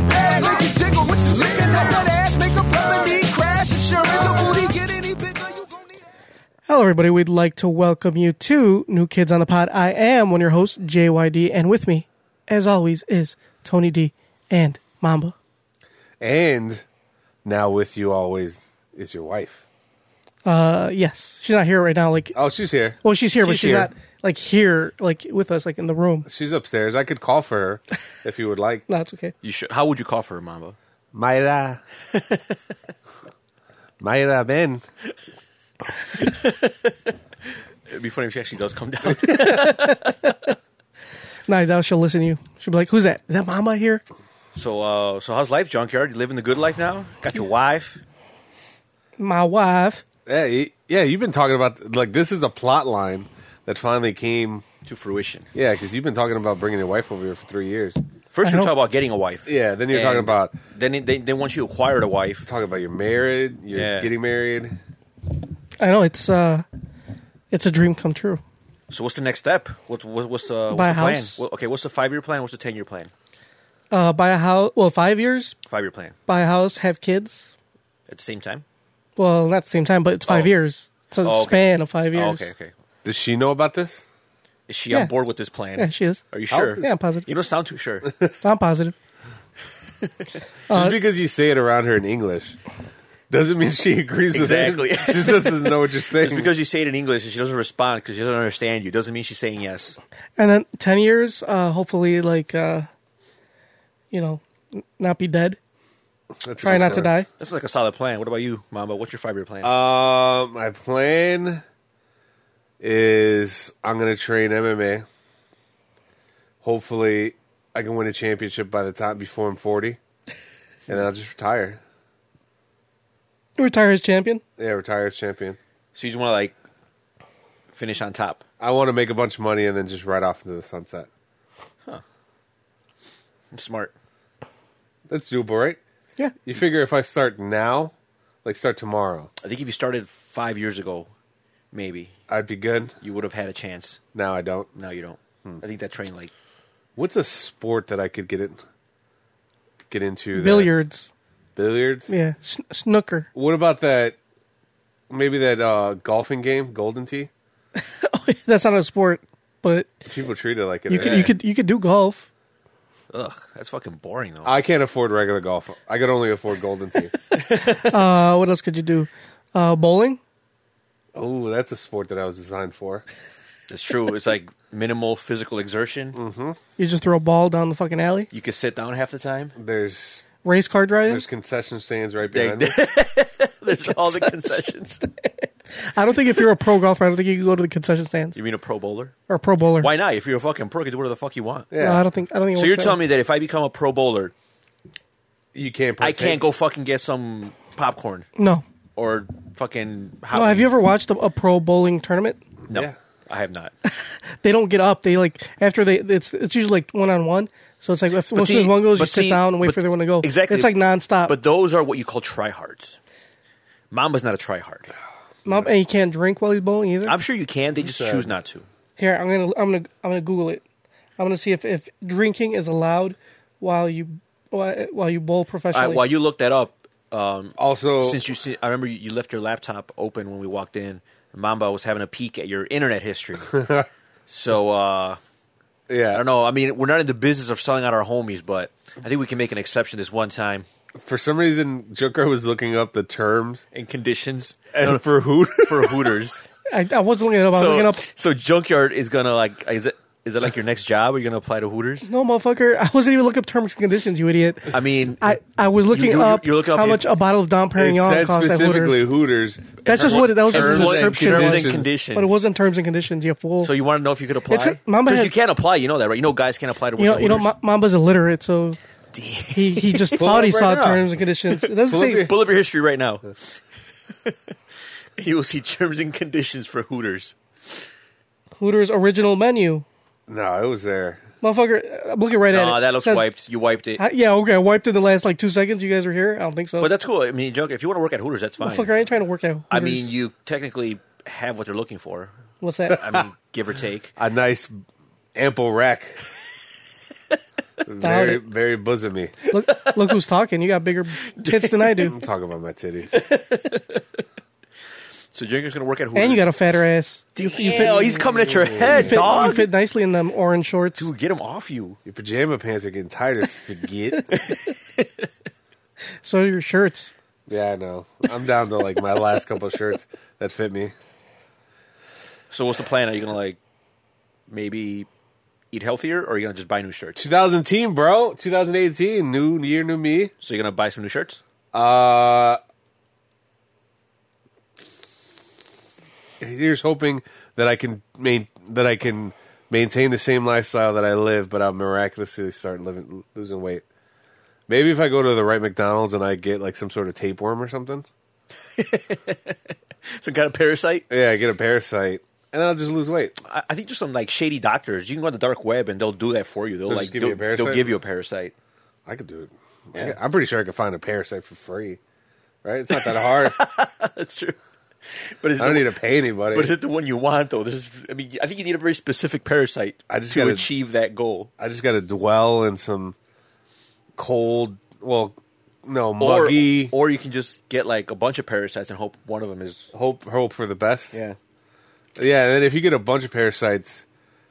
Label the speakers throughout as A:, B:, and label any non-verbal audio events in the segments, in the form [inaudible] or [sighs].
A: it bounce, make it jiggle, what you sitting on? That ass make a felony crash, insurance, the booty get any bigger, you gon' need
B: Hello, everybody. We'd like to welcome you to New Kids on the Pod. I am one of your hosts, JYD, and with me, as always, is Tony D and Mamba.
C: And now with you always is your wife.
B: Uh, yes, she's not here right now. Like,
C: Oh, she's here.
B: well, she's here, but
C: she's
B: she's
C: here.
B: not like here, like with us, like in the room.
C: She's upstairs. I could call for her
B: [laughs]
C: if you would like.
B: No, it's okay.
D: You should. How would you call for her, Mamba?
C: Mayra. [laughs] Mayra, Ben.
D: It'd be funny if she actually does come [laughs] down.
B: No, I doubt she'll listen to you. She'll be like, "Who's that? Is that Mamba here?"
D: so, uh, so how's life, junkyard? You living the good life now? Got your wife?
B: My wife.
C: Yeah, y- yeah, you've been talking about, like, this is a plot line that finally came.
D: To fruition.
C: Yeah, because you've been talking about bringing your wife over here for three years.
D: First,
B: I
D: we
B: hope-
D: talk about getting a wife.
C: Yeah, then you're talking
D: And
C: about
D: Then, it- then, then once you acquired a wife,
C: talking about your married, you're
D: Yeah.
C: getting married.
B: I know it's uh, it's a dream come true.
D: so what's the next step? What, what, what's the, what's
B: Buy a
D: the plan?
B: house.
D: What, okay, what's the five year plan? What's the ten year plan?
B: Uh, buy a house. Well, five years.
D: Five year plan
B: Buy a house. Have kids.
D: at the same time.
B: Well, not the same time, but it's five
D: Oh.
B: years. So
D: Oh,
B: a
D: okay.
B: span of five years.
D: Oh, okay, okay.
C: Does she know about this?
D: Is she
B: Yeah.
D: on board with this plan?
B: Yeah, she is.
D: Are you sure?
B: Yeah, I'm positive.
D: You don't sound
B: [laughs]
D: too sure.
B: I'm positive. Uh,
C: Just because you say it around her in English doesn't mean she agrees
D: Exactly.
C: with it. [laughs] She just doesn't know what you're saying.
D: [laughs] Just because you say it in English and she doesn't respond because she doesn't understand you doesn't mean she's saying yes.
B: And then ten years, uh, hopefully, like uh, you know, n- not be dead.
C: That
B: Try
C: sounds
B: not to
C: kinda-
B: die.
D: That's like a solid plan. What about you, Mamba? What's your five year plan?
C: Uh, my plan is I'm gonna train MMA. Hopefully, I can win a championship by the time before I'm 40, and then I'll just retire.
B: Retire as champion.
C: Yeah, retire as champion.
D: So you just want to like finish on top.
C: I want to make a bunch of money and then just ride off into the sunset.
D: That's smart.
C: That's doable, right?
B: Yeah.
C: You figure if I start now, like start tomorrow,
D: I think if you started five years ago, maybe
C: I'd be good.
D: you would have had a chance.
C: Now I don't.
D: Now you don't. I think that train like
C: What's a sport that I could get in? Get into that-
B: Billiards.
C: Billiards.
B: Yeah. Sn- snooker. [laughs]
C: What about that? Maybe that uh, golfing game, Golden Tee.
B: That's not a sport, but
C: People treat it like it.
B: you
C: is.
B: could you could you could do golf.
D: ugh, that's fucking boring though.
C: I can't afford regular golf. I could only afford Golden Tee. [laughs]
B: Uh, what else could you do? Uh, bowling.
C: oh, that's a sport that I was designed for.
D: it's true. It's like minimal physical exertion.
B: You just throw a ball down the fucking alley.
D: You could sit down half the time.
C: There's
B: Race car driving.
C: there's concession stands right
D: They-
C: behind me.
D: [laughs] There's all [laughs] the concessions.
B: I don't think if you're a pro golfer, I don't think you can go to the concession stands
D: You mean a pro bowler?
B: or a pro bowler.
D: Why not? If you're a fucking pro, you can do whatever the fuck you want.
C: Yeah.
B: No, I don't think I don't think. it
D: So
B: works
D: you're
B: that
D: telling
B: way.
D: me that if I become a pro bowler,
C: You can't.
D: I
C: Partake.
D: can't go fucking get some popcorn
B: no.
D: or fucking.
B: No, have you ever watched a, a pro bowling tournament?
D: No,
C: Yeah.
D: I have not.
B: they don't get up. They like after they it's it's usually like one on one. So it's like if as soon as
D: see-
B: one goes, you
D: but
B: sit
D: see-
B: down and wait
D: but-
B: for the other one to go.
D: Exactly.
B: it's like nonstop.
D: But
B: But
D: those are what you call tryhards. Mamba's not a tryhard.
B: Mom, and you can't drink while he's bowling either.
D: I'm sure you can. They just choose not to.
B: Here, I'm gonna I'm gonna I'm gonna Google it. I'm gonna see if if drinking is allowed while you while while you bowl
D: All
B: professionally.
D: right, while you look that up,
C: Also,
D: since you see, I remember you, you left your laptop open when we walked in. Mamba was having a peek at your internet [laughs] history. so uh,
C: yeah,
D: I don't know. I mean, we're not in the business of selling out our homies, but I think we can make an exception this one time.
C: For some reason, Joker was looking up the terms
D: And conditions
C: and for who.
D: [laughs] for [laughs] Hooters.
B: I, I wasn't looking it up. I was looking
D: so,
B: up.
D: so junkyard is gonna like is it is it like your next job? Are you gonna apply to Hooters?
B: No, motherfucker, I wasn't even looking up terms and conditions. You idiot.
D: I mean,
B: I, I was looking
D: you-
B: up,
D: you're looking up
B: how much
D: if-
B: a bottle of Dom
C: It
B: Perignon
C: said
B: costs at
C: specifically
B: Hooters.
C: Hooters.
B: That's just what it, that was just the
C: Terms and
B: description.
D: terms
B: was.
D: and
C: conditions.
D: conditions.
B: But it wasn't terms and conditions. You fool.
D: So you want to know if you could apply?
B: It's- Mamba
D: Because
B: has-
D: you can't apply. You know that, right? You know guys can't apply to work
B: You know,
D: at
B: you know,
D: Hooters.
B: Ma- Mamba's illiterate, so he, he just thought he
C: up right
B: saw
C: now.
B: terms and conditions. It doesn't
C: Pull up
B: say
C: your-
D: Pull up your history
B: [laughs]
D: right now. you will see terms and conditions for Hooters.
B: Hooters original menu.
C: No, it was there.
B: Motherfucker, I'm looking right at it.
D: No, that looks
B: Says-
D: wiped. You wiped it.
B: I- yeah, okay. I wiped in the last like two seconds. You guys were here. I don't think so.
D: but that's cool. I mean, joke. If you want to work at Hooters, that's fine.
B: Motherfucker, I ain't trying to work out.
D: I mean, you technically have what they're looking for.
B: what's that? [laughs]
D: I mean, give or take.
C: A nice, ample rack. very,
B: it.
C: very bosomy.
B: [laughs] look, look who's talking. You got bigger tits than I
D: [laughs]
B: do,
C: I'm talking about my titties.
D: So Jenker's gonna work at Hooters.
B: and you got a fatter ass.
D: Damn, he's coming at your head,
B: Fit, you
D: dog.
B: fit nicely in them orange shorts.
D: Dude, get him off you.
C: Your pajama pants are getting tighter. Forget.
B: So are your shirts.
C: yeah, I know. I'm down to like my last couple shirts that fit me.
D: So what's the plan? Are you gonna like maybe eat healthier, or are you gonna just buy new shirts?
C: 2010, bro. 2018, new year, new me.
D: So you're gonna buy some new shirts?
C: Uh, here's hoping that I can main that I can maintain the same lifestyle that I live, but I'm miraculously start living losing weight. Maybe if I go to the right McDonald's and I get like some sort of tapeworm or something.
D: Some kind of parasite?
C: Yeah, I get a parasite, and then I'll just lose weight.
D: I, I think there's some like shady doctors. You can go on the dark web and they'll do that for you. They'll,
C: They'll
D: like
C: just give
D: they'll,
C: you a parasite?
D: they'll give you a parasite. [laughs]
C: I could do it. I
D: Yeah.
C: could- I'm pretty sure I could find a parasite for free. Right? It's not that hard.
D: That's true. But is
C: I don't
D: the,
C: need to pay anybody.
D: But is it the one you want though? This is, I mean, I think you need a very specific parasite
C: I just
D: to
C: gotta-
D: achieve that goal.
C: I just got to dwell in some cold, well, no,
D: Or,
C: muggy.
D: or you can just get like a bunch of parasites and hope one of them is
C: hope hope for the best. Yeah, and then if you get a bunch of parasites,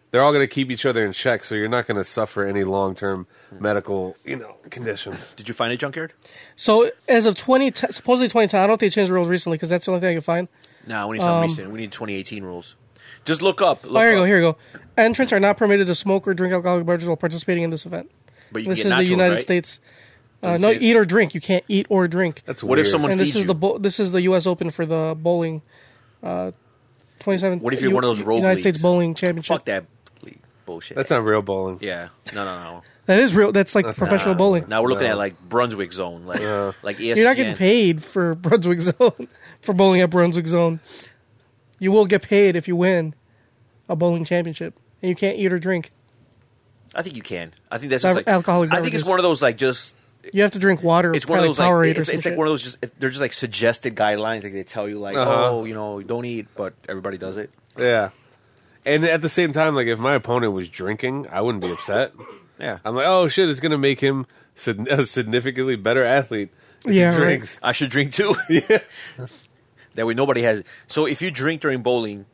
C: they're all going to keep each other in check, so you're not going to suffer any long-term medical, you know, conditions.
D: Did you find a junkyard?
B: So as of twenty, supposedly twenty ten. I don't know if they changed the rules recently because that's the only thing I could find.
D: No, we need something recent. We need 2018 rules. Just look up. Look
B: Oh, here you
D: up.
B: Um, go. Here you go. Entrants are not permitted to smoke or drink alcoholic beverages while participating in this event.
D: But you
B: this
D: can get
B: is
D: nachos,
B: the United
D: right?
B: States. Uh,
D: Doesn't
B: no,
D: say it.
B: eat or drink. You can't eat or drink.
C: That's
D: What if
C: weird.
D: someone-
B: and this
D: feed
B: is
D: you.
B: the bo- this is the U.S. Open for the bowling. Uh, twenty seven.
D: What if you're one of those rogue
B: United States
D: leagues?
B: Bowling Championship?
D: Fuck that league bullshit.
C: That's not real bowling.
D: yeah. No, no, no.
B: That is real. That's [laughs] like professional
C: not-
B: bowling.
D: Now we're looking
C: No.
D: at like Brunswick Zone, like like E ESPN.
B: You're not getting paid for [laughs] Brunswick Zone for bowling at Brunswick Zone. You will get paid if you win a bowling championship, and you can't eat or drink.
D: I think you can. I think that's
B: Al-
D: just like
B: alcoholic
D: I think it's
B: beverages.
D: one of those like just
B: You have to drink water.
D: it's one of
B: probably
D: those like
B: Powerade or
D: it's, it's
B: some
D: like one of those just they're just like suggested guidelines. Like they tell you like
C: Uh-huh.
D: oh you know don't eat, but everybody does it.
C: Yeah. And at the same time, like if my opponent was drinking, I wouldn't be upset.
D: Yeah,
C: I'm like, oh shit, it's going to make him sig- [laughs] a significantly better athlete. if he
B: Yeah, right.
C: drinks.
D: I should
C: [laughs]
D: drink too. [laughs] that way nobody has. So if you drink during bowling,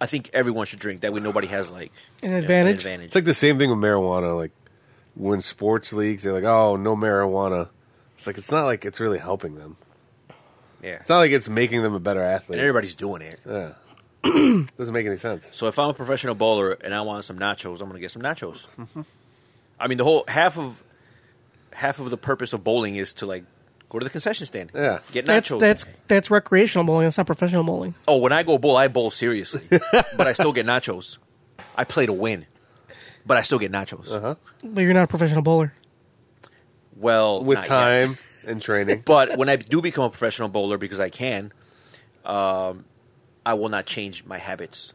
D: I think everyone should drink. That way nobody has like
B: An
D: you know,
B: advantage?
C: It's like the same thing with marijuana. Like when sports leagues, they're like, "Oh, no marijuana." It's like it's not like it's really helping them.
D: yeah,
C: It's not like it's making them a better
D: and
C: athlete.
D: everybody's doing it.
C: Yeah. Doesn't make any sense.
D: So if I'm a professional bowler and I want some nachos, I'm gonna get some nachos.
C: Mm-hmm.
D: I mean, the whole half of half of the purpose of bowling is to like go to the concession stand.
C: Yeah.
D: get
B: that's
D: nachos.
B: that's that's recreational bowling. That's not professional bowling.
D: oh, when I go bowl, I
C: [laughs]
D: bowl seriously, but I still get nachos. I play to win, but I still get nachos.
C: Uh huh.
B: But you're not a professional bowler.
D: Well,
C: With
D: not yet.
C: time [laughs] and training.
D: but when I do become a professional bowler because I can, um, I will not change my habits.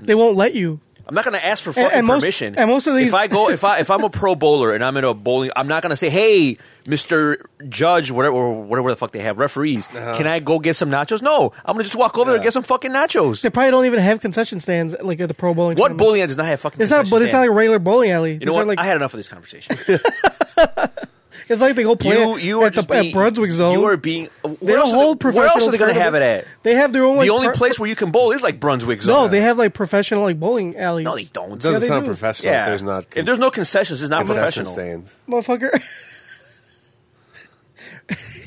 B: They won't let you.
D: I'm not going to ask for fucking
B: and most-
D: permission.
B: and most of these-
D: if I go, if I if I'm a pro bowler and I'm in a bowling, I'm not going to say, "Hey, Mister Judge, whatever, or whatever the fuck they have, referees, can I go get some nachos?" No, I'm going to just walk over there and
C: Uh-huh. Yeah.
D: get some fucking nachos.
B: They probably don't even have concession stands like at the pro bowling.
D: What
B: tournament.
D: bowling alley does not have fucking?
B: It's not.
D: concession
B: But it's not like
D: stand?
B: a regular bowling alley.
D: You know what?
B: Like,
D: I had enough of
B: [laughs]
D: this conversation.
B: it's like they go play
D: you you
B: at,
D: are just
B: the,
D: being,
B: at Brunswick Zone.
D: You are being.
B: they
D: Where
B: don't
D: else,
B: hold
D: are they,
B: professional.
D: where else are they going to have it
B: tournaments.
D: at?
B: They have their own. like,
D: the only
B: pro-
D: place where you can bowl is like Brunswick Zone.
B: No, they have like professional like bowling alleys.
D: No, they don't.
C: It doesn't
B: they
C: sound
B: do.
C: professional
D: yeah.
C: if there's not
D: if there's no concessions, it's not
C: concession
D: professional.
C: stands.
B: motherfucker. [laughs]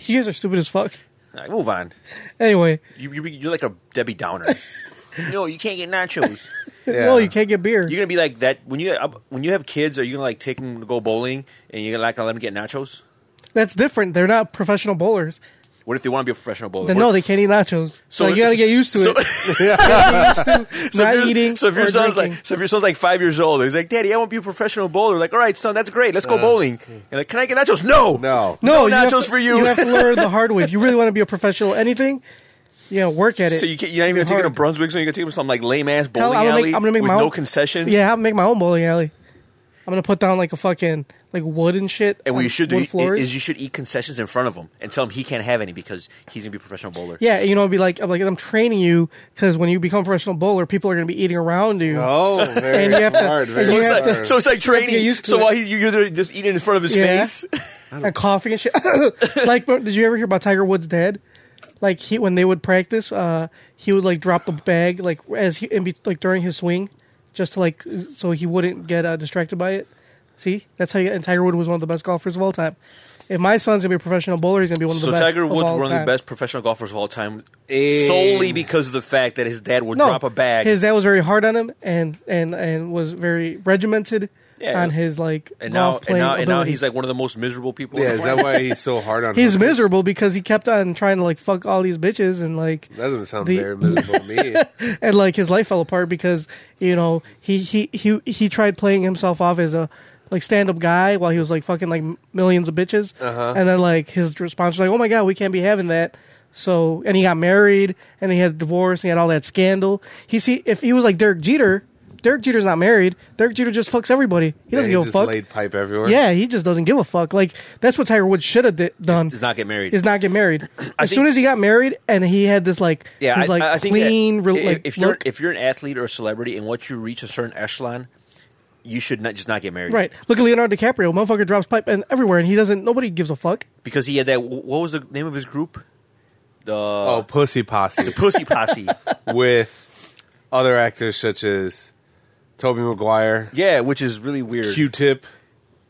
B: you guys are stupid as fuck.
D: All right, move on.
B: Anyway,
D: You, you, you're like a
B: [laughs]
D: Debbie Downer. no, you can't get nachos.
C: Yeah.
B: well, you can't get beer.
D: You're gonna be like that when you uh, when you have kids. Are you gonna like take them to go bowling and you're like gonna let them get nachos?
B: That's different. They're not professional bowlers.
D: What if they want to be a professional bowler?
B: Then
D: What-
B: no, they can't eat nachos. So you got to get used to
D: [laughs] so-
B: it. [laughs]
D: so if
B: not
D: your-
B: eating
D: So if your
B: or
D: son's
B: drinking.
D: like, so if your son's like five years old, he's like, "Daddy, I want to be a professional bowler." Like, all right, son, that's great. Let's go bowling. And like, can I get nachos? No,
C: No.
B: no,
D: no
B: you have
D: nachos
B: to-
D: for you.
B: You have to learn the hard way. If you really want to be a professional at anything, you know, work at it.
D: So you can't, you're not even gonna take them to Brunswick, so you're gonna take them to some like lame ass
B: Hell,
D: bowling
B: I'm gonna
D: alley
B: make- I'm gonna make
D: with
B: my
D: no
B: own-
D: concessions.
B: yeah, I'll make my own bowling alley. I'm gonna put down like a fucking like wood and shit.
D: And what you
B: on
D: should
B: wood
D: do
B: floors.
D: is you should eat concessions in front of him and tell him he can't have any because he's gonna be a professional bowler.
B: yeah, you know, it'd be like I'm like I'm training you because when you become a professional bowler, people are gonna be eating around you.
C: Oh, very
B: And you have to-
C: smart.
B: and
C: very
B: you
D: So it's,
B: have
C: smart.
B: to-
D: like, so it's like
B: have to get
D: training.
B: used to
D: So
B: it.
D: while he, you're literally just eating in front of his
B: Yeah.
D: face.
B: and coughing and shit. [laughs] like, but did you ever hear about Tiger Woods' dad? Like he when they would practice, uh, he would like drop the bag like as he in be, like during his swing, just to like so he wouldn't get uh, distracted by it. See, that's how. You, and Tiger Woods was one of the best golfers of all time. If my son's gonna be a professional bowler, he's gonna be one of the
D: So
B: best.
D: Tiger
B: of
D: Woods,
B: all
D: one of the
B: time.
D: best professional golfers of all time,
C: And-
D: solely because of the fact that his dad would drop a bag
B: His dad was very hard on him, and and and was very regimented
D: Yeah.
B: on his like
D: and now
B: golf
D: and
B: playing
D: now, and now
B: abilities.
D: he's like one of the most miserable people.
C: yeah,
D: in
C: is
D: the
C: that
D: world.
C: why he's so hard on
B: He's
C: her?
B: miserable because he kept on trying to like fuck all these bitches and like
C: That doesn't sound
B: the-
C: very miserable to me.
B: [laughs] and like his life fell apart because you know he he he he tried playing himself off as a like stand up guy while he was like fucking like millions of bitches,
C: Uh-huh.
B: and then like his response was like, "Oh my god, we can't be having that." So and he got married and he had a divorce and he had all that scandal. He see if he was like Derek Jeter, Derek Jeter's not married. Derek Jeter just fucks everybody. He
C: Yeah,
B: doesn't
C: he
B: give
C: just
B: a fuck.
C: laid pipe everywhere.
B: Yeah, he just doesn't give a fuck. Like that's what Tiger Woods should have di- done.
D: Does not get married.
B: Is not get married. As
D: think-
B: soon as he got married, and he had this like,
D: yeah,
B: his,
D: I,
B: like
D: I think that
B: clean. re-
D: if,
B: like,
D: if you're
B: look.
D: if you're an athlete or a celebrity, and once you reach a certain echelon, you should not just not get married,
B: Right. Look at Leonardo DiCaprio. Motherfucker drops pipe and everywhere, and he doesn't. Nobody gives a fuck.
D: Because he had that. What was the name of his group? The
C: Oh, pussy posse
B: [laughs]
D: Pussy Posse. [laughs]
C: with other actors such as Toby Maguire,
D: yeah, which is really weird.
C: Q-Tip,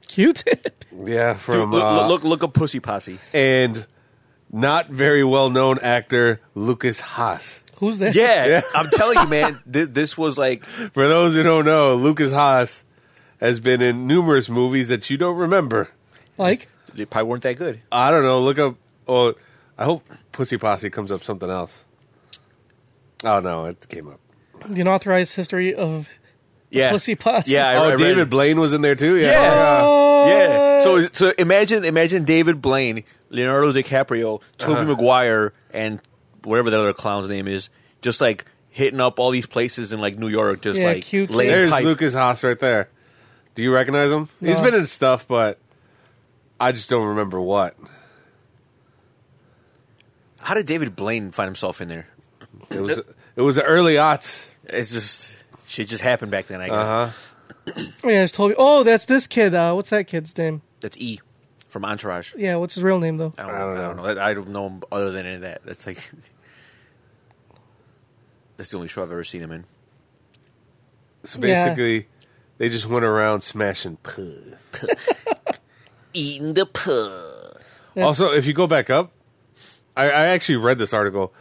B: Cute. [laughs]
C: yeah,
D: Dude,
C: from
D: look,
C: uh,
D: look, look, look up Pussy Posse.
C: and not very well known actor Lucas Haas.
B: Who's that?
C: [laughs]
D: Yeah, I'm telling you, man. This, this was like
C: For those who don't know, Lucas Haas has been in numerous movies that you don't remember.
B: Like
D: they probably weren't that good.
C: I don't know. Look up. Oh, I hope Pussy Posse comes up something else. Oh no, it came up.
B: the unauthorized history of.
D: Yeah,
B: Pussy Posse.
D: Yeah, I,
C: oh,
D: I read
C: David
D: it.
C: Blaine was in there too. Yeah.
D: Yeah.
B: Oh,
D: Yeah. So so imagine imagine David Blaine, Leonardo DiCaprio,
C: Uh-huh.
D: Toby Maguire, and whatever the other clown's name is, just like hitting up all these places in like New York, just
B: Yeah,
D: like
B: cute.
D: laying
C: There's
D: pipe.
C: Lucas Haas right there. Do you recognize him? He's
B: No.
C: been in stuff, but I just don't remember what.
D: How did David Blaine find himself in there?
C: It was it was the early aughts.
D: It's just shit just happened back then. I guess
C: Uh huh.
B: yeah. It's Toby. Oh, that's this kid. Uh, what's that kid's name?
D: that's E from Entourage.
B: Yeah. What's his real name though?
D: I don't, know. I don't know. I don't know him other than any of that. That's like [laughs] that's the only show I've ever seen him in.
C: So
B: Yeah.
C: basically, they just went around smashing puss.
D: Eating the pug.
C: Also, if you go back up, I, I actually read this article.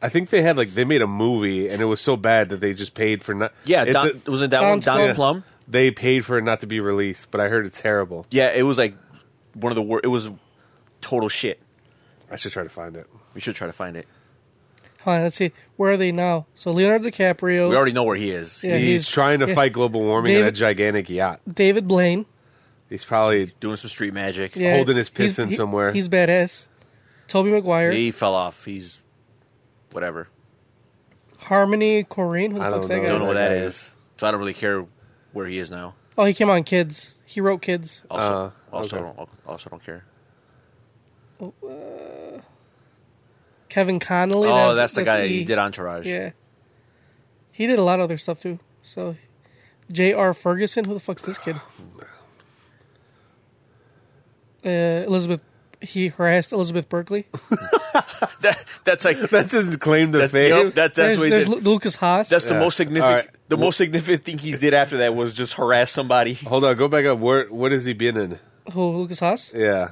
C: I think they had like they made a movie and it was so bad that they just paid for not.
D: Yeah,
C: it's
D: Don,
C: a-
D: wasn't that one
B: Don's
D: Don's
B: Plum.
D: Plum?
C: they paid for it not to be released, but I heard it's terrible.
D: Yeah, it was like one of the worst. It was total shit.
C: I should try to find it.
D: We should try to find it.
B: Hold on. Let's see. Where are they now? So Leonardo DiCaprio,
D: We already know where he is.
B: Yeah.
C: he's,
B: he's-
C: trying to
B: yeah.
C: fight global warming on a
B: David-
C: gigantic yacht.
B: David Blaine.
C: He's probably [laughs]
D: Doing some street magic.
B: Yeah.
C: Holding his
B: He's-
C: piston
B: he-
C: somewhere.
B: He's badass. Toby Maguire,
D: He fell off. He's whatever.
B: Harmony Corrine. Who the
C: I
B: fuck's
C: don't
B: that
C: know.
B: guy?
D: Don't know what
C: that
D: that
C: guy is.
D: is. So I don't really care where he is now.
B: Oh, he came on Kids. He wrote Kids.
D: Also,
C: Uh,
D: also,
C: okay.
D: don't, also don't care.
B: Kevin Connolly.
D: oh, that's, the guy
B: E.
D: he did Entourage.
B: Yeah. He did a lot of other stuff too. So, J.R. Ferguson, who the fuck's this
D: [sighs]
B: kid? Uh, Elizabeth, he harassed Elizabeth Berkeley.
D: [laughs] That, that's like
C: that's his claim to
D: that's,
C: fame.
D: yep, that- [laughs] that's
B: there's
D: what he
B: there's
D: did.
B: Lu- Lucas Haas.
D: that's
C: Yeah.
D: the most significant.
C: All right.
D: The most significant thing he did after that was just harass [laughs] somebody.
C: Hold on, go back up. Where what has he been in?
B: who Lucas Haas?
C: Yeah.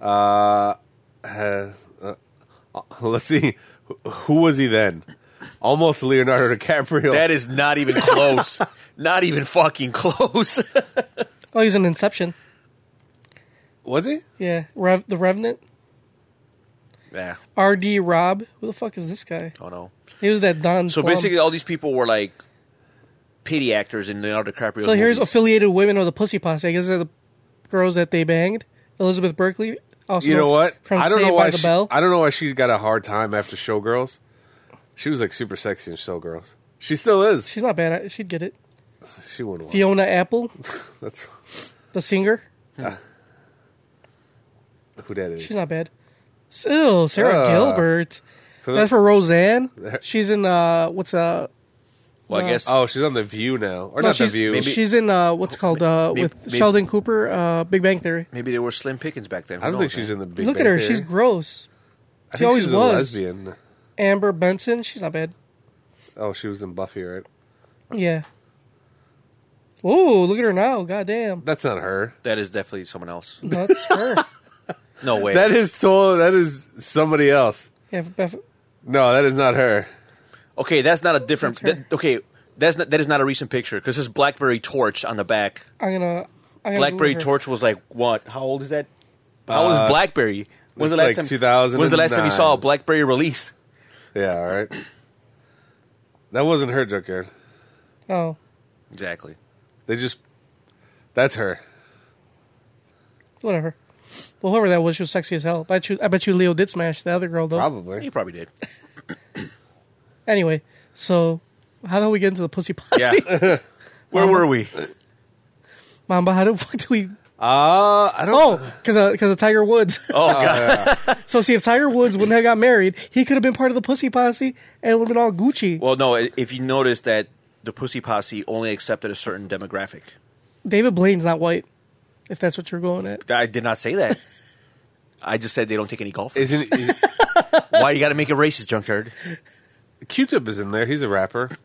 C: Uh, uh, uh, [laughs] let's see. Who- Who was he then? Almost Leonardo [laughs] DiCaprio.
D: That is not even [laughs] close. not even fucking close. [laughs]
B: Oh, he was in Inception.
C: was he?
B: Yeah, Rev- the Revenant.
D: yeah.
B: R.D. Rob. Who the fuck is this guy?
D: Oh no.
B: He was that Don.
D: So
B: Plum.
D: basically, all these people were like pity actors in Leonardo DiCaprio.
B: so here's
D: movies.
B: affiliated women of the Pussy Posse. I guess they're the girls that they banged. Elizabeth Berkeley. Also,
C: You know what?
B: From
C: I don't
B: Saved
C: know
B: by
C: why.
B: the
C: She,
B: Bell.
C: I don't know why she got a hard time after Showgirls. She was like super sexy in Showgirls. She still is.
B: She's not bad. at- She'd get it.
C: She wouldn't watch.
B: Fiona Apple,
C: That's
B: the singer.
C: who that is.
B: She's not bad. Still, Sarah
C: Uh,
B: Gilbert.
C: For the-
B: That's for Roseanne. She's in uh, what's uh,
D: Well, I
B: No.
D: guess.
C: oh, she's on the View now, or
B: no,
C: not the
B: she's,
C: View?
B: she's in uh, what's it called uh,
D: maybe-
B: with
D: maybe-
B: Sheldon Cooper, uh, Big Bang Theory.
D: Maybe they were slim pickings back then. Who
C: I don't think
D: knows,
C: she's
D: man?
C: in the Big
B: Look
C: Bang
B: at her,
C: Theory.
B: she's gross.
C: I
B: she
C: think
B: always
C: she's a
B: was.
C: lesbian.
B: Amber Benson, she's not bad.
C: Oh, she was in Buffy, right?
B: Yeah. Oh, look at her now. Goddamn.
C: That's not her.
D: That is definitely someone else.
B: That's
C: [laughs]
B: her.
D: No way.
C: That is total. That is somebody else.
B: yeah, Beth,
C: No, that is not her.
D: okay, that's not a different.
B: That's her.
D: that- okay, that's not that is not a recent picture because this BlackBerry Torch on the back.
B: I'm gonna. I'm gonna
D: BlackBerry
B: Google her.
D: Torch was like what? How old is that? How old
C: Uh,
D: is BlackBerry? When's
C: it's
D: the last
C: like
D: time?
C: 2009.
D: When's the last time you saw a BlackBerry release?
C: Yeah, all right. That wasn't her, Junkyard.
B: Oh,
D: Exactly.
C: They just. That's her.
B: whatever. Well, whoever that was, she was sexy as hell. Bet you, I bet you Leo did smash the other girl though.
D: He
C: Probably.
D: probably did.
B: Anyway, so how do we get into the pussy posse? [laughs] Um,
D: Yeah. Where were we?
B: Mamba, how the [laughs] fuck do we?
C: Uh, I don't.
B: Oh, because because of Tiger Woods.
D: Oh god.
B: [laughs] so see, if Tiger Woods wouldn't have got married, he could have been part of the pussy posse and it would have been all Gucci.
D: [laughs] Well, no. i- If you notice that the Pussy Posse only accepted a certain demographic.
B: David Blaine's not white, if that's what you're going at.
D: I did not say [laughs] that. I just said they don't take any golfers.
C: Isn't is,
D: Why you got to make it racist, junkyard?
C: Q-Tip is in there? He's a rapper.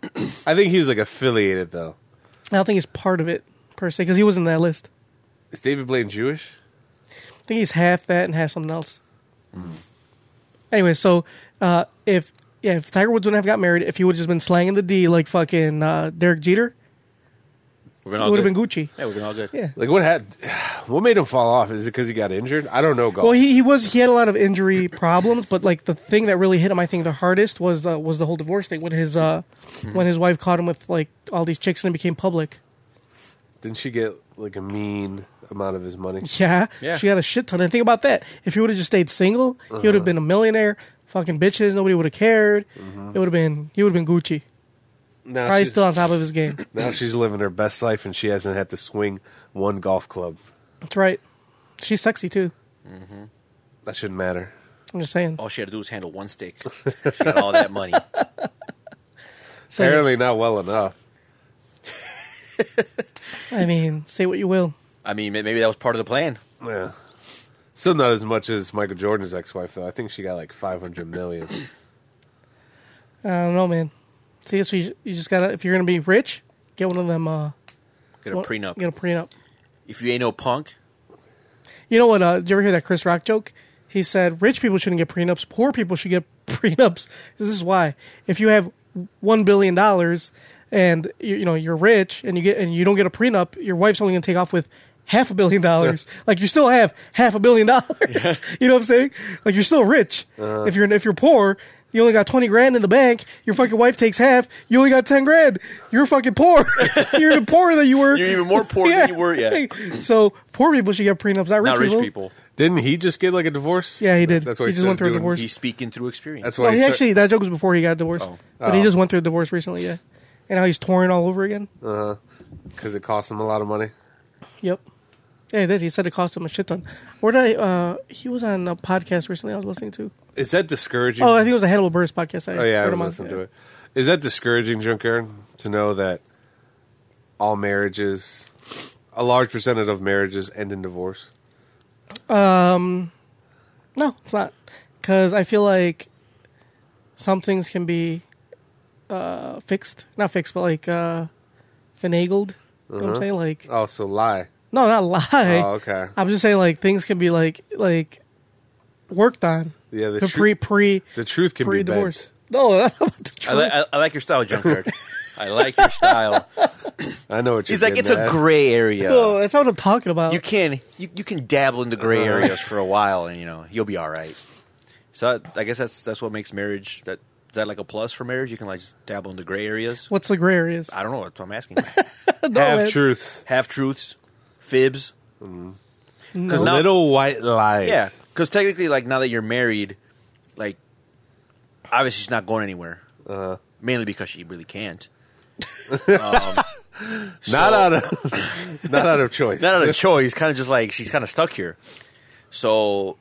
C: I think he was like affiliated though.
B: I don't think he's part of it per se because he was in that list.
C: Is David Blaine Jewish?
B: I think he's half that and half something else.
D: Mm.
B: Anyway, so uh, if yeah, if Tiger Woods wouldn't have got married, if he would have just been slanging the D like fucking uh, Derek Jeter,
D: We're
B: it would have been Gucci.
D: Yeah, we're all good.
B: Yeah.
C: Like what had? [sighs] What made him fall off? Is it because he got injured? I don't know golf.
B: Well, he, he was he had a lot of
D: [clears throat]
B: injury problems, but like the thing that really hit him, I think the hardest was uh, was the whole divorce thing when his uh,
D: Hmm.
B: when his wife caught him with like all these chicks and it became public. [laughs]
C: Didn't she get like a mean amount of his money?
B: Yeah,
D: Yeah.
B: she had a shit ton. And think about that. If he would have just stayed single, he
D: Uh-huh.
B: would have been a millionaire. Fucking bitches, nobody would have cared.
D: Mm-hmm.
B: It would have been he would have been Gucci.
C: Now
B: Probably
C: she's,
B: still on top of his game.
C: now she's living her best life, and she hasn't had to swing one golf club.
B: That's right. She's sexy too.
C: That shouldn't matter.
B: I'm just saying.
D: All she had to do was handle one [laughs] stick. She got all that money.
B: So,
C: Apparently, not well enough.
B: I mean, say what you will.
D: I mean, may- maybe that was part of the plan.
C: Yeah. Still not as much as Michael Jordan's ex-wife, though. I think she got like five hundred
B: [clears throat]
C: million.
B: I don't know, man. See, so you, you just gotta if you're gonna be rich, get one of them. Uh,
D: Get a
B: one-
D: prenup.
B: Get a prenup.
D: if you ain't no punk,
B: You know what? Uh, did you ever hear that Chris Rock joke? He said rich people shouldn't get prenups. Poor people should get [laughs] prenups. This is why. If you have one billion dollars and you, you know you're rich and you get and you don't get a prenup, your wife's only gonna take off with half a billion dollars. like you still have half a billion dollars.
D: [laughs]
B: you know what I'm saying? Like you're still rich.
D: Uh-huh.
B: If you're if you're poor. You only got twenty grand in the bank. Your fucking wife takes half. You only got ten grand. You're fucking poor. [laughs] you're even poorer than you were.
D: you're even
B: [laughs]
D: more poor than you were. Yeah,
B: So poor people should get prenups, not rich,
D: not rich
B: people.
D: people.
C: Didn't he just get like a divorce?
B: Yeah, he did.
C: That's why
B: He
C: he,
B: just went through a divorce.
D: He's speaking through experience.
C: That's
B: No,
C: why
B: he
C: he started-
B: actually that joke was before he got divorced,
D: Oh.
B: but he
C: Oh.
B: just went through a divorce recently. Yeah, and now he's touring all over again.
C: Uh. because it cost him a lot of money.
B: Yep. Yeah, he did. He said it cost him a shit ton. Where did I? Uh, he was on a podcast recently. I was listening to.
C: Is that discouraging?
B: Oh, I think it was a Hannibal Burris podcast. I
C: Oh yeah, I
B: heard
C: was
B: him on.
C: listening to
B: Yeah.
C: it. Is that discouraging, Junker, to know that all marriages, a large percentage of marriages, end in divorce?
B: No, it's not. Because I feel like some things can be uh, fixed, not fixed, but like uh, finagled. You know what I'm saying? Like,
C: Oh, so lie.
B: no, not lie.
C: Oh, okay.
B: I'm just saying like things can be like like worked on.
C: Yeah, the
B: the pre
C: tru-
B: pre
C: The truth can
B: pre
C: be
B: divorce.
C: divorced.
B: No, [laughs] the
D: I,
B: truth.
C: uh,
D: li- I, I like your style, junkyard. [laughs] I like your style.
C: I know what you're.
D: He's like, it's
C: getting
D: a
C: at.
D: gray area.
B: No, that's not what I'm talking about.
D: you can you, you can dabble in the gray areas for a while, and you know you'll be all right. Uh-huh. So I, I guess that's that's what makes marriage that is that like a plus for marriage. You can like just dabble in the gray areas.
B: What's the gray areas?
D: I don't know. That's what I'm asking. [laughs]
C: half
B: man.
C: truths,
D: Half truths, fibs.
B: No.
D: 'Cause now-
C: little white lies.
D: Yeah, because technically, like now that you're married, like obviously she's Uh-huh. [laughs] Um, not going anywhere. Mainly because she really can't.
C: not out of [laughs] not out of choice.
D: not out [laughs] of choice, kind of just like she's kind of stuck here. So,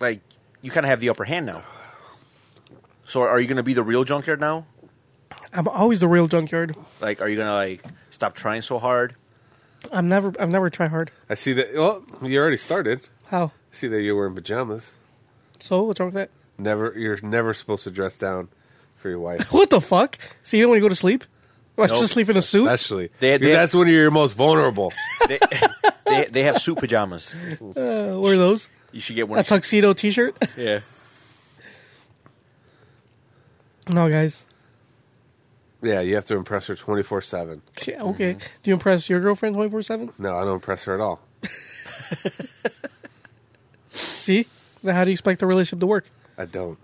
D: like, you kind of have the upper hand now. So, are you going to be the real junkyard now?
B: I'm always the real junkyard.
D: Like, are you going to like stop trying so hard?
B: I'm never. I've never try hard.
C: I see that. Well, you already started.
B: How?
C: I see that you're wearing pajamas.
B: So what's wrong with that?
C: Never, you're never supposed to dress down for your
D: [laughs]
C: wife,
B: What the fuck? See, even when you go to sleep, am I supposed
D: Nope.
B: to sleep in a suit?
C: especially
D: They-
C: because
D: they-
C: that's when you're most vulnerable. [laughs]
D: They, they, they have suit pajamas.
B: Uh, what are those?
D: You should get one.
B: A tuxedo T-shirt? [laughs]
D: yeah.
B: no, guys.
C: yeah, you have to impress her twenty four seven.
B: Yeah, okay. Do you impress your girlfriend twenty four seven?
C: No, I don't impress her at all.
B: See, then how do you expect the relationship to work?
C: I
D: [laughs]
C: don't.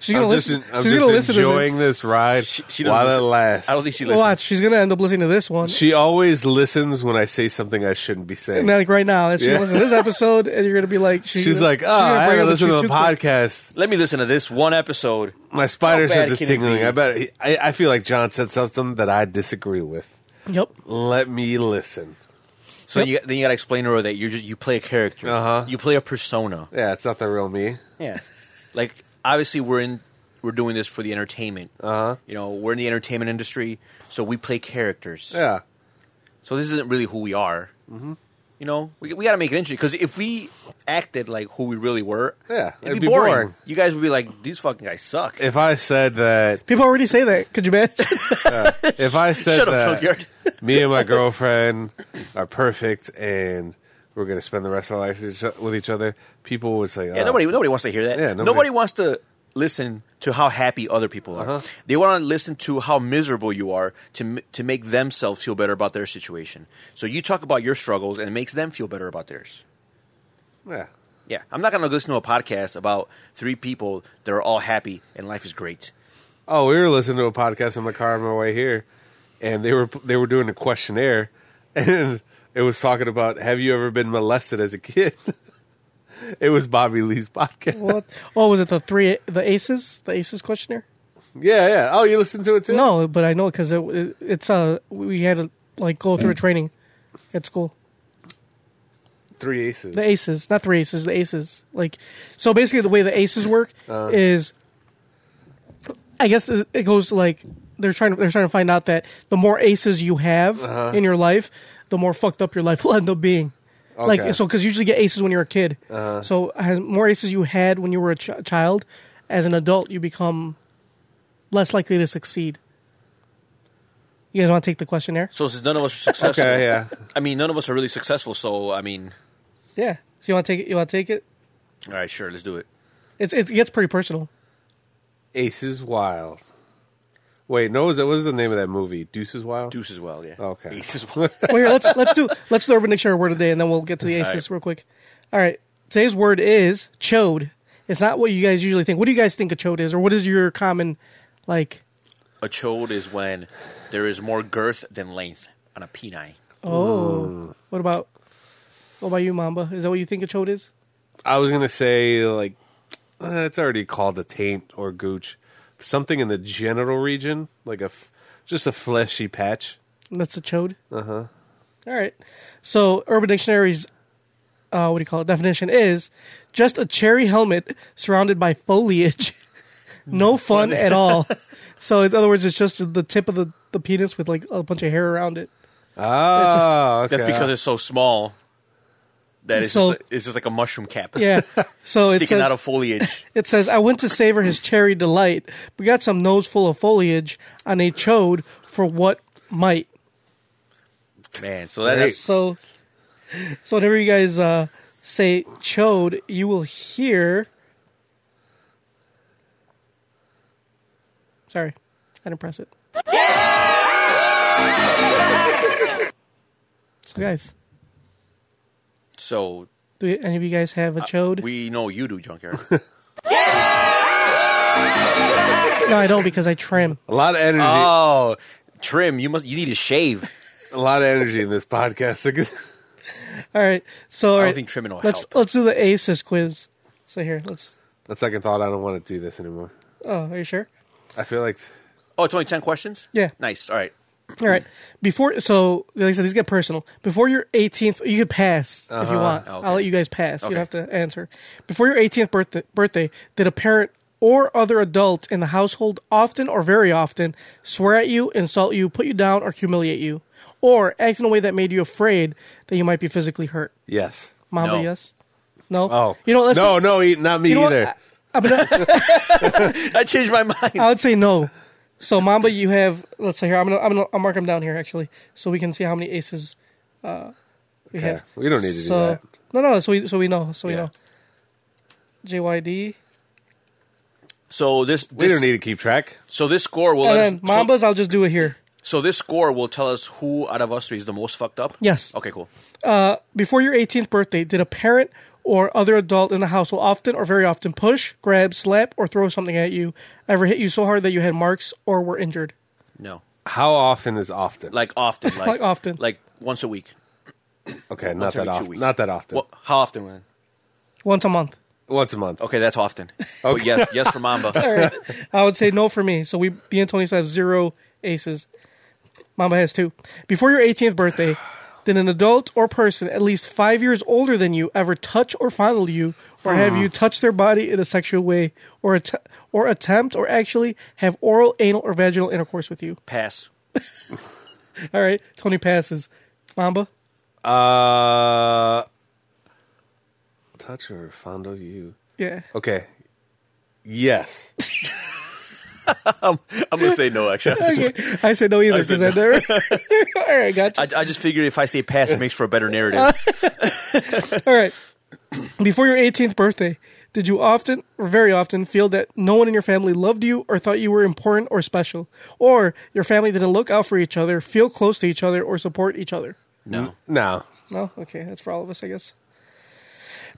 B: She's gonna
C: I'm just,
B: listen.
C: en- I'm
B: she's
C: just
B: gonna listen to
C: enjoying
B: this.
C: this. ride
D: She- she doesn't
C: while it
D: listen.
C: lasts.
D: I don't think she listens.
B: Watch, she's gonna end up listening to this one.
C: she always listens when I say something I shouldn't be saying.
B: And like right now, if she
C: Yeah.
B: listens to this episode, and you're gonna be like, she,
C: She's like, oh,
B: gonna
C: I
B: bring
C: haven't
B: up
C: listened to
B: she
C: the
B: toothpick."
C: podcast.
D: Let me listen to this one episode.
C: My spider
D: How bad
C: sense is
D: can it
C: tingling.
D: be?
C: I bet. he- I, I feel like John said something that I disagree with.
B: Yep.
C: Let me listen.
D: So
B: Yep.
D: you, then you got to explain to her that you just you play a character.
C: Uh-huh.
D: You play a persona.
C: Yeah, it's not the real me.
D: Yeah. like obviously we're in we're doing this for the entertainment.
C: Uh-huh.
D: You know, we're in the entertainment industry, so we play characters.
C: Yeah.
D: So this isn't really who we are. Mm-hmm. You know, we, we got to make it interesting because if we acted like who we really were,
C: Yeah,
D: it'd, be, boring. You guys would be like, these fucking guys suck.
C: If I said that, uh,
B: People already say that. Could you bet?
C: [laughs] if I said
D: Shut up,
C: that,
D: junkyard.
C: [laughs] me and my girlfriend are perfect, and we're gonna spend the rest of our lives with each- with each other, people would say,
D: yeah,
C: "Oh,
D: nobody nobody wants to hear that.
C: Yeah, nobody-
D: nobody. wants to listen to how happy other people are.
C: Uh-huh.
D: They want to listen to how miserable you are to m- to make themselves feel better about their situation. So you talk about your struggles and it makes them feel better about theirs.
C: Yeah,
D: Yeah, I'm not going to listen to a podcast about three people that are all happy and life is great.
C: Oh, we were listening to a podcast in my car on my way here, and they were they were doing a questionnaire, [laughs] and it was talking about have you ever been molested as a kid? [laughs] it was Bobby Lee's podcast.
B: what? Oh, was it the three, the aces, the aces questionnaire?
C: Yeah, yeah. Oh, you listened to it too?
B: No, but I know because it, it, it's uh we had to like go through a training at school.
C: Three Aces.
B: The aces, not three aces, the aces. Like so, basically, the way the aces work is, I guess it it goes like they're trying to they're trying to find out that the more aces you have in your life, the more fucked up your life [laughs] will end up being.
C: Okay.
B: Like so, because you usually get aces when you're a kid. So as more aces you had when you were a ch- child, as an adult you become less likely to succeed. You guys want to take the questionnaire?
D: So since none of us are successful,
C: Okay, yeah.
D: I mean, none of us are really successful. So I mean,
B: Yeah. So you want to take it? You want to take it?
D: all right, sure, let's do it.
B: It, it gets pretty personal.
C: Aces Wild. Wait, no, was that what was the name of that movie? Deuces Wild.
D: Deuce as well, yeah.
C: Okay.
D: Ace as [laughs] well.
B: Well, here let's let's do let's do Urban Dictionary word today, and then we'll get to the aces
D: right.
B: real quick. All right, today's word is chode. It's not what you guys usually think. What do you guys think a chode is, or what is your common like?
D: A chode is when there is more girth than length on a penile.
B: Oh, what about what about you, Mamba? Is that what you think a chode is?
C: I was gonna say like uh, it's already called a taint or gooch, something in the genital region, like a f- just a fleshy patch.
B: That's a chode. Uh huh.
D: Uh-huh.
B: All right. So Urban Dictionary's uh, what do you call it? Definition is just a cherry helmet surrounded by foliage. [laughs] no fun at all. So in other words, it's just the tip of the, the penis with like a bunch of hair around it.
C: Oh, okay.
D: That's because it's so small that it's,
B: So-
D: just, it's just like a mushroom cap. [laughs]
B: Yeah. So it
D: Sticking
B: says,
D: out of foliage. [laughs]
B: it says, I went to savor his cherry delight, but got some nose full of foliage on a chode for what might.
D: Man, so that
C: Great.
D: is
B: So, so whenever you guys uh, say chode, you will hear. Sorry, I didn't
D: [laughs]
B: press it. So, guys,
D: so
B: do any of you guys have a chode?
D: Uh, we know you
C: [laughs]
D: do, Junkyard.
B: no, I don't because I trim.
C: a lot of energy.
D: oh, trim, you must you need a shave.
C: a lot of energy in this podcast. [laughs]
B: All right, so all
D: I
B: right,
D: don't think trimming will
B: let's
D: help.
B: let's do the aces quiz. So here, let's.
C: On second thought, I don't want to do this anymore.
B: Oh, are you sure?
C: I feel like
D: Oh, it's only ten questions.
B: Yeah.
D: nice. All right,
B: All right. Before so like I said, these get personal. Before your 18th, you could pass if
C: Uh-huh.
B: you want.
D: Okay.
B: I'll let you guys pass. You don't
D: Okay.
B: have to answer. Before your 18th birthday, birthday, did a parent or other adult in the household often or very often swear at you, insult you, put you down, or humiliate you, or act in a way that made you afraid that you might be physically hurt?
C: Yes.
B: Mamba,
D: No.
B: yes. No.
C: Oh,
B: you know, let's
C: no, no, he- not me
B: you know what?
C: either.
B: I, I'm gonna-
D: I changed my mind.
B: I would say no. So Mamba, you have. Let's say here. I'm gonna. I'm gonna. I'll mark them down here actually, so we can see how many aces. Uh, we
C: Okay,
B: have.
C: we don't need to do
B: so,
C: that.
B: No, no. So we. So we know. So [laughs] we
C: Yeah.
B: know. JYD.
D: So this,
C: We
D: this-
C: don't need to keep track.
D: So this score will
B: And
D: let
B: then
D: us, so-
B: Mamba's. I'll just do it here.
D: So this score will tell us who out of us three is the most fucked up.
B: Yes.
D: Okay. Cool.
B: Before your 18th birthday, did a parent or other adult in the house will often or very often push, grab, slap, or throw something at you? Ever hit you so hard that you had marks or were injured?
D: No.
C: How often is often?
D: Like
B: [laughs]
D: often. Like,
B: Like often.
D: Like once a week.
C: okay, not that
D: every two
C: often.
D: weeks.
C: Not that often.
D: What, how often, man?
B: Once a month.
C: Once a month.
D: Okay,
C: [laughs]
D: that's often. Oh yes, yes for Mamba.
B: [laughs] All right. I would say no for me. So we me and Tony still have zero aces. Mama has two. Before your 18th birthday, did an adult or person at least five years older than you ever touch or fondle you, or have
D: Hmm.
B: you touched their body in a sexual way, or att- or attempt or actually have oral, anal, or vaginal intercourse with you?
D: Pass.
B: All right, Tony passes. Mamba,
C: Uh, touch or fondle you?
B: yeah.
C: Okay. Yes.
D: I'm gonna say no. Actually,
B: [laughs] Okay, I said no either
D: I said
B: because I never. [laughs] All right, gotcha.
D: I, I just figured if I say pass, it makes for a better narrative.
B: [laughs] All right. Before your 18th birthday, did you often, or very often, feel that no one in your family loved you or thought you were important or special? Or your family didn't look out for each other, feel close to each other, or support each other?
D: No.
C: No.
B: No? Okay, that's for all of us, I guess.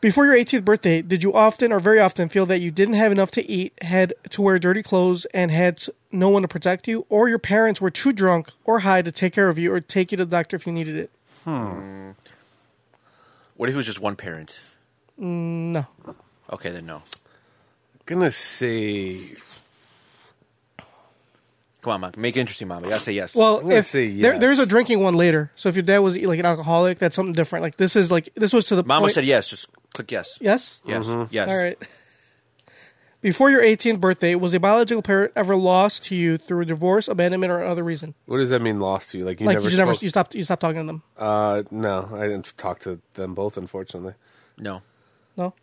B: Before your 18th birthday, did you often or very often feel that you didn't have enough to eat, had to wear dirty clothes, and had no one to protect you? Or your parents were too drunk or high to take care of you or take you to the doctor if you needed it?
D: What if it was just one parent?
B: Mm, No.
D: Okay, then no.
C: Gonna say
D: Come on, Mamba. Make it interesting, Mamba. You gotta say yes.
C: I'm
B: Well,
C: gonna
B: if
C: say
B: there, there's a
C: yes.
B: drinking one later. So if your dad was like an alcoholic, that's something different. Like this is like this was to the
D: Mamba
B: point-
D: said yes. Just click yes.
B: yes.
D: Yes.
C: Mm-hmm.
D: Yes.
B: All right. [laughs] Before your 18th birthday, was a biological parent ever lost to you through divorce, abandonment, or other reason?
C: what does that mean? Lost to you? Like you
B: like
C: never?
B: you just never
C: spoke-
B: you stopped you stopped talking to them.
C: uh, no, I didn't talk to them both. Unfortunately,
D: No.
B: No. All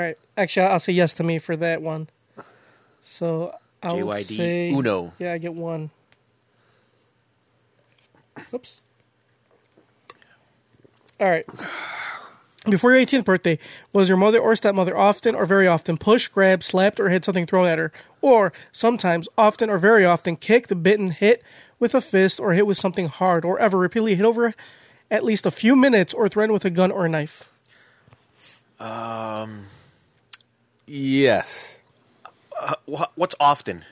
B: right. Actually, I'll say yes to me for that one. So I will
D: JYD
B: say
D: Uno.
B: Yeah, I get one. Oops. All right. Before your 18th birthday, was your mother or stepmother often or very often pushed, grabbed, slapped, or had something thrown at her? Or sometimes, often or very often, kicked, bitten, hit with a fist, or hit with something hard, or ever repeatedly hit over at least a few minutes, or threatened with a gun or a knife?
C: yes.
D: Wha- What's often?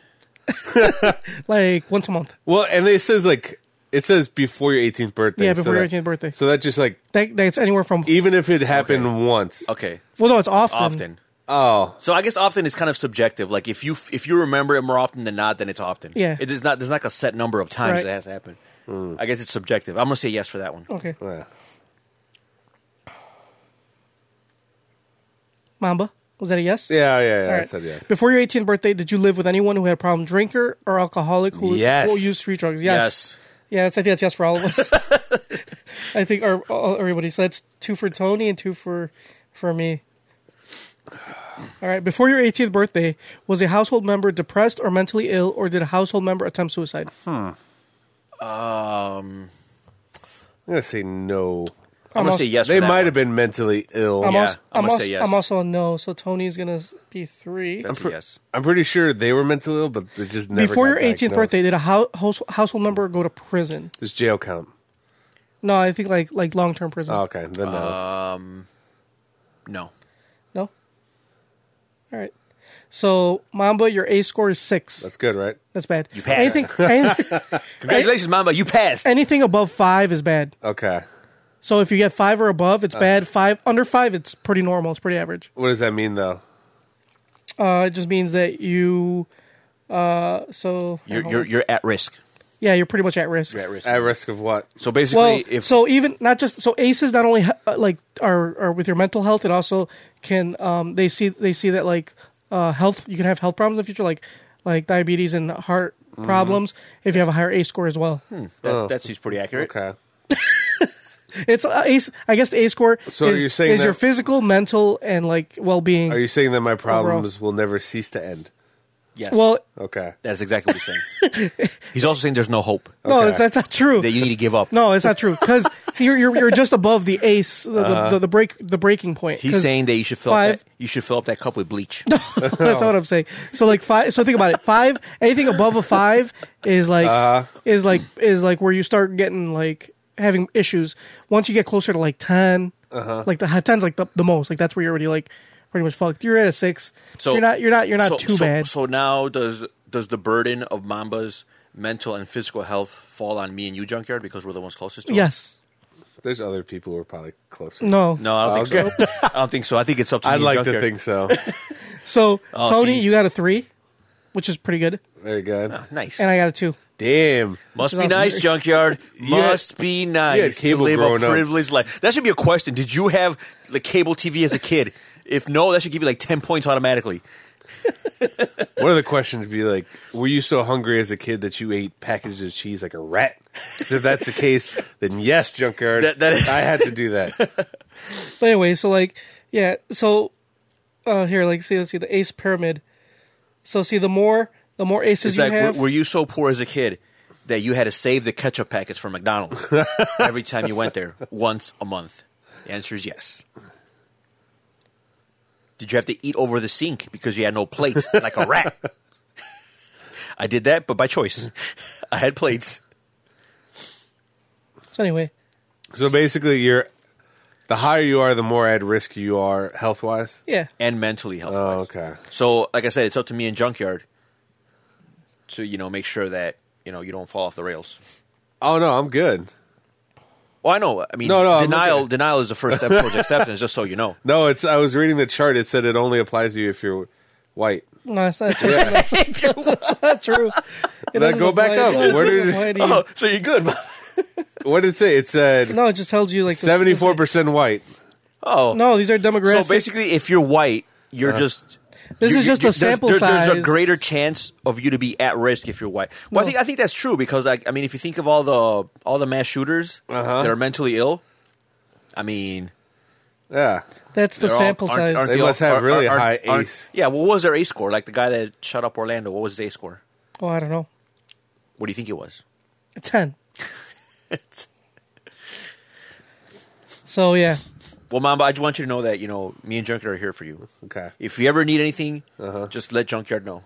B: Like once a month.
C: Well, and it says like it says before your 18th birthday.
B: Yeah,
C: so
B: before your
C: that-
B: 18th birthday.
C: So that just like
B: That, that's anywhere from.
C: even if it happened once,
D: Okay.
B: Well, no, it's often.
D: Often.
C: oh,
D: So I guess often is kind of subjective. Like if you if you remember it more often than not, then it's often.
B: Yeah.
D: It is not. There's not like a set number of times
B: Right. Oh,
D: it has to happen.
C: Mm.
D: I guess it's subjective. I'm gonna say yes for that one.
B: Okay.
C: yeah.
B: Mamba, was that a yes?
C: Yeah, yeah, yeah.
B: All
C: I
B: right.
C: said yes.
B: Before your 18th birthday, did you live with anyone who had a problem drinker or alcoholic who
C: Yes.
B: who used free drugs? Yes. Yeah, that's, I think that's yes for all of us. I think or, or everybody. So that's two for Tony and two for for me. All right. Before your 18th birthday, was a household member depressed or mentally ill, or did a household member attempt suicide?
C: I'm gonna say no.
D: I'm gonna
B: Almost.
D: say yes.
C: They
D: for that
C: might
D: one.
C: have been mentally ill.
B: I'm,
D: Yeah,
B: also,
D: I'm
B: I'm,
D: gonna
B: also,
D: say yes.
B: I'm also a no. So Tony's gonna be three.
D: That's a yes.
C: I'm pretty sure they were mentally ill, but they just never
B: Before
C: got
B: your 18th
C: diagnosed.
B: birthday, did a hou- house- household member go to prison?
C: Does jail count?
B: No, I think like like long term prison.
C: Oh, okay, then no.
D: Uh, No.
B: No. All right. So Mamba, your A score is six. That's,
C: That's good, right?
B: bad. You
D: passed.
B: Anything, anything,
D: Congratulations, Mamba. You passed.
B: anything above five is bad.
C: Okay.
B: So if you get five or above, it's bad. Five under five, it's pretty normal. It's pretty average.
C: What does that mean, though?
B: Uh, it just means that you. Uh, so
D: You're
B: hold
D: you're,
B: on.
D: you're at risk.
B: yeah, you're pretty much at risk.
D: You're at risk.
C: At risk of what?
D: So basically,
B: Well,
D: if
B: so even not just so ACEs not only uh, like are are with your mental health, it also can um they see they see that like uh health you can have health problems in the future like like diabetes and heart
C: Mm-hmm.
B: problems if you have a higher ACE score as well.
C: Hmm.
D: that, that seems pretty accurate.
C: Okay.
B: It's uh, ACE. I guess the ACE score
C: So
B: is,
C: you're saying
B: is
C: that-
B: your physical, mental, and like well being.
C: Are you saying that my problems will never cease to end?
D: Yes.
B: well,
C: Okay.
D: that's exactly what he's
B: [laughs]
D: saying. he's also saying there's no hope.
B: no,
C: Okay.
B: it's, that's not true.
D: That you need to give up.
B: No, it's not true because you're, you're you're just above the ace, the,
C: Uh-huh.
B: the, the, the break, the breaking point.
D: He's
B: 'Cause
D: saying that you should fill up
B: five-
D: that, you should fill up that cup with bleach.
B: [laughs] that's what I'm saying. So like five. So think about it. Five. Anything above a five is like
D: Uh-huh.
B: is like is like where you start getting like having issues. Once you get closer to like 10
D: Uh-huh.
B: like the ten's like the, the most. Like that's where you're already like pretty much fucked. You're at a six.
D: So
B: you're not you're not you're not
D: so-
B: too
D: so-
B: bad.
D: So now does does the burden of Mamba's mental and physical health fall on me and you, Junkyard, because we're the ones closest to him?
B: yes.
C: There's other people who are probably closer.
B: No.
D: No, I don't think so. I don't think so. I think it's up to me
C: I'd
D: and
C: like to
D: Junkyard.
C: think so.
D: [laughs]
B: So
D: Oh,
B: Tony,
D: see.
B: you got a three, which is pretty good,
C: Very good.
D: Nice.
B: and I got a two.
C: Damn.
D: Must be
B: Not
D: nice,
B: me. [laughs]
D: junkyard.
C: Yeah.
D: Must be
C: Yeah,
D: nice to
C: cable
D: live a
C: growing up.
D: privileged life. That should be a question. Did you have the cable TV as a kid? if no, that should give you like ten points automatically.
C: One of the questions would be like, were you so hungry as a kid that you ate packages of cheese like a rat? 'Cause if that's the case, then yes, Junkyard.
D: That- that-
C: I had to do that.
B: But anyway, so like, yeah, so uh here, like, see, let's see the ace pyramid. So see, the more the more aces
D: It's
B: you
D: like,
B: have,
D: were, were you so poor as a kid that you had to save the ketchup packets from
C: [laughs]
D: McDonald's every time you went there once a month? The answer is yes. Did you have to eat over the sink because you had
C: [laughs]
D: no plates like a rat? I did that, but by choice. I had plates.
B: so anyway,
C: So basically, you're the higher you are, the more at risk you are health wise.
B: yeah,
D: and mentally health.
C: Oh, okay.
D: So, like I said, it's up to me and Junkyard to you know make sure that you know you don't fall off the rails.
C: Oh no, I'm good.
D: Well, I know. I mean,
C: No, no, I'm
D: denial
C: okay.
D: denial is the first step
B: [laughs]
D: towards acceptance. Just so you know,
C: No, it's. I was reading the chart. It said it only applies to you if you're white.
B: no, that's not true. [laughs]
D: [laughs]
B: That's not true. It
C: Now
B: doesn't
C: go back
B: apply-
C: up.
B: no, it
C: Where
B: doesn't
C: did-
B: apply to you.
D: so you're good. [laughs]
C: What did it say? It said
B: No, it just tells you like the-
C: seventy four percent white.
D: oh,
B: No, these are demographics.
D: So basically, if you're white, you're just
B: Uh-huh. This
D: you-
B: is
D: you-
B: just a
D: there's-
B: sample
D: there's, There's a
B: size.
D: greater chance of you to be at risk if you're white. Well, I
B: No.
D: think I think that's true because like I mean, if you think of all the all the mass shooters
C: Uh-huh.
D: that are mentally ill, I mean,
C: Yeah.
B: that's the
D: They're all-
B: sample
D: aren't-
B: size.
D: aren't
C: They
D: all-
C: must have really
D: aren't-
C: high
D: aren't-
C: ace.
D: Yeah, what was their ace score? Like the guy that shut up Orlando, what was his ace score?
B: oh, I don't know,
D: What do you think it was?
B: a ten. so yeah,
D: Well, Mamba, I just want you to know that you know me and Junkyard are here for you.
C: Okay. [laughs]
D: If you ever need anything,
C: Uh-huh.
D: just let Junkyard know.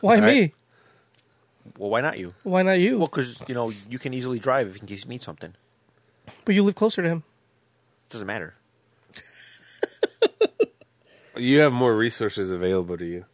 B: why
D: All
B: me?
D: right. Well, why not you?
B: Why not you?
D: Well, because you know you can easily drive if in case you need something.
B: but you live closer to him.
D: Doesn't matter.
C: you have more resources available to you,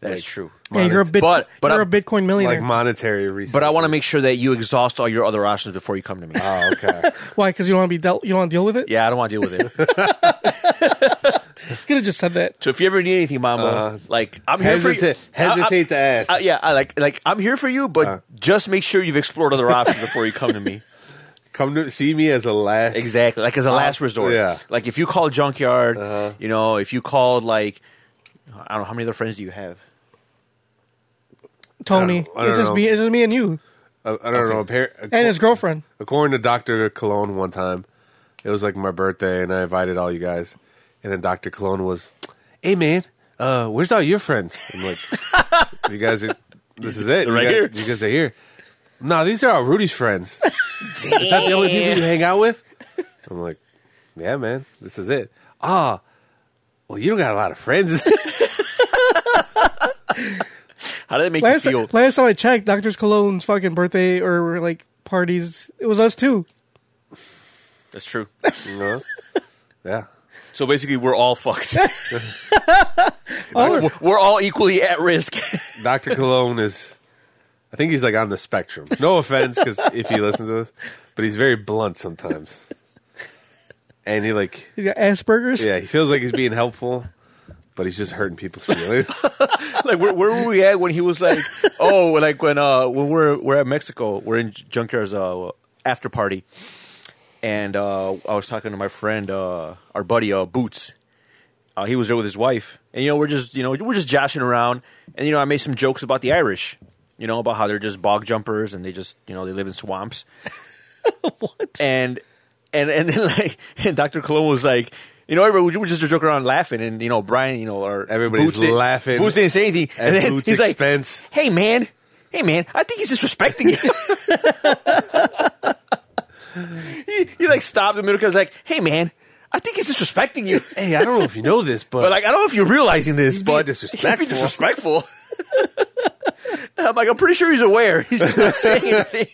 D: That is true.
B: Yeah, you're a bit,
D: But- but
B: you're
D: I-
B: a Bitcoin
C: like
B: millionaire.
C: monetary resources.
D: But I want to make sure that you exhaust all your other options before you come to me.
C: [laughs] Oh, okay.
B: Why? Because you don't want to be dealt. You don't want to deal with it.
D: yeah, I don't want to deal with it.
B: You could have just said that.
D: so if you ever need anything, Mamba,
C: Uh,
D: like I'm [laughs] here for you.
C: hesitate, hesitate to ask.
D: I- I- yeah, I like like I'm here for you, but
C: Uh.
D: just make sure you've explored other options before you come
C: [laughs]
D: to me.
C: Come to see me as a last.
D: Exactly. Like as a last resort.
C: Uh, yeah. Uh-huh.
D: Like if you call junkyard, you know, if you called like I don't know how many other friends do you have?
B: Tony.
C: I don't- I
B: it's
C: don't
B: just
C: know.
B: me. It's just me and you
C: I, I don't know. Appar-
B: and his girlfriend.
C: according to Dr. Cologne one time, it was like my birthday and I invited all you guys. And then Dr. Cologne was, hey man, uh, where's all your friends? I'm like, [laughs] you guys are, this is it. You
D: Right
C: guys,
D: here.
C: You guys are here. No, these are all Rudy's friends. [laughs] Is that the only people you hang out with? I'm like, yeah, man, this is it. Ah, well, you don't got a lot of friends. [laughs]
D: How did that make
B: Last,
D: you feel?
B: last time I checked, Doctor Cologne's fucking birthday or like parties, it was us too.
D: That's true.
C: You know? Yeah.
D: So basically we're all fucked.
B: [laughs]
D: [laughs]
B: All
D: we're, we're all equally at risk.
C: Dr. Cologne is, I think he's like on the spectrum. No offense, because if he listens to this, but he's very blunt sometimes. And he like,
B: He's got Aspergers.
C: yeah, he feels like he's being helpful, but he's just hurting people's feelings.
D: [laughs] like where, where were we at when he was like, oh, like when uh when we're we're at Mexico, we're in Junkyard's uh after party, and uh I was talking to my friend, uh our buddy, uh Boots. Uh, he was there with his wife, and you know we're just you know we're just joshing around, and you know I made some jokes about the Irish, you know about how they're just bog jumpers and they just you know they live in swamps. [laughs] what? And and and then like [laughs] and Dr. Cologne was like. You know, everybody, we were just joking around laughing, and you know, Brian, you know, or
C: Everybody's
D: didn't-
C: laughing.
D: Boots didn't say anything,
C: At
D: and then
C: Boots'
D: he's
C: expense.
D: like, "Hey, man, hey, man, I think he's disrespecting you." [laughs] he, he like stopped in the middle because like, "Hey, man, I think he's disrespecting you."
C: [laughs] hey, I don't know if you know this, but,
D: But like, I don't know if you're realizing this,
C: He's being
D: but
C: disrespectful.
D: He's being disrespectful. [laughs] I'm like, I'm pretty sure he's aware. He's just
C: [laughs]
D: not saying anything.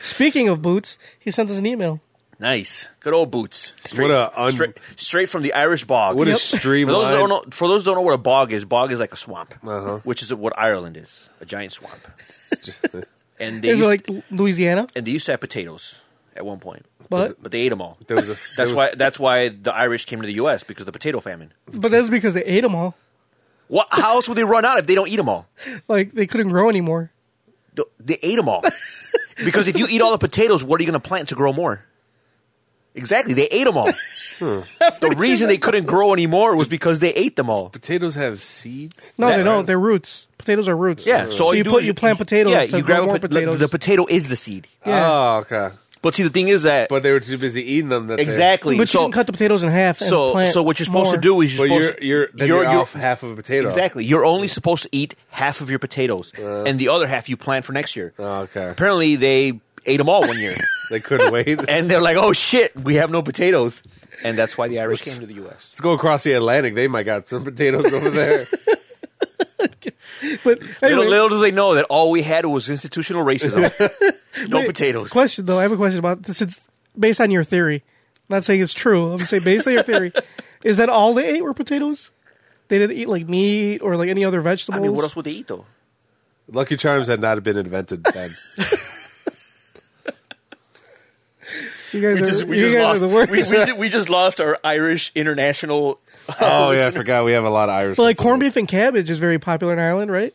B: Speaking of boots, he sent us an email.
D: nice, good old boots. Straight,
C: What a un-
D: straight, straight from the Irish bog.
C: what
B: Yep.
C: a
B: For
D: For those, that
C: streamlined.
D: don't know, for those who don't know what a bog is, bog is like a swamp,
C: Uh-huh.
D: which is what Ireland is, a giant swamp. and they
B: Is
D: used,
B: it like Lu- Louisiana?
D: and they used to have potatoes at one point,
B: But
D: but they ate them all.
C: [laughs] There was a- there
D: that's
C: was-
D: why that's why the Irish came to the U.S. because of the potato famine.
B: but that's because they ate them all.
D: What? How else would they run out if they don't eat them all?
B: Like they couldn't grow anymore.
D: Th- They
B: [laughs]
D: ate them all. because if you eat all the potatoes, what are you going to plant to grow more? Exactly, they ate
B: [laughs]
D: them all. the reason they couldn't grow anymore was because they ate them all.
C: potatoes have seeds.
B: No,
D: That-
B: they don't. They're roots. Potatoes are roots.
D: Yeah, so,
B: So,
D: all
B: you,
D: do
B: put
D: is
B: you plant potatoes.
D: Yeah,
B: to
D: you
B: grow
D: grab a
B: more
D: pot- uh,
B: potatoes.
D: The potato is the seed.
B: yeah.
C: Oh, okay.
D: But see, the thing is that
C: But they were too busy eating them. That they-
D: exactly.
B: but
D: so,
B: you can cut the potatoes in half. And
D: so,
B: plant
D: so what you're supposed
B: more.
D: to do is you're
C: But you're
D: supposed to
C: you're then you're, off half of a potato.
D: Exactly. You're only supposed to eat half of your potatoes, and the other half you plant for next year.
C: Oh, okay.
D: Apparently, they ate them all one [laughs] year,
C: They couldn't
D: [laughs]
C: wait.
D: and they're like, "Oh shit, we have no potatoes," and that's why the Irish came to the U.S.
C: Let's go across the Atlantic. They might got some potatoes over there.
B: But anyway,
D: Little, little do they know that all we had was institutional [laughs] racism. no
B: wait,
D: potatoes.
B: [laughs] Question though, I have a question about this. It's based on your theory. I'm not saying it's true. I'm saying based on your
D: [laughs]
B: theory, is that all they ate were potatoes? They didn't eat like meat or like any other
D: I
B: vegetables.
D: mean, what else would they eat though?
C: [laughs] Lucky Charms had not been invented [laughs] then.
B: You guys
D: We
B: are,
D: just, we
B: you
D: just
B: guys
D: lost.
B: are the
D: We,
B: worst.
D: we, we just lost our Irish international.
C: oh yeah, I forgot. We have a lot of Irish.
B: but like corned
C: listeners.
B: beef and cabbage is very popular in Ireland, right?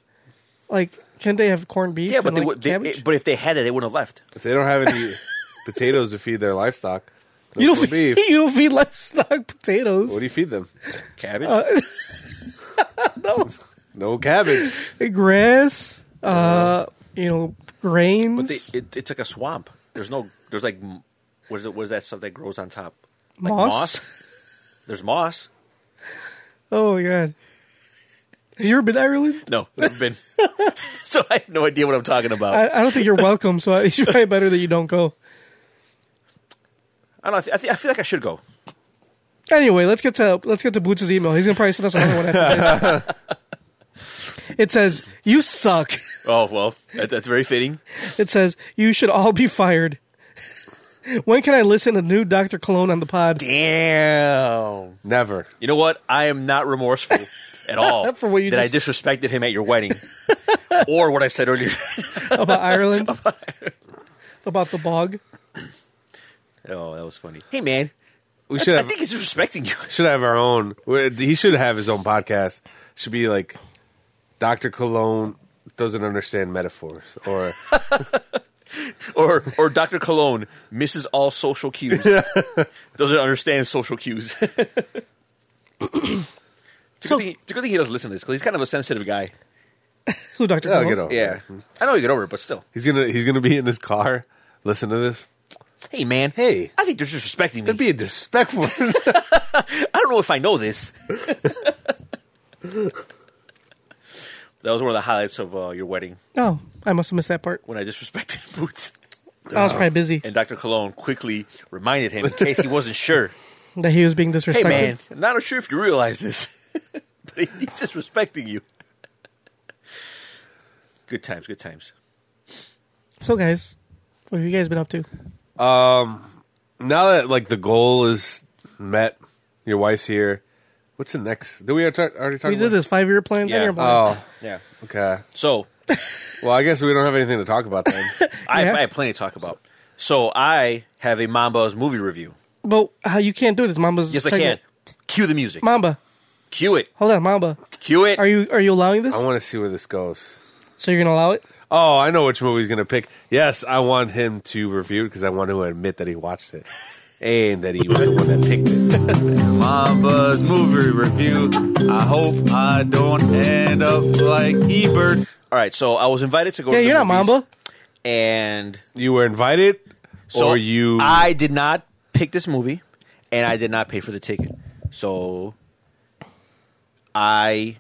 B: Like, can they have corned beef?
D: Yeah, but
B: and,
D: they
B: like,
D: would. They,
B: cabbage?
D: but if they had it, they wouldn't have left.
C: If they don't have any [laughs] potatoes to feed their livestock,
B: [laughs]
C: no
B: you don't
C: [laughs] corned
B: feed,
C: beef.
B: you don't feed livestock [laughs] potatoes.
C: What do you feed them?
D: Cabbage.
B: Uh,
C: No cabbage.
B: grass, uh, you know, grains,
D: But they, it, it's like a swamp. There's no. There's like, m- what is it? What is that stuff that grows on top? Like
B: moss.
D: There's moss.
B: Oh my god! Have you ever been to Ireland?
D: No, never been. [laughs] so I have no idea what I'm talking about. I,
B: I, I don't think you're welcome, so [laughs] it's probably better that you don't go.
D: don't. Know, I, thi- I, thi- I feel like I should go.
B: Anyway, let's get to let's get to Boots' email. He's gonna probably send us another one. After this.
D: [laughs]
B: it says, "You suck."
D: Oh well, that, that's very fitting.
B: It says, "You should all be fired." When can I listen to new Doctor Cologne on the
D: [laughs]
B: pod?
D: Damn.
C: Never.
D: You know what? I am not remorseful at all
B: For what you
D: that I disrespected him at your wedding, or what I said earlier. [laughs]
B: about Ireland, about the bog.
D: oh, that was funny. Hey man,
C: We
D: I,
C: should
D: I
C: have
D: think he's disrespecting you.
C: should have our own. He should have his own podcast. Should be like Doctor Cologne doesn't understand metaphors [laughs] or
D: or or Dr. Cologne misses all social cues. [laughs] doesn't understand social cues. [laughs] it's, a
B: So-
D: good thing, it's a good thing he doesn't listen to this because he's kind of a sensitive guy.
B: Who
D: Oh,
B: Doctor
C: Yeah, I'll
B: Cologne?
C: get over.
D: Yeah,
C: it.
D: I know you get over it, but still.
C: He's gonna he's gonna be in his car. Listen to this.
D: Hey, man.
C: Hey.
D: I think they're disrespecting me.
C: That'd be a disrespectful.
D: I don't know if I know [laughs] this. that was one of the highlights of uh, your wedding
B: Oh, I must have missed that part.
D: when I disrespected [laughs] Boots.
B: I was
D: Oh.
B: probably busy
D: And Dr. Cologne quickly reminded him in case he wasn't sure.
B: that he was being disrespected.
D: Hey, man, I'm not sure if you realize this, [laughs] but he's disrespecting you. Good times, good times.
B: So, guys, what have you guys been up to?
C: now that like the goal is met, your wife's here. What's the next? Did we already talk? already talk
B: We did
C: about-
B: this five year plans
D: Yeah.
B: and your plan.
C: Oh,
D: Yeah.
C: okay.
D: So
C: Well, I guess we don't have anything to talk
B: [laughs]
C: about then.
D: I,
B: Yeah.
D: I have plenty to talk about. So I have a Mamba's movie review.
B: But how you uh, can't do it is Mamba's.
D: Yes, I can.
B: segment.
D: Cue the music.
B: Mamba.
D: Cue it.
B: Hold on, Mamba.
D: Cue it.
B: Are you are you allowing this?
C: I want to see where this goes.
B: so you're gonna allow it?
C: Oh, I know which movie he's going to pick. Yes, I want him to review it because I want to admit that he watched it and that he was the one that picked it.
E: Mamba's movie review. I hope I don't end up like Ebert.
D: All right, so I was invited to go.
B: Yeah,
D: to the
B: you're not
D: movies,
B: Mamba.
D: And
C: You were invited,
D: so
C: or you?
D: I did not pick this movie, and I did not pay for the ticket. So I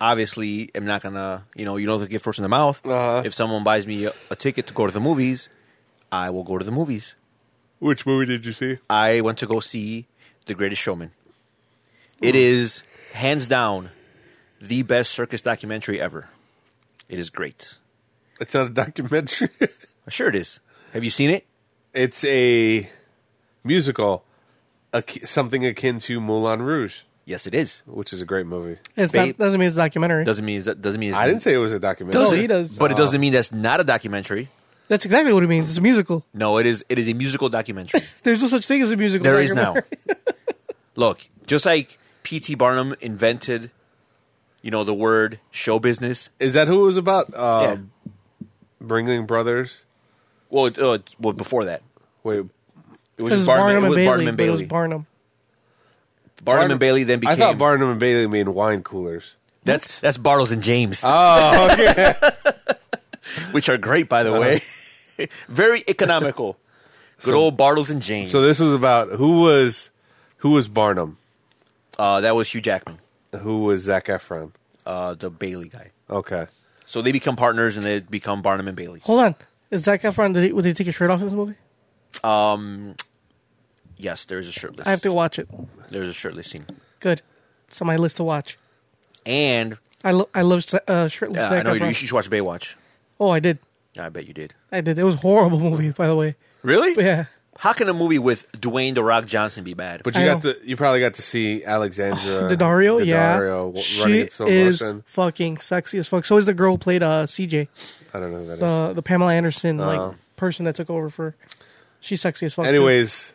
D: obviously am not gonna, you know, you know the gift horse in the mouth.
C: Uh-huh.
D: If someone buys me a, a ticket to go to the movies, I will go to the movies.
C: which movie did you see?
D: I went to go see The Greatest Showman. It
C: Hmm.
D: is hands down the best circus documentary ever. It is great.
C: It's not a documentary. [laughs]
D: Sure, it is. Have you seen it?
C: it's a musical, ak- something akin to Moulin Rouge,
D: Yes, it is.
C: which is a great movie.
B: It's
D: Babe.
B: not, doesn't mean it's a documentary.
D: Doesn't mean it's, doesn't mean it's,
C: I didn't say it was a documentary.
B: No, he does. uh,
D: but it doesn't mean that's not a documentary.
B: That's exactly what it means. It's a musical.
D: No, it is. It is a
B: [laughs]
D: musical documentary.
B: There's no such thing as a musical.
D: there is now.
B: documentary.
D: [laughs] Look, just like P.T. Barnum invented, you know, the word show business.
C: Is that who it was about?
D: Yeah.
C: Um, Bringling Brothers.
D: Well, it, uh, it's- well, before that,
C: Wait,
D: it
B: It
D: was
B: was
D: just Barnum,
B: Barnum,
D: it was
B: and Bailey.
D: Barnum and
B: but
D: Bailey.
B: It was Barnum.
D: Barnum, and Bailey then became.
C: I thought Barnum and Bailey mean wine
D: [laughs]
C: coolers.
D: that's that's Bartles and James,
C: Oh, okay.
D: which are great, by the way. Very economical. Good old Bartles and
C: [laughs]
D: James.
C: so this was about who was who was Barnum,
D: uh, that was Hugh Jackman,
C: who was Zach Efron.
D: uh, the Bailey guy.
C: Okay,
D: So they become partners and they become Barnum and Bailey.
B: Hold on. Is Zac Efron? Did he, would he take his shirt off in this movie?
D: Yes, there is a shirtless.
B: I have to watch it.
D: There's a shirtless scene.
B: Good. It's on my list to watch.
D: And
B: I, lo- I love Sa- uh, shirtless
D: yeah, I
B: Zac
D: know you,
B: Efron.
D: you should watch Baywatch.
B: oh, I did.
D: I bet you did.
B: I did. It was a horrible movie, by the way.
D: Really?
B: But yeah.
D: How can a movie with Dwayne the Rock Johnson be bad?
C: but you
B: I
C: got
B: know.
C: to you probably got to see Alexandra
B: [sighs] Daddario, yeah.
C: Daddario w- running
B: she
C: in slow
B: is
C: motion.
B: fucking sexy as fuck. So is the girl who played uh, CJ,
C: I don't know who that is.
B: uh, the the Pamela Anderson
C: Oh.
B: like person that took over for. She's sexy as fuck. too.
C: Anyways,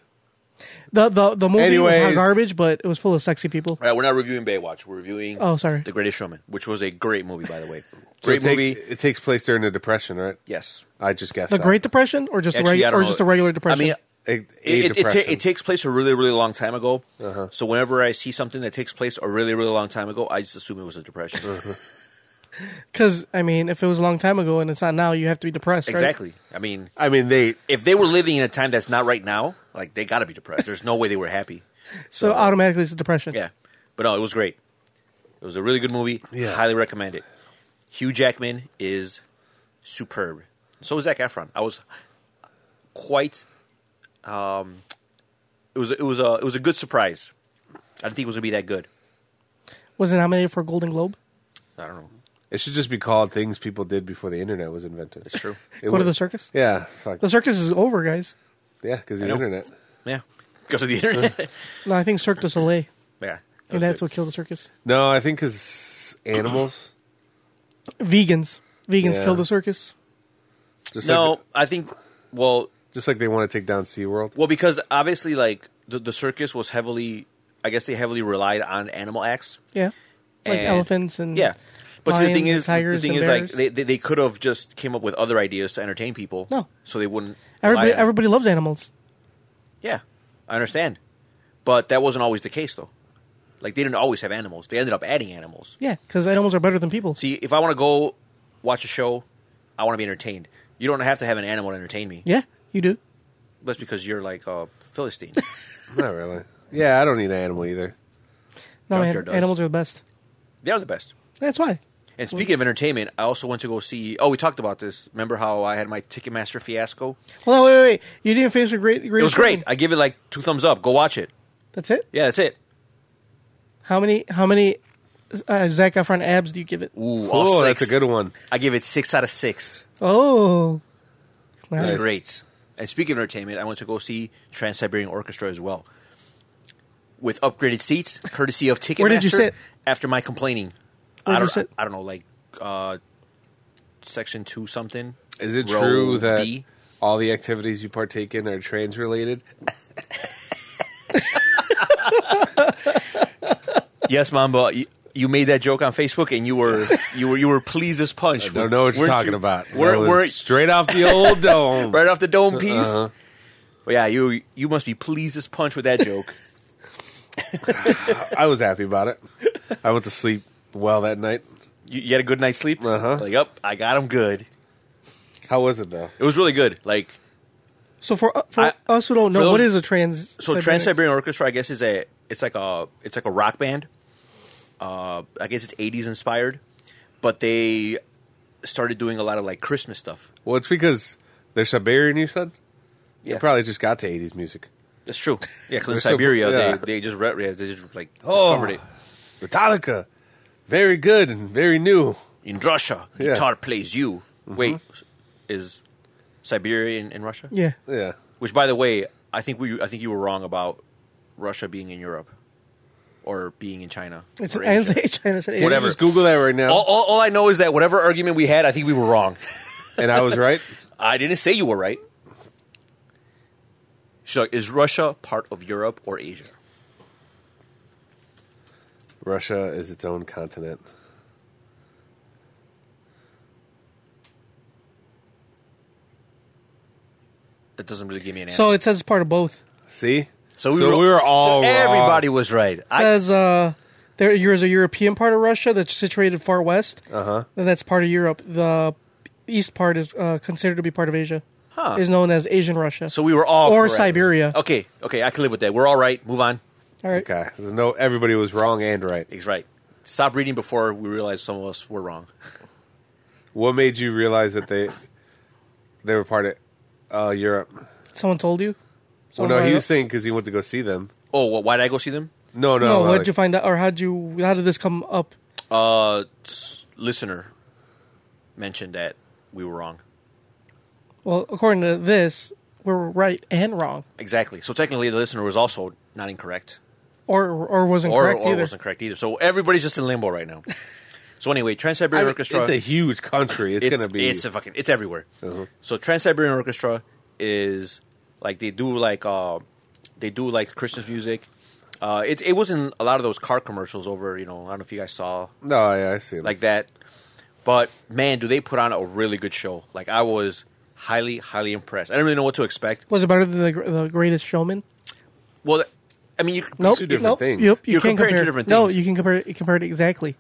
B: the the the movie was
C: Anyways.
B: hot garbage, but it was full of sexy people.
D: All right, we're not reviewing Baywatch. We're reviewing
B: Oh, sorry.
D: The Greatest Showman, which was a great movie, by the
C: [laughs]
D: way.
C: so it
D: Great
C: take-
D: movie.
C: It takes place during the Depression, right?
D: Yes.
C: I just guessed.
B: The
C: that.
B: Great Depression, or just
D: Actually,
B: a
D: I
B: regu-
D: don't
B: or
D: know.
B: just a regular
D: I
B: depression.
D: mean, uh,
C: A, a
D: it, it, it, ta-
C: depression. Uh-huh.
D: it takes place a really, really long time ago. So whenever I see something that takes place a really, really long time ago, I just assume it was a depression.
C: Uh-huh.
B: because I mean, if it was a long time ago and it's not now, you have to be depressed. right?
D: exactly. I mean,
C: I mean, they
D: if they were living in a time that's not right now, like they got to be depressed. There's no way they were happy.
B: [laughs] So automatically, it's a depression.
D: Yeah, but no, it was great. It was a really good movie.
C: Yeah.
D: Highly recommend it. Hugh Jackman is superb. So is Zac Efron. I was quite. Um, it was it was a it was a good surprise. I didn't think it was gonna be that good.
B: Was it nominated for a Golden Globe?
D: I don't know.
C: it should just be called things people did before the internet was invented.
B: [laughs]
D: It's true.
C: It
B: Go to
C: would-
B: the circus.
C: Yeah, fuck.
B: The circus is over, guys.
C: yeah, because the
D: know.
C: internet.
D: Yeah, because of the internet.
B: No, I think Cirque du Soleil.
D: yeah, that
B: And
D: was
B: that's
D: good.
B: what killed the circus.
C: No, I think because
D: [clears throat]
C: animals.
B: Vegans. Vegans
C: Yeah.
B: killed the circus.
C: Just
D: No,
C: like,
D: I think. Well,
C: just like they want to take down SeaWorld.
D: well, because obviously, like the, the circus was heavily. I guess they heavily relied on animal acts.
B: Yeah. Like
D: And-
B: elephants and
D: yeah. But see, the
B: lions
D: thing
B: and
D: is, the
B: tigers
D: thing
B: and
D: is, like
B: bears.
D: they, they, they could have just came up with other ideas to entertain people.
B: No.
D: so they wouldn't. rely
B: everybody
D: on-
B: everybody loves animals.
D: yeah, I understand, but that wasn't always the case though. Like they didn't always have animals; they ended up adding animals.
B: Yeah, because animals are better than people.
D: See, if I want to go watch a show, I want to be entertained. You don't have to have an animal to entertain me.
B: Yeah, you do.
D: That's because you're like a philistine. [laughs]
C: Not really. Yeah, I don't need an animal either.
B: No,
D: Junkyard
B: man,
D: does.
B: animals are the best.
D: they are the best.
B: That's why.
D: And speaking of entertainment, I also went to go see. Oh, we talked about this. Remember how I had my Ticketmaster fiasco?
B: Hold on, wait, wait, wait. You didn't finish the great.
D: It was great. I give it like two thumbs up. Go watch it.
B: That's it.
D: Yeah, that's it.
B: How many? How many? Uh, Zac Efron abs do you give it?
D: Ooh, all
C: Oh, that's a
D: six.
C: good one.
D: I give it six out of six.
B: Oh, nice.
D: It's great. And speaking of entertainment, I went to go see Trans Siberian Orchestra as well, with upgraded seats, courtesy of Ticketmaster.
B: Where did you sit?
D: After my complaining,
B: Where'd you
D: I don't.
B: sit?
D: I don't know, like uh, section two something.
C: Is it
D: row
C: true that
D: B?
C: all the activities you partake in are trans related?
D: Yes, Mamba, you, you made that joke on Facebook, and you were you were you were pleased as punch.
C: I don't know what you're
D: Weren't
C: talking
D: you-
C: about.
D: Weren't,
C: That was
D: weren't-
C: straight off the
D: [laughs]
C: old dome.
D: right off the dome piece.
C: Uh-huh.
D: But yeah, you you must be pleased as punch with
C: [laughs]
D: that joke.
C: I was happy about it. I went to sleep well that night.
D: you, you had a good night's sleep.
C: Uh-huh.
D: Like, yep, I got him good.
C: How was it though?
D: It was really good. Like,
B: So for uh, for
D: I-
B: us who don't
D: for
B: know, what
D: those-
B: is a trans?
D: so Trans Siberian Orchestra, I guess, is a it's like a it's like a rock band. Uh, I guess it's '80s inspired, but they started doing a lot of like Christmas stuff.
C: Well, it's because they're Siberian. You said
D: Yeah,
C: they probably just got to '80s music.
D: that's true. Yeah, because in
C: They're so-
D: Siberia,
C: yeah.
D: they, they just re- yeah, they just like
C: Oh.
D: discovered it
C: Metallica, very good and very new.
D: in Russia.
C: Yeah. Mm-hmm.
D: Guitar plays you. Wait, is Siberia in, in Russia?
B: Yeah,
C: Yeah,
D: Which, by the way, I think we I think you were wrong about Russia being in Europe or being in China.
B: it's
D: or
B: an [laughs]
D: Asia.
B: China said
D: Whatever.
C: Just Google that right now,
D: [laughs] All, all, all I know is that whatever argument we had, I think we were wrong.
C: oh. and I was right. [laughs]
D: I didn't say you were right. She's like, is Russia part of Europe or Asia?
C: Russia is its own continent.
D: That doesn't really give me an answer.
B: So it says it's part of both.
C: See,
D: So
C: we, were, all
D: so
C: wrong.
D: everybody was right.
B: It
D: I,
B: says uh, there is a European part of Russia that's situated far west. Uh
D: Uh-huh.
B: huh. And that's part of Europe. The east part is uh, considered to be part of Asia.
D: Huh.
B: Is known as Asian Russia.
D: so we were all
B: or
D: correct.
B: Siberia.
D: Okay, okay, I can live with that. We're all right. Move on.
B: All right.
C: Okay, so there's no everybody was wrong and right.
D: He's right. Stop reading before we realize some of us were wrong.
C: What made you realize that they they were part of uh, Europe?
B: Someone told you.
C: Well,
B: Someone
C: no, he
B: brought
C: was
B: it
C: saying because he went to go see them.
D: Oh, well, why did I go see them?
C: No,
B: up.
C: no.
B: No,
C: uh,
B: what
C: like-
B: did you find out, or how did you? How did this come up?
D: Uh, s- listener mentioned that we were wrong.
B: Well, according to this, we're right and wrong,
D: Exactly. So technically, the listener was also not incorrect,
B: or or wasn't
D: or,
B: correct
D: or
B: either.
D: wasn't correct either. So everybody's just in limbo right
C: [laughs]
D: now. so anyway, Trans
C: I
D: Siberian
C: mean,
D: Orchestra.
C: It's a huge country. It's, gonna be. Uh-huh.
D: It's a fucking. It's everywhere. So Trans Siberian Orchestra is like they do like uh they do like Christmas music. Uh, it it was in a lot of those car commercials over. You know, I don't know if you guys saw
C: no, yeah, I see.
D: like that. But man, do they put on a really good show? Like I was highly, highly impressed. I didn't really know what to expect.
B: Was it better than the, the Greatest Showman?
D: Well, I mean, you
B: Nope.
C: two different
B: nope.
C: things.
B: Yep. You
D: You're
B: can't
D: comparing
B: compare
D: two different
B: No,
D: things.
B: you can compare it, compare it exactly.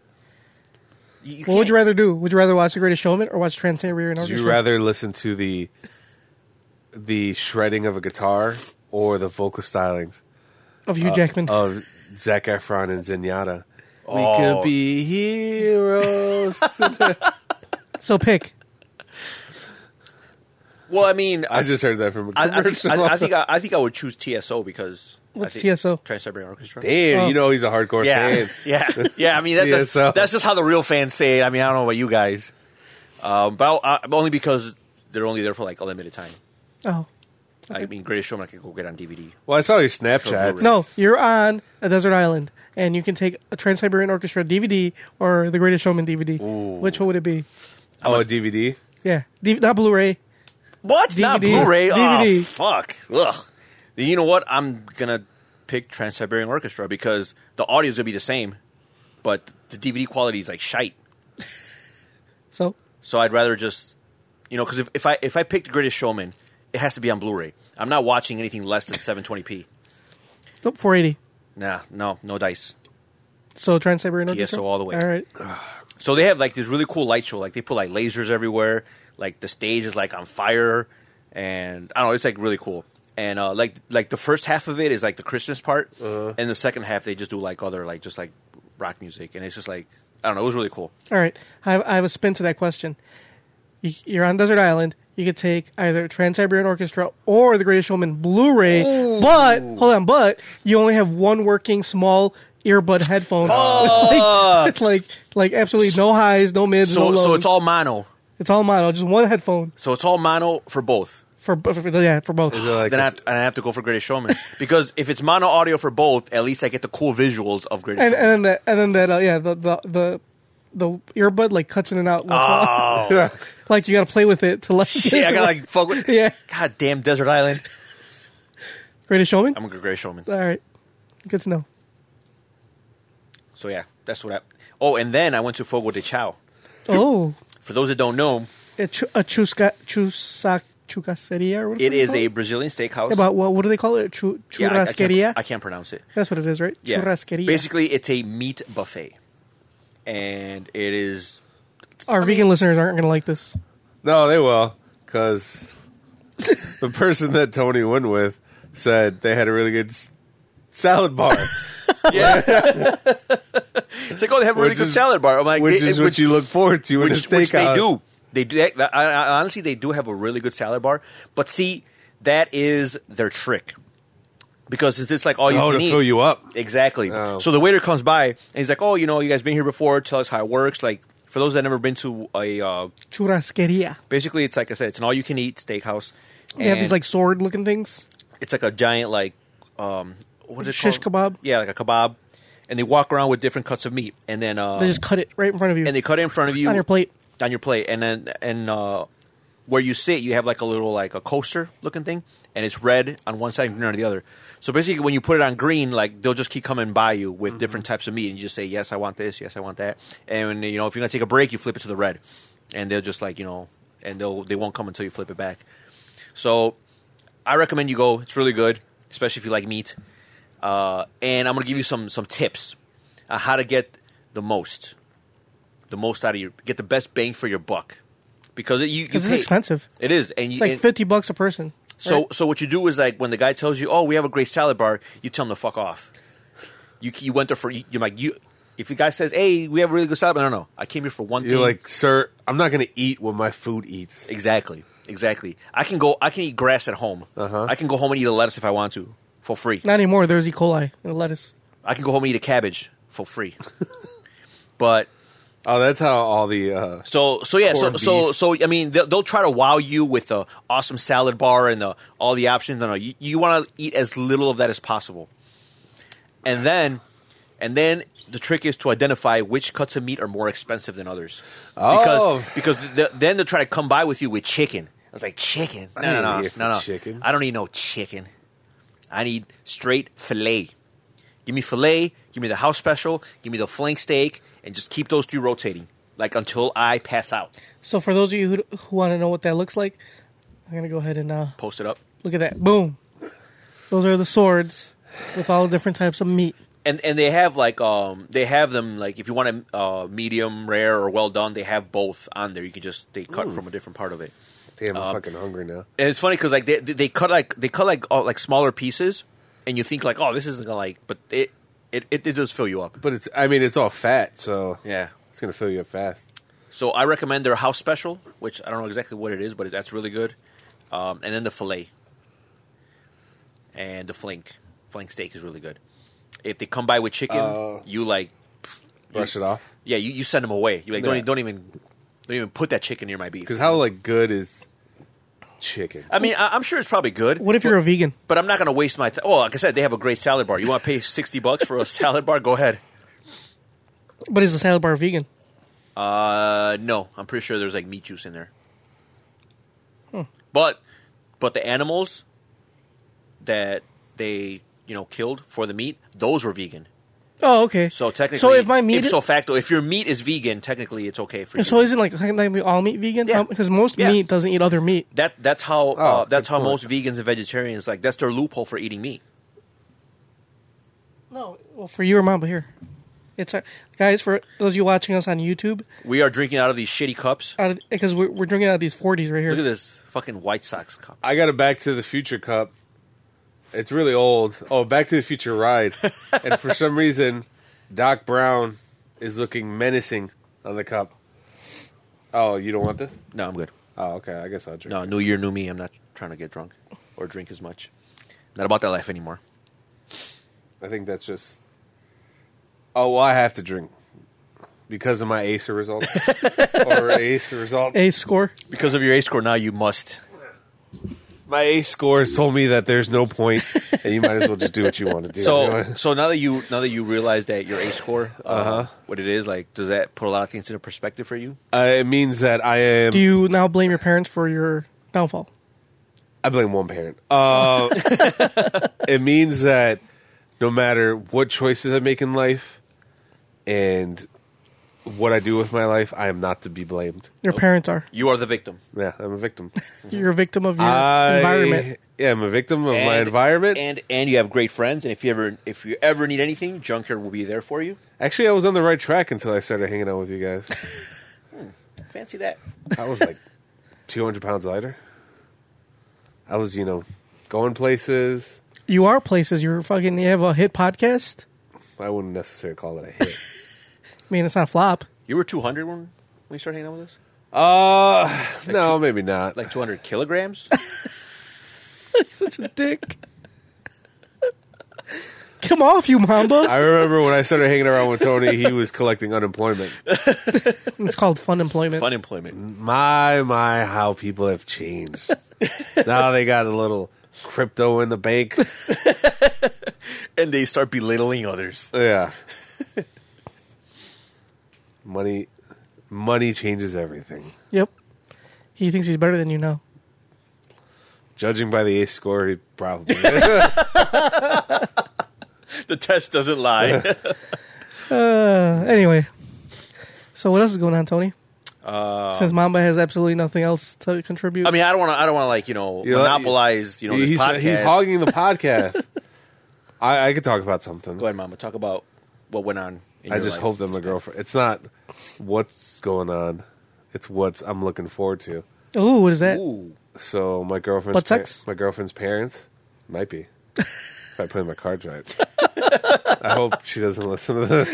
D: you,
B: What would
D: can't-
B: you rather do? Would you rather watch The Greatest Showman or watch Trans Siberian
C: Would
B: Orchestra?
C: you rather listen to the the shredding of a guitar or the vocal stylings
B: of
C: uh,
B: Hugh Jackman?
C: of Zac Efron and Zenyatta? We
D: Oh.
C: could be
D: [laughs]
C: heroes.
B: so pick.
D: Well, I mean, I,
C: I just heard that from a
D: I, I,
C: commercial.
D: think, I, I think I, I think I would choose TSO because I
B: What's
D: think-
B: TSO?
D: Trans Siberian Orchestra.
C: Damn,
B: Oh.
C: you know he's a hardcore
D: Yeah,
C: fan.
D: [laughs] yeah, yeah. I mean, that's,
C: TSO.
D: that's just how the real fans say it. I mean, I don't know about you guys, um, but I, I, only because they're only there for like a limited time.
B: Oh
D: I mean, Greatest Showman I could go get on DVD.
C: Well, I saw your Snapchats.
B: no, you're on a desert island, and you can take a Trans Siberian Orchestra DVD or The Greatest Showman DVD. Which one would it be?
C: oh, a DVD.
B: Yeah, D- not Blu-ray.
D: What? Not
B: DVD.
D: Blu-ray. Oh,
B: DVD.
D: fuck. Ugh. You know what? I'm gonna pick Trans Siberian Orchestra because the audio's gonna be the same, but the DVD quality is like shite.
B: So
D: So I'd rather just, you know, because if, if I if I pick The Greatest Showman, it has to be on Blu-ray. I'm not watching anything less than 720p.
B: nope, 480.
D: Nah, no, no dice.
B: So Trans Siberian Orchestra.
D: TSO all the way.
B: All right.
D: So they have like this really cool light show. Like they put like lasers everywhere. Like the stage is like on fire, and I don't know. It's like really cool. And uh, like like the first half of it is like the Christmas part, and the second half they just do like other like just like rock music, and it's just like I don't know. It was really cool.
B: All right, I have, I have a spin to that question. You, you're on desert island. You could take either Trans Siberian Orchestra or The Greatest Showman Blu-ray, but hold on, but you only have one working small earbud headphone. It's, [laughs] like, it's like like absolutely no highs, no mids, no
D: So
B: lows.
D: so it's all mono.
B: it's all mono, just one headphone
D: So it's all mono for both.
B: for, bo- for yeah for both.
C: Is it like
D: then I
C: a-
D: have, and I have to go for Greatest Showman because if it's mono audio for both, at least I get the cool visuals of Greatest
B: and
D: Showman.
B: and [laughs] then that and then that uh, yeah the the the the earbud like cuts in and out. [laughs]
D: Oh.
B: like you got to play with it to like.
D: Shit, I
B: [laughs]
D: gotta like fuck with.
B: Yeah.
D: God damn, Desert Island.
B: Greatest Showman.
D: I'm gonna go Greatest Showman.
B: all right, good to know.
D: So yeah, that's what I. Oh, and then I went to Fogo de Chao.
B: Oh,
D: For those that don't know,
B: a, chu- a chusca, chusac, chucaseria or what is
D: it is a
B: called?
D: Brazilian steakhouse.
B: About what? What do they call it? Chu,
D: Yeah, I- I can't-
B: churrasqueria.
D: I can't pronounce it.
B: That's what it is, right?
D: Yeah.
B: Churrasqueria.
D: Basically, it's a meat buffet, and it is
B: Our vegan listeners aren't going to like this.
C: No, they will, because the person that Tony went with said they had a really good s- salad bar, [laughs]
D: [laughs] yeah. it's like oh, they have a really
C: Which
D: good
C: is-
D: salad bar. I'm like,
C: which
D: it-
C: is
D: it-
C: what you look forward to in a
D: which,
C: steakhouse.
D: which they do. They do. That, I, I, honestly, they do have a really good salad bar. But see, that is their trick because it's it's like all you
C: Oh,
D: can
C: to
D: eat.
C: fill you up.
D: Exactly.
C: Oh.
D: So the waiter comes by and he's like, "Oh, you know, you guys been here before. Tell us how it works." Like for those that never been to a, uh,
B: Churrasqueria.
D: basically, it's like I said, it's an all-you-can-eat steakhouse.
B: They have
D: And
B: these like sword looking things.
D: it's like a giant like um what is it
B: Shish
D: called?
B: kebab?
D: Yeah, like a kebab, and they walk around with different cuts of meat, and then uh,
B: They just cut it right in front of you.
D: and they cut it in front of you
B: On your plate.
D: on your plate and then and uh where you sit you have like a little like a coaster looking thing and it's red on one side and green on the other so basically when you put it on green like they'll just keep coming by you
B: Mm-hmm.
D: with different types of meat and you just say yes i want this yes i want that and you know if you're gonna take a break you flip it to the red and they'll just like you know and they'll they won't come until you flip it back so i recommend you go it's really good especially if you like meat uh, and i'm gonna give you some some tips on how to get the most the most out of your get the best bang for your buck because it, you, you
B: Because it's
D: pay-
B: expensive.
D: It is, and you
B: it's like
D: and-
B: fifty bucks a person.
D: so
B: right?
D: so what you do is like when the guy tells you, "Oh, we have a great salad bar," you tell him to fuck off. You you went there for you, you're like you. If the guy says, "Hey, we have a really good salad," bar," no, no, no. I came here for one
C: You're
D: thing.
C: like, sir, I'm not going to eat what my food eats.
D: exactly, exactly. I can go. I can eat grass at home.
C: Uh-huh.
D: I can go home and eat a lettuce if I want to for free.
B: not anymore. There's E. coli in the lettuce.
D: I can go home and eat a cabbage for free. [laughs] but
C: Oh, that's how all the uh,
D: So so yeah so,
C: Corned
D: so
C: beef.
D: so I mean they'll, they'll try to wow you with the awesome salad bar and the, all the options. No, no, you, you want to eat as little of that as possible, and then and then the trick is to identify which cuts of meat are more expensive than others.
C: Oh.
D: Because because th then they'll try to come by with you with chicken. I was like chicken. No
C: ain't
D: no no
C: here for
D: no no
C: chicken.
D: I don't need no chicken. I need straight fillet. Give me filet. Give me the house special. Give me the flank steak, and just keep those three rotating, like until I pass out.
B: So for those of you who, who want to know what that looks like, I'm gonna go ahead and uh,
D: Post it up,
B: look at that. Boom. Those are the swords with all the different types of meat.
D: and and they have like um they have them like if you want a uh, medium rare or well done, they have both on there. You can just they cut from a different part of it.
C: damn. I'm fucking hungry now.
D: and it's funny because like they they cut like they cut like all, like smaller pieces, and you think like oh this isn't gonna like, but it it it, it does fill you up.
C: But it's, I mean, it's all fat, so
D: Yeah.
C: it's going to fill you up fast.
D: So I recommend their house special, which I don't know exactly what it is, but that's really good. Um, and then the fillet and the flank flank steak is really good. If they come by with chicken,
C: Oh.
D: you like
C: Brush it off.
D: yeah you, you send them away. You like don't e-,
C: Yeah.
D: don't even don't even put that chicken near my beef.
C: Because how like good is chicken?
D: I mean I, I'm sure it's probably good.
B: What if you're a vegan?
D: But I'm not going to waste my time. Oh, like I said, they have a great salad bar. You want to pay sixty bucks for a [laughs] salad bar? Go ahead.
B: But is the salad bar vegan?
D: Uh, no, I'm pretty sure there's like meat juice in there.
B: Hmm.
D: But but the animals that they you know killed for the meat, those were vegan.
B: Oh, okay.
D: So technically,
B: so if my meat,
D: ipso facto, if your meat is vegan, technically it's okay for you.
B: so isn't like technically all meat vegan?
D: Yeah.
B: Because most
D: Yeah.
B: meat doesn't eat other meat.
D: that that's how uh,
C: Oh, good
D: that's how
C: point.
D: most vegans and vegetarians like that's their loophole for eating meat.
B: No, well, for you or mom, but here, it's uh, guys. For those of you watching us on YouTube,
D: We are drinking out of these shitty cups.
B: because we're, we're drinking out of these forties right here.
D: Look at this fucking White Sox cup.
C: I got a Back to the Future cup. It's really old. Oh, Back to the Future
D: [laughs]
C: ride. and for some reason, Doc Brown is looking menacing on the cup. Oh, you don't want this?
D: No, I'm good.
C: Oh, okay. I guess I'll drink.
D: No, new year, new me. I'm not trying to get drunk or drink as much. Not about that life anymore.
C: I think that's just. Oh, well, I have to drink because of my
B: [laughs]
C: ACER result or ACE result.
B: A score.
D: Because of your A score, now you must.
C: My ACE scores told me that there's no point, and you might as well just do what you want to do.
D: So, so now that you now that you realize that your A score, uh,
C: Uh-huh.
D: what it is like, does that put a lot of things into perspective for you?
C: uh, it means that I am.
B: Do you now blame your parents for your downfall?
C: I blame one parent.
B: [laughs]
C: Uh, it means that no matter what choices I make in life, and what I do with my life, I am not to be blamed.
B: Your parents are.
D: You are the victim.
C: Yeah, I'm a victim.
B: You're a victim of your
C: I,
B: environment.
C: Yeah, I'm a victim of my
D: And-
C: environment.
D: and and you have great friends. And if you ever if you ever need anything, Junkyard will be there for you.
C: Actually, I was on the right track until I started hanging out with you guys.
D: Fancy that.
C: I was like [laughs] 200 pounds lighter. I was, you know, going places.
B: You are places. You're fucking. You have a hit podcast.
C: I wouldn't necessarily call it a
D: [laughs]
C: hit.
B: I mean, it's not a flop. [laughs]
D: You were 200 when we started hanging out with us.
C: Uh, [laughs] no, maybe not.
D: Like
C: [laughs]
D: 200 kilograms.
B: Such a dick. Come off, you mamba.
C: I remember when I started hanging around with Tony, he was collecting unemployment.
B: It's called fun employment.
D: Fun employment.
C: My, my, how people have
D: [laughs]
C: changed. now they got a little crypto in the bank.
D: And they start belittling others.
C: Yeah. Money, money changes everything.
B: Yep. He thinks he's better than you now.
C: Judging by the ace score, he [laughs] probably.
D: The test doesn't
C: [laughs]
D: lie.
B: Uh, anyway, so what else is going on, Tony? Uh, Since Mamba has absolutely nothing else to contribute.
D: I mean, I don't want to. I don't want to like you know
C: You know,
D: monopolize. You know, this
C: he's,
D: podcast.
C: he's hogging the podcast. [laughs] I, I could talk about something.
D: Go ahead, Mama. Talk about what went on. In
C: I
D: your
C: just
D: life.
C: hope that my girlfriend. It's not what's going on. It's what's I'm looking forward to.
B: Ooh, what is that?
D: Ooh,
C: So my girlfriend's
B: Butt sex?
C: my girlfriend's parents might be. if I play my cards right. [laughs] I hope she doesn't listen to [laughs] this.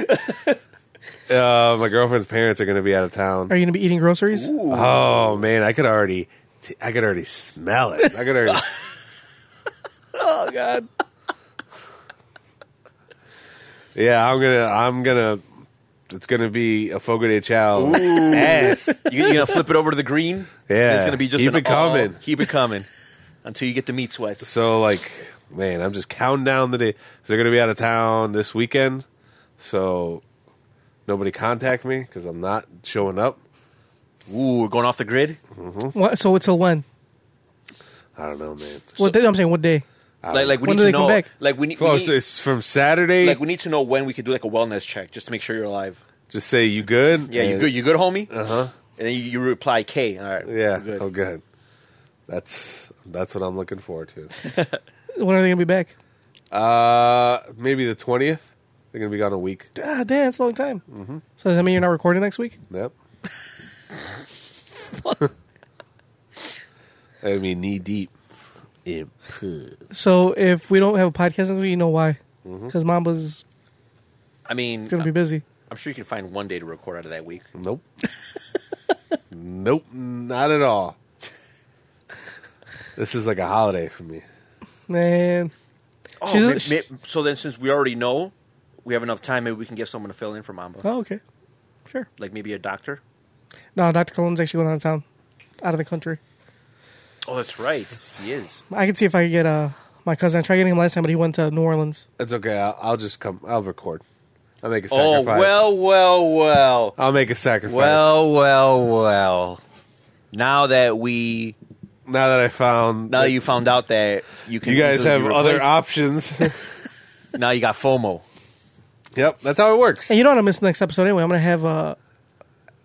C: Uh, my girlfriend's parents are going to be out of town.
B: Are you gonna be eating groceries?
C: Oh man, I could already, t- I could already smell it. I could
D: [laughs]
C: already.
B: Oh God!
C: yeah, I'm gonna, I'm gonna. It's gonna be a Fogo de Chao ass.
D: you, you gonna flip it over to the green?
C: Yeah.
D: it's gonna be just
C: Keep
D: an
C: it coming.
D: all- keep it coming until you get the meat sweats.
C: So like, man, I'm just counting down the day. 'Cause They're gonna be out of town this weekend, so nobody contact me because I'm not showing up.
D: Ooh, we're going off the grid.
B: What, so until when?
C: I don't know, man.
B: what day? I'm saying what day?
C: Ah.
D: Like, like we
B: When
D: need
B: do
D: to
B: they come
D: know.
B: back?
D: Like we need.
C: So
D: we
C: it's,
D: need-
C: it's from Saturday.
D: like we need to know when we could do like a wellness check just to make sure you're alive.
C: just say you good.
D: Yeah, you
C: And-
D: good? You good, homie?
C: Uh huh.
D: And then you, you reply K. All right.
C: Yeah.
D: we're Good.
C: Oh, good. That's that's what I'm looking forward
D: [laughs]
C: to.
B: When are they gonna be back?
C: Uh, maybe the twentieth. They're gonna be gone a week.
B: Ah, damn, it's a long time.
D: Mm-hmm.
B: So does that mean you're not recording next week?
D: [laughs]
C: Yep. I mean, knee deep. in poo.
B: So if we don't have a podcast next week, you know why? Because Mamba's
D: I mean,
B: gonna be busy.
D: I'm sure you can find one day to record out of that week.
C: Nope. nope. Not at all. This is like a holiday for me.
B: Man,
D: Oh,
B: She's a-
D: ma- ma- so then since we already know we have enough time, maybe we can get someone to fill in for Mamba,
B: oh okay, sure.
D: like maybe a doctor.
B: No, Dr. Cullen's actually going out of town, out of the country.
D: Oh, that's right, he is.
B: I can see if I can get uh, my cousin. I tried getting him last time, but he went to New Orleans.
C: It's okay. I'll, I'll just come. I'll record. I'll make a
D: Oh
C: sacrifice.
D: well, well, well,
C: I'll make a sacrifice.
D: well, well, well. Now that we,
C: now that I found,
D: now that you found out that you can,
C: you guys
D: easily
C: have
D: be
C: other
D: replaced, [laughs]
C: options.
D: Now you got FOMO.
C: yep, that's how it works.
B: And you know what? I missed the next episode anyway. I'm gonna have uh,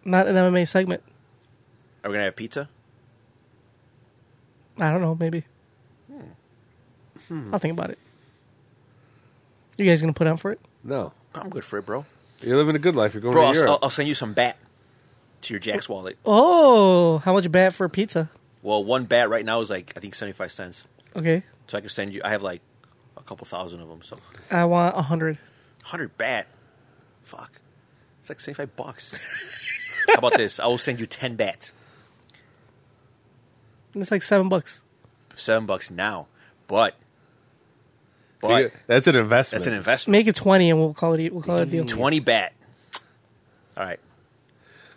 B: not an MMA segment.
D: Are we gonna have pizza?
B: I don't know, maybe. I'll think about it. You guys gonna put on for it?
C: No,
D: I'm good for it, bro.
C: you're living a good life. You're going
D: Bro,
C: to
D: I'll,
C: Europe.
D: I'll, I'll send you some bat to your Jack's wallet.
B: Oh, how much bat for pizza?
D: Well, one bat right now is like I think 75 cents.
B: Okay,
D: So I can send you. I have like a couple thousand of them. So
B: I want a hundred.
D: hundred bat. Fuck. It's like seventy five bucks.
C: [laughs]
D: How about this? I will send you ten bat.
B: It's like seven bucks.
D: Seven bucks now. But
C: You-
D: but
C: that's an investment.
D: that's an investment.
B: Make it twenty, and we'll call it. We'll call it a deal.
D: Twenty bat. All right.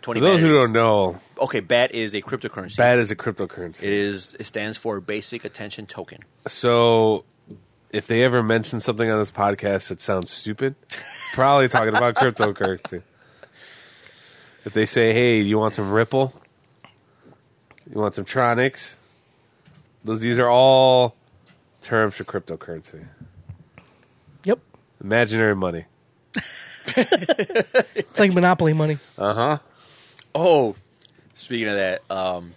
D: Twenty
C: For those
D: bat
C: who
D: is-
C: don't know,
D: Okay, bat is a cryptocurrency.
C: BAT is a cryptocurrency.
D: It is it stands for basic attention token.
C: So, if they ever mention something on this podcast that sounds [laughs] stupid, probably talking about cryptocurrency. If they say, "Hey, you want some Ripple? You want some Tronics?" Those these are all terms for cryptocurrency,
B: Yep.
C: imaginary money.
B: It's like Monopoly money.
D: Oh, speaking of that, um,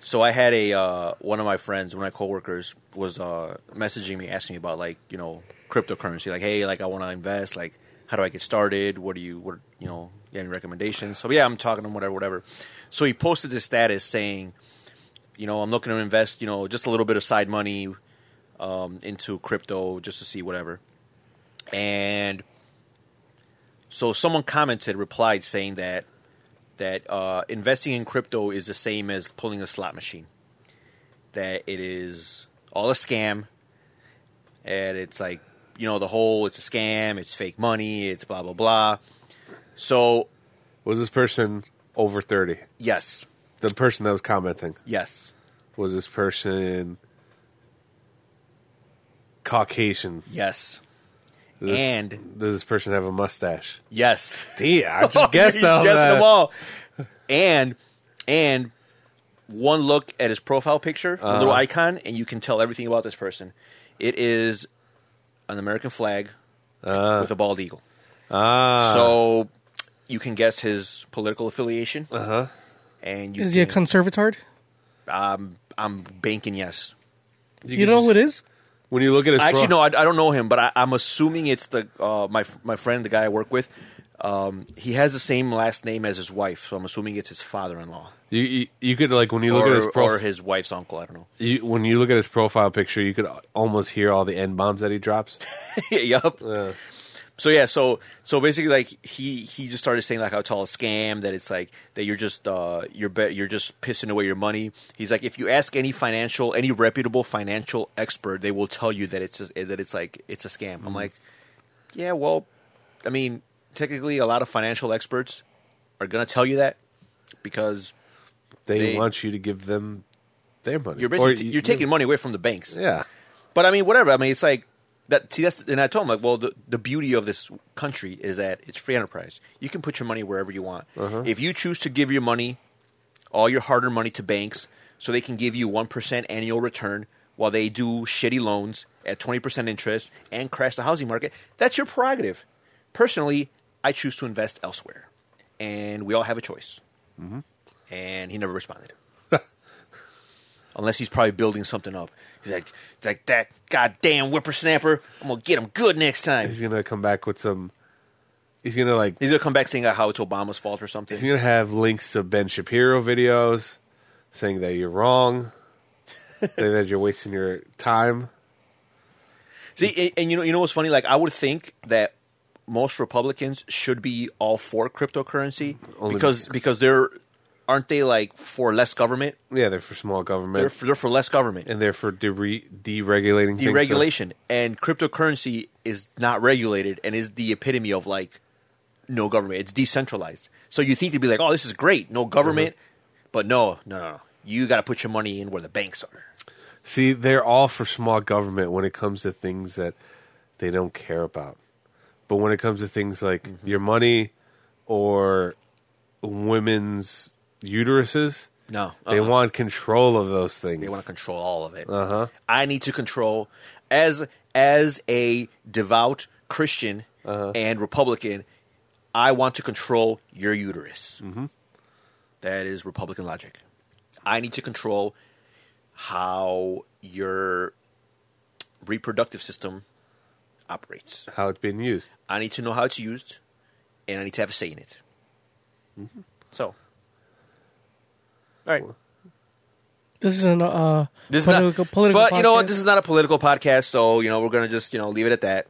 D: so I had a uh, one of my friends, one of my coworkers, was uh, messaging me asking me about like you know cryptocurrency, like hey, like I want to invest, like how do I get started? What do you, what you know, you have any recommendations? So yeah, I'm talking to him, whatever, whatever. So he posted this status saying, you know, I'm looking to invest, you know, just a little bit of side money um, into crypto just to see whatever, and so someone commented, replied saying that that uh, investing in crypto is the same as pulling a slot machine. That it is all a scam, and it's like you know the whole it's a scam, it's fake money, it's blah blah blah. So
C: Was this person over thirty?
D: yes,
C: The person that was commenting
D: yes,
C: was this person Caucasian?
D: yes,
C: Does this-
D: And-
C: does this person have a mustache?
D: yes.
C: Damn,
D: [laughs]
C: I just guessed
D: He's
C: all
D: guessing
C: that.
D: Oh, them all. And and one look at his profile picture, the
C: Uh-huh.
D: little icon, and you can tell everything about this person. It is an American flag with a bald eagle.
C: Uh. Ah,
D: So you can guess his political affiliation. Uh
C: Uh-huh.
D: huh. And you
B: Is he a
D: can-
B: conservatard?
D: I'm I'm banking yes.
B: You, know who it is?
C: When you look at his,
D: I actually
C: pro-
D: no, I, I don't know him, but I, I'm assuming it's the uh, my my friend, the guy I work with. Um, he has the same last name as his wife, so I'm assuming it's his father-in-law
C: You, you you could like when you look
D: or,
C: at his
D: or
C: profile.
D: his wife's uncle. I don't know. [laughs]
C: you, when you look at his profile picture, you could almost hear all the n bombs that he drops.
D: yep. So yeah, so so basically, like he he just started saying like how it's all a scam that it's like that you're just uh you're be- you're just pissing away your money. He's like, if you ask any financial any reputable financial expert, they will tell you that it's a, that it's like it's a scam.
C: Mm-hmm.
D: I'm like, yeah, well, I mean, technically, a lot of financial experts are gonna tell you that because
C: They,
D: They-
C: want you to give them their money.
D: you're
C: Or
D: basically
C: you-
D: you're taking money away from the banks.
C: Yeah,
D: But I mean, whatever. I mean, it's like that. See, that's and I told him like, well, the, the beauty of this country is that it's free enterprise. You can put your money wherever you want. If you choose to give your money, all your hard-earned money to banks, so they can give you one percent annual return while they do shitty loans at twenty percent interest and crash the housing market, that's your prerogative. Personally, I choose to invest elsewhere, and we all have a choice. And he never responded [laughs] unless he's probably building something up. He's like, it's like that goddamn whippersnapper. I'm gonna get him good next time.
C: he's gonna come back with some. He's gonna like.
D: He's gonna come back saying how it's Obama's fault or something.
C: He's gonna have links to Ben Shapiro videos saying that you're
D: [laughs]
C: wrong, saying that you're wasting your time.
D: See, and, and you know, you know what's funny? Like, I would think that most Republicans should be all for cryptocurrency
C: Only-
D: because because they're aren't they like for less government?
C: Yeah, they're for small government
D: They're for, they're for less government.
C: and they're for dere- deregulating. things.
D: deregulation and cryptocurrency is not regulated and is the epitome of like no government it's decentralized so you think to be like oh this is great no government but no no no no you got to put your money in where the banks are
C: See, they're all for small government when it comes to things that they don't care about. But when it comes to things like
D: Mm-hmm.
C: your money or women's uteruses,
D: no
C: they
D: uh-uh.
C: want control of those things.
D: they want to control all of it uh-huh. i need to control as as a devout christian and republican i want to control your uterus mm-hmm. is republican logic i need to control how your reproductive system operates
C: how it's being used.
D: i need to know how it's used and i need to have a say in it Mm-hmm. so all right
B: This is an uh,
D: this is
B: political,
D: not,
B: political
D: But you know what?
B: podcast.
D: This is not a political podcast, so you know we're gonna just you know leave it at that.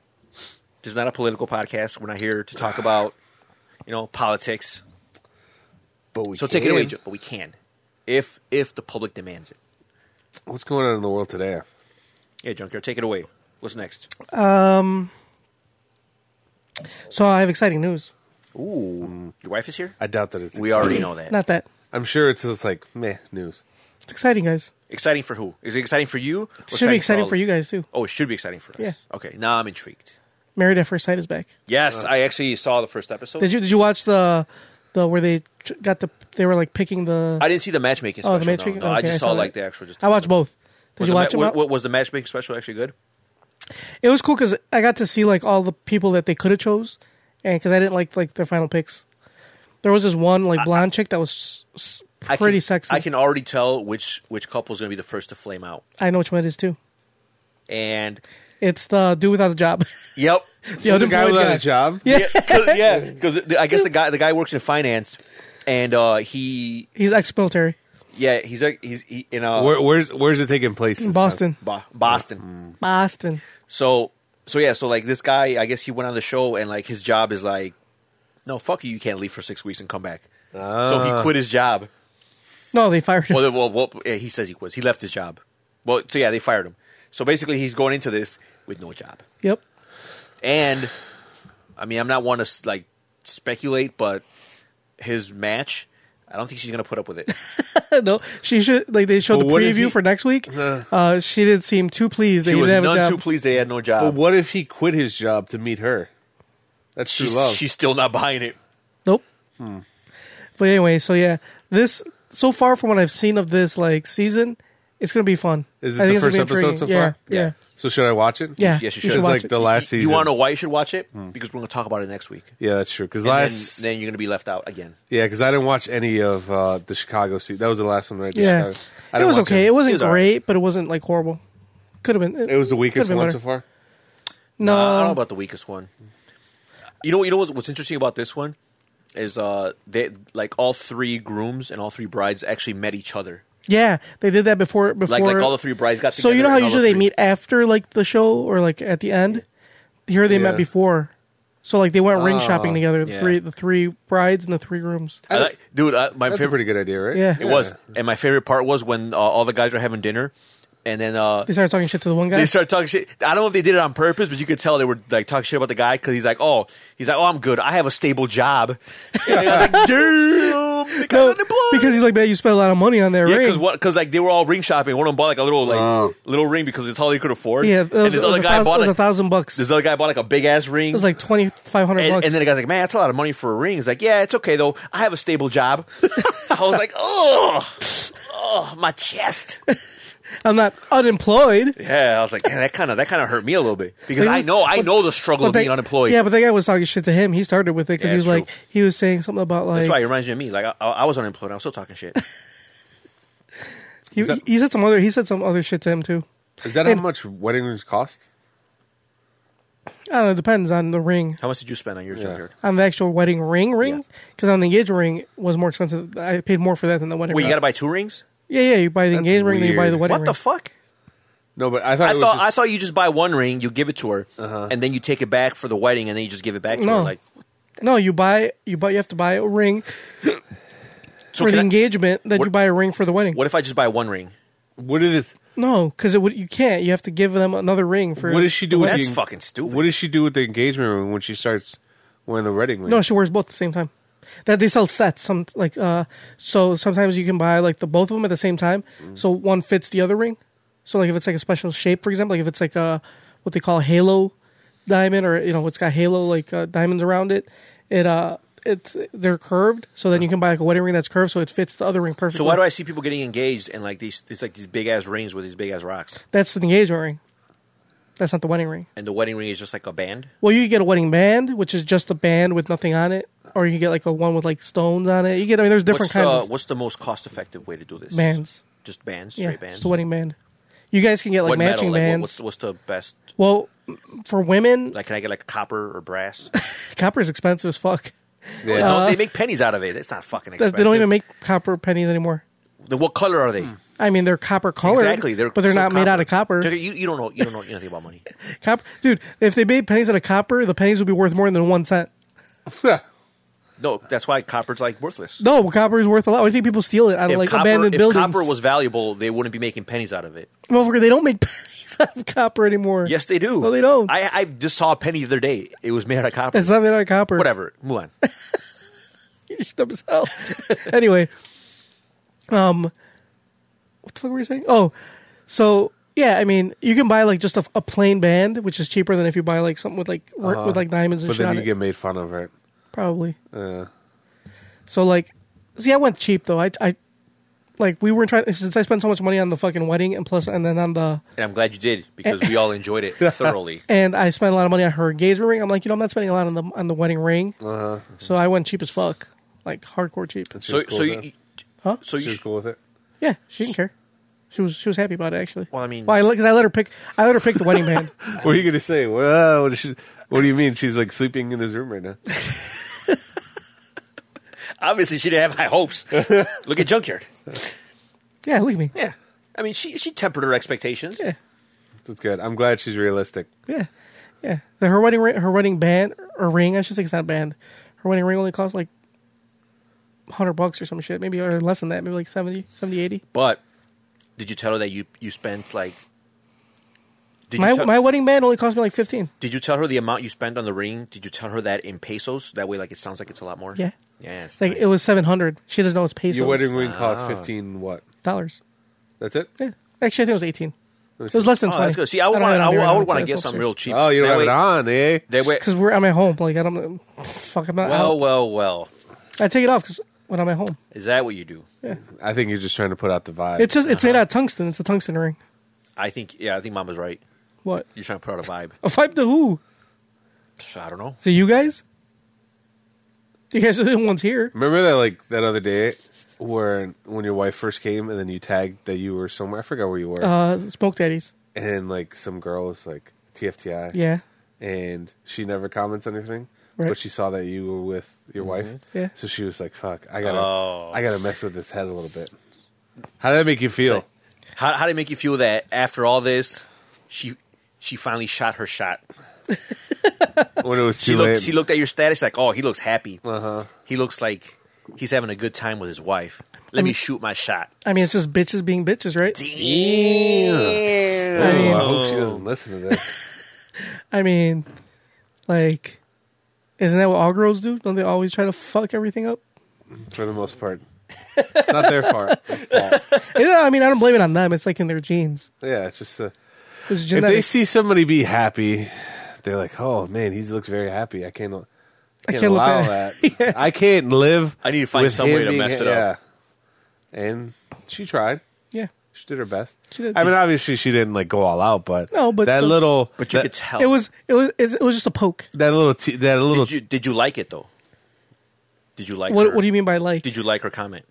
D: This is not a political podcast. We're not here to talk about you know politics.
C: But we
D: So take it away,
C: can.
D: Joe. But we can, if if the public demands it.
C: What's going on in the world today?
D: Yeah, Junkyard, take it away. What's next?
B: So I have exciting news.
D: Ooh, Mm. your wife is here.
C: I doubt that it's.
D: We
C: exciting.
D: already know that.
B: Not that
C: I'm sure it's just like meh news.
B: it's exciting, guys.
D: Exciting for who? Is it exciting for you?
B: It should be exciting for you guys too.
D: Oh, it should be exciting for us.
B: Yeah.
D: Okay. Now I'm intrigued.
B: Married at First Sight is back.
C: Uh.
D: Yes, I actually saw the first episode.
B: Did you did you watch the the where they ch- got the they were like picking the
D: I didn't see the matchmaking. Special,
B: oh
D: oh,
B: the
D: matchmaking.
B: matrix?
D: No, no, I
B: Okay,
D: just saw,
B: that.
D: like the actual. Just
B: I watched both. Did
D: Was
B: you
D: the
B: watch them?
D: ma- wa-
B: all?
D: wa- was the matchmaking special actually good?
B: It was cool because I got to see like all the people that they could have chose, and because I didn't like like their final picks. There was this one like blonde chick that was s-
D: I
B: s-
D: can-
B: pretty sexy.
D: I can already tell which which couple's going to be the first to flame out.
B: I know which one it is too.
D: And
B: It's the dude without a job. [laughs]
D: yep, [laughs]
B: the
C: The guy
B: unemployed
C: without a job.
B: Yeah,
D: yeah, because I guess the guy the guy works in finance, and uh, he
B: he's ex-military
D: yeah he's a he's he, in uh,
C: Where, where's where's it taking place?
B: in
C: this
B: Boston.
D: Bo- Boston.
B: Boston.
D: So so yeah, so like this guy, I guess he went on the show and like his job is like, no, fuck you, you can't leave for six weeks and come back. So he quit his job.
B: No, they fired him.
D: [laughs] Well, well, well yeah, he says he quits. He left his job. Well, so yeah, they fired him. So basically, he's going into this with no job.
B: [laughs] yep. [laughs]
D: And I mean, I'm not one to like speculate, but his match, I don't think she's gonna put up
B: [laughs]
D: with it.
B: no, she should like they showed
C: But
B: the
C: what if
B: preview
C: he- Uh-huh.
B: for next week. Uh, she didn't seem too pleased. They
D: She was
B: didn't have a job.
D: none too pleased. They had no job.
C: But what if he quit his job to meet her? That's true
D: she's,
C: love.
D: she's still not buying it.
B: Nope.
C: Hmm.
B: But anyway, so yeah, this so far from what I've seen of this like season, it's gonna be fun.
C: Is it
B: I
C: the
B: think it's
C: first
B: gonna be
C: episode so
B: intriguing.
C: far?
B: Yeah, yeah.
C: So should I watch it?
B: Yeah.
D: Yes, you
B: You
D: should.
C: It's
B: watch
C: like
B: it.
C: the last
D: You-
C: season.
D: You want to know why you should watch it? Because we're gonna talk about it next week.
C: Yeah, that's true. Because
D: And
C: last,
D: then, then you're gonna be left out again.
C: yeah, because I didn't watch any of uh, the Chicago season. That was the last one, right? The
B: Yeah,
C: Chicago- I
B: it
C: didn't
B: was
C: watch
B: okay. It, wasn't
D: It was all right.
B: great, but it wasn't like horrible. Could have been.
C: It was the weakest
B: been
C: one
B: better.
C: so far.
B: No,
D: I don't know about the weakest one. You know, you know what's, what's interesting about this one is uh, they like all three grooms and all three brides actually met each other.
B: yeah, they did that before. Before
D: Like, like all the three brides got together.
B: So you know how
D: and all the
B: usually they
D: three-
B: meet after like the show or like at the end. Here they met
C: Yeah.
B: before, so like they went ring
C: Oh,
B: shopping together. The
D: yeah.
B: three, the three brides and the three grooms.
D: I like, dude, uh, my
C: That's a
D: favorite
C: pretty good idea, right?
B: Yeah.
D: it was, and my favorite part was when uh, all the guys were having dinner, and then uh,
B: They started talking shit to the one guy.
D: they started talking shit. I don't know if they did it on purpose, but you could tell they were like talking shit about the guy because he's like, oh, he's like, oh, I'm good, I have a stable job. And I was like, damn, the guy's
B: No,
D: unemployed.
B: because he's like, man, you spent a lot of money on that
D: Yeah,
B: ring.
D: because because like they were all ring shopping. One of them bought like a little like little ring because it's all he could afford.
B: Yeah, it was,
D: and this
B: it was
D: other
B: a
D: guy
B: thousand,
D: bought
B: it was a
D: like,
B: thousand bucks.
D: this other guy bought like a big ass ring.
B: It was like twenty five hundred
D: and,
B: bucks.
D: and then the guy's like, "Man, that's a lot of money for a ring." He's like, "Yeah, it's okay though. I have a stable job." [laughs] I was like, "Oh, oh, my chest."
B: I'm not unemployed.
D: Yeah, I was like, "Man, that kind of that kind of hurt me a little bit because
B: They-
D: I know I
B: but-
D: know the struggle
B: But
D: of
B: they-
D: being unemployed."
B: Yeah, but the guy was talking shit to him. He started with it because
D: Yeah,
B: he was
D: it's
B: like,
D: true.
B: he was saying something about like
D: that's why it reminds me of me. Like I, I, I was unemployed. I was still talking shit.
B: he,
C: Is that-
B: he said some other he said some other shit to him too.
C: Is that how much wedding rings cost?
B: I don't know. It depends on the ring,
D: How much did you spend on your
C: Yeah.
D: junkyard?
B: on the actual wedding ring, ring.
D: Yeah.
B: Because on the engagement ring was more expensive. I paid more for that than the wedding.
D: Wait,
B: ring.
D: you got to buy two rings?
B: yeah, yeah. You buy the
C: That's
B: engagement ring, then you buy the
C: weird.
B: wedding
D: What
B: ring.
D: the fuck?
C: No, but I thought
D: I
C: it was
D: thought I
C: just-
D: thought you just buy one ring, you give it to her, and then you take it back for the wedding, and then you just give it back to
B: No.
D: her. Like,
B: no, you buy you buy you have to buy a ring
D: so
B: for
D: can
B: the
D: I-
B: engagement, then
D: what-
B: you buy a ring for the wedding.
D: What if I just buy one ring?
C: what did it?
B: No, because it would you can't. You have to give them another ring for.
C: What does she do with
D: That's
C: the,
D: fucking stupid.
C: What does she do with the engagement ring when she starts wearing the wedding ring?
B: No, she wears both at the same time. That they sell sets. Some like uh, so sometimes you can buy like the both of them at the same time.
D: Mm.
B: So one fits the other ring. So like if it's like a special shape, for example, like if it's like a what they call a halo diamond, or you know it's got halo like uh, diamonds around it. It uh, it's they're curved. So then you can buy like a wedding ring that's curved, so it fits the other ring perfectly.
D: So why do I see people getting engaged and like these? It's like these big ass rings with these big ass rocks,
B: That's the engagement ring. That's not the wedding ring.
D: and the wedding ring is just like a band.
B: Well, you can get a wedding band, which is just a band with nothing on it, or you can get like a one with like stones on it. You get I mean, there's different
D: what's uh,
B: kinds
D: the,
B: of
D: what's the most cost effective way to do this?
B: bands.
D: just bands,
B: Yeah,
D: straight bands.
B: just a wedding band. You guys can get like
D: What
B: matching
D: metal? Like, what,
B: bands.
D: what's what's the best?
B: well, for women,
D: Like, can I get like copper
B: [laughs]
D: or brass?
B: copper is expensive as fuck.
D: They don't- they make pennies out of it. It's not fucking
B: Uh, They-
D: expensive.
B: They don't even make copper pennies anymore.
D: Then what color are they?
B: I mean, they're copper colored,
D: exactly. They're
B: but they're
D: so
B: not made out of copper.
D: Dude, You, you don't know. You don't know anything about money.
B: Copper, dude. If they made pennies out of copper, the pennies would be worth more than one cent.
D: No, that's why copper's like worthless.
B: No, well, copper is worth a lot. Why do you think people steal it out of
D: if
B: like
D: copper,
B: abandoned
D: if
B: buildings?
D: copper was valuable, they wouldn't be making pennies out of it.
B: Motherfucker, they don't make [laughs] pennies out of copper anymore.
D: Yes, they do.
B: No, they don't.
D: I, I just saw a penny the other day. It was made out of copper.
B: It's not made out of copper.
D: Whatever. Move on.
B: dumb as hell. [laughs] anyway, um, what the fuck were you saying? Oh, so yeah, I mean, you can buy like just a, a plain band, which is cheaper than if you buy like something with like wor- with like diamonds and
C: Uh-huh. But
B: shit
C: then
B: on
C: you
B: it,
C: get made fun of, right?
B: probably. So like, see, I went cheap though. I I like we weren't trying since I spent so much money on the fucking wedding and plus and then on the
D: And I'm glad you did because we all enjoyed
B: [laughs]
D: it thoroughly.
B: and I spent a lot of money on her engagement ring. I'm like, you know, I'm not spending a lot on the on the wedding ring.
C: Uh-huh.
B: So I went cheap as fuck, like hardcore cheap.
C: She
D: So,
C: was cool
D: so
C: with
D: you,
C: it.
B: Huh?
D: so
C: she
D: you,
C: was cool with it.
B: Yeah, she didn't care. She was she was happy about it actually.
D: Well, I mean-
B: well, because I, let her pick. I let her pick the wedding
D: [laughs]
B: band.
C: What are you gonna say? What, uh, what, is she, what do you mean? She's like sleeping in his room right now.
D: obviously she didn't have high
B: [laughs]
D: hopes. Look at Junkyard.
B: Yeah, look at me.
D: Yeah, I mean she she tempered her expectations.
B: Yeah,
C: That's good. I'm glad she's realistic.
B: yeah, yeah. The, her wedding ring, her wedding band or ring. I should think it's not band. Her wedding ring only cost like hundred bucks or some shit, maybe or less than that, maybe like 70, 70 80.
D: But did you tell her that you you spent like? Did
B: My
D: you tell,
B: my wedding band only cost me like fifteen.
D: Did you tell her the amount you spent on the ring? Did you tell her that in pesos? That way, like it sounds like it's a lot more.
B: Yeah.
D: Yeah. It's
B: Like
D: nice.
B: it was seven hundred. She doesn't know it's pesos.
C: Your wedding ring cost
D: Ah.
C: fifteen. What?
B: dollars.
C: That's it.
B: Yeah, actually, I think it was eighteen.
C: me
B: It was less than
D: Oh,
B: twenty.
D: that's good. See, I would want. I, would- I would want to get something real cheap.
C: Oh, you don't
D: That
C: have
D: way-
C: it on, eh?
D: That way.
B: Because we're I'm at home. Like I don't. Fuck, I'm not.
D: Well,
B: Well,
D: well, well.
B: I take it off because when I'm at home,
D: Is that what you do?
C: I think you're just trying to put out the vibe.
B: it's just it's made out of tungsten. It's a tungsten ring.
D: I think. Yeah, I think Mama's right.
B: What?
D: You're trying to put out
C: [laughs]
D: a vibe.
B: A vibe to who?
D: Psh, I don't know.
B: To you guys? You guys are the ones here.
C: Remember that like that other day where when your wife first came and then you tagged that you were somewhere. I forgot where you were,
D: Uh-huh.
B: Uh, smoke daddies.
C: and like some girl was like TFTI.
B: Yeah.
C: and she never comments on anything.
B: Right.
C: But she saw that you were with your wife,
B: Yeah.
C: So she was like, "Fuck, I gotta,
D: Mm-hmm. Oh.
C: I gotta mess with this head a little bit." How did that make you feel?
D: How how did it make you feel that after all this, she she finally shot her shot?
C: When it was too
D: [laughs] She
C: late, Uh-huh.
D: looked. She looked at your status like, oh, he looks happy. Uh huh. He looks like he's having a good time with his wife. Let me shoot my shot.
B: I mean, it's just bitches being bitches, right?
C: Ew.
B: I mean-
C: Oh, I hope she doesn't listen to this.
B: I mean, like, isn't that what all girls do? Don't they always try to fuck everything up?
C: For the most part, it's not their [laughs] fault.
B: Yeah, I mean, I don't blame it on them. It's like in their genes.
C: Yeah, it's just uh,
B: It's
C: if they
B: genetics.
C: see somebody be happy, they're like, "Oh man, he looks very happy. I can't, I can't,
B: can't look
C: allow
B: at- [laughs]
C: that. I can't live.
D: I need to find
C: with
D: some way
C: him
D: to
C: being
D: mess
C: ha-
D: it up.
C: Yeah. And she tried.
B: yeah.
C: She did her best.
B: She did.
C: I mean, obviously, she didn't like go all out, but
B: No, but
C: that
B: the-
C: little,
D: But you
C: that,
D: could tell.
B: It was it was it was just a poke.
C: that little, t- that little.
D: Did you did you like it though? Did you like
B: What
D: her?
B: what do you mean by like?
D: Did you like her comment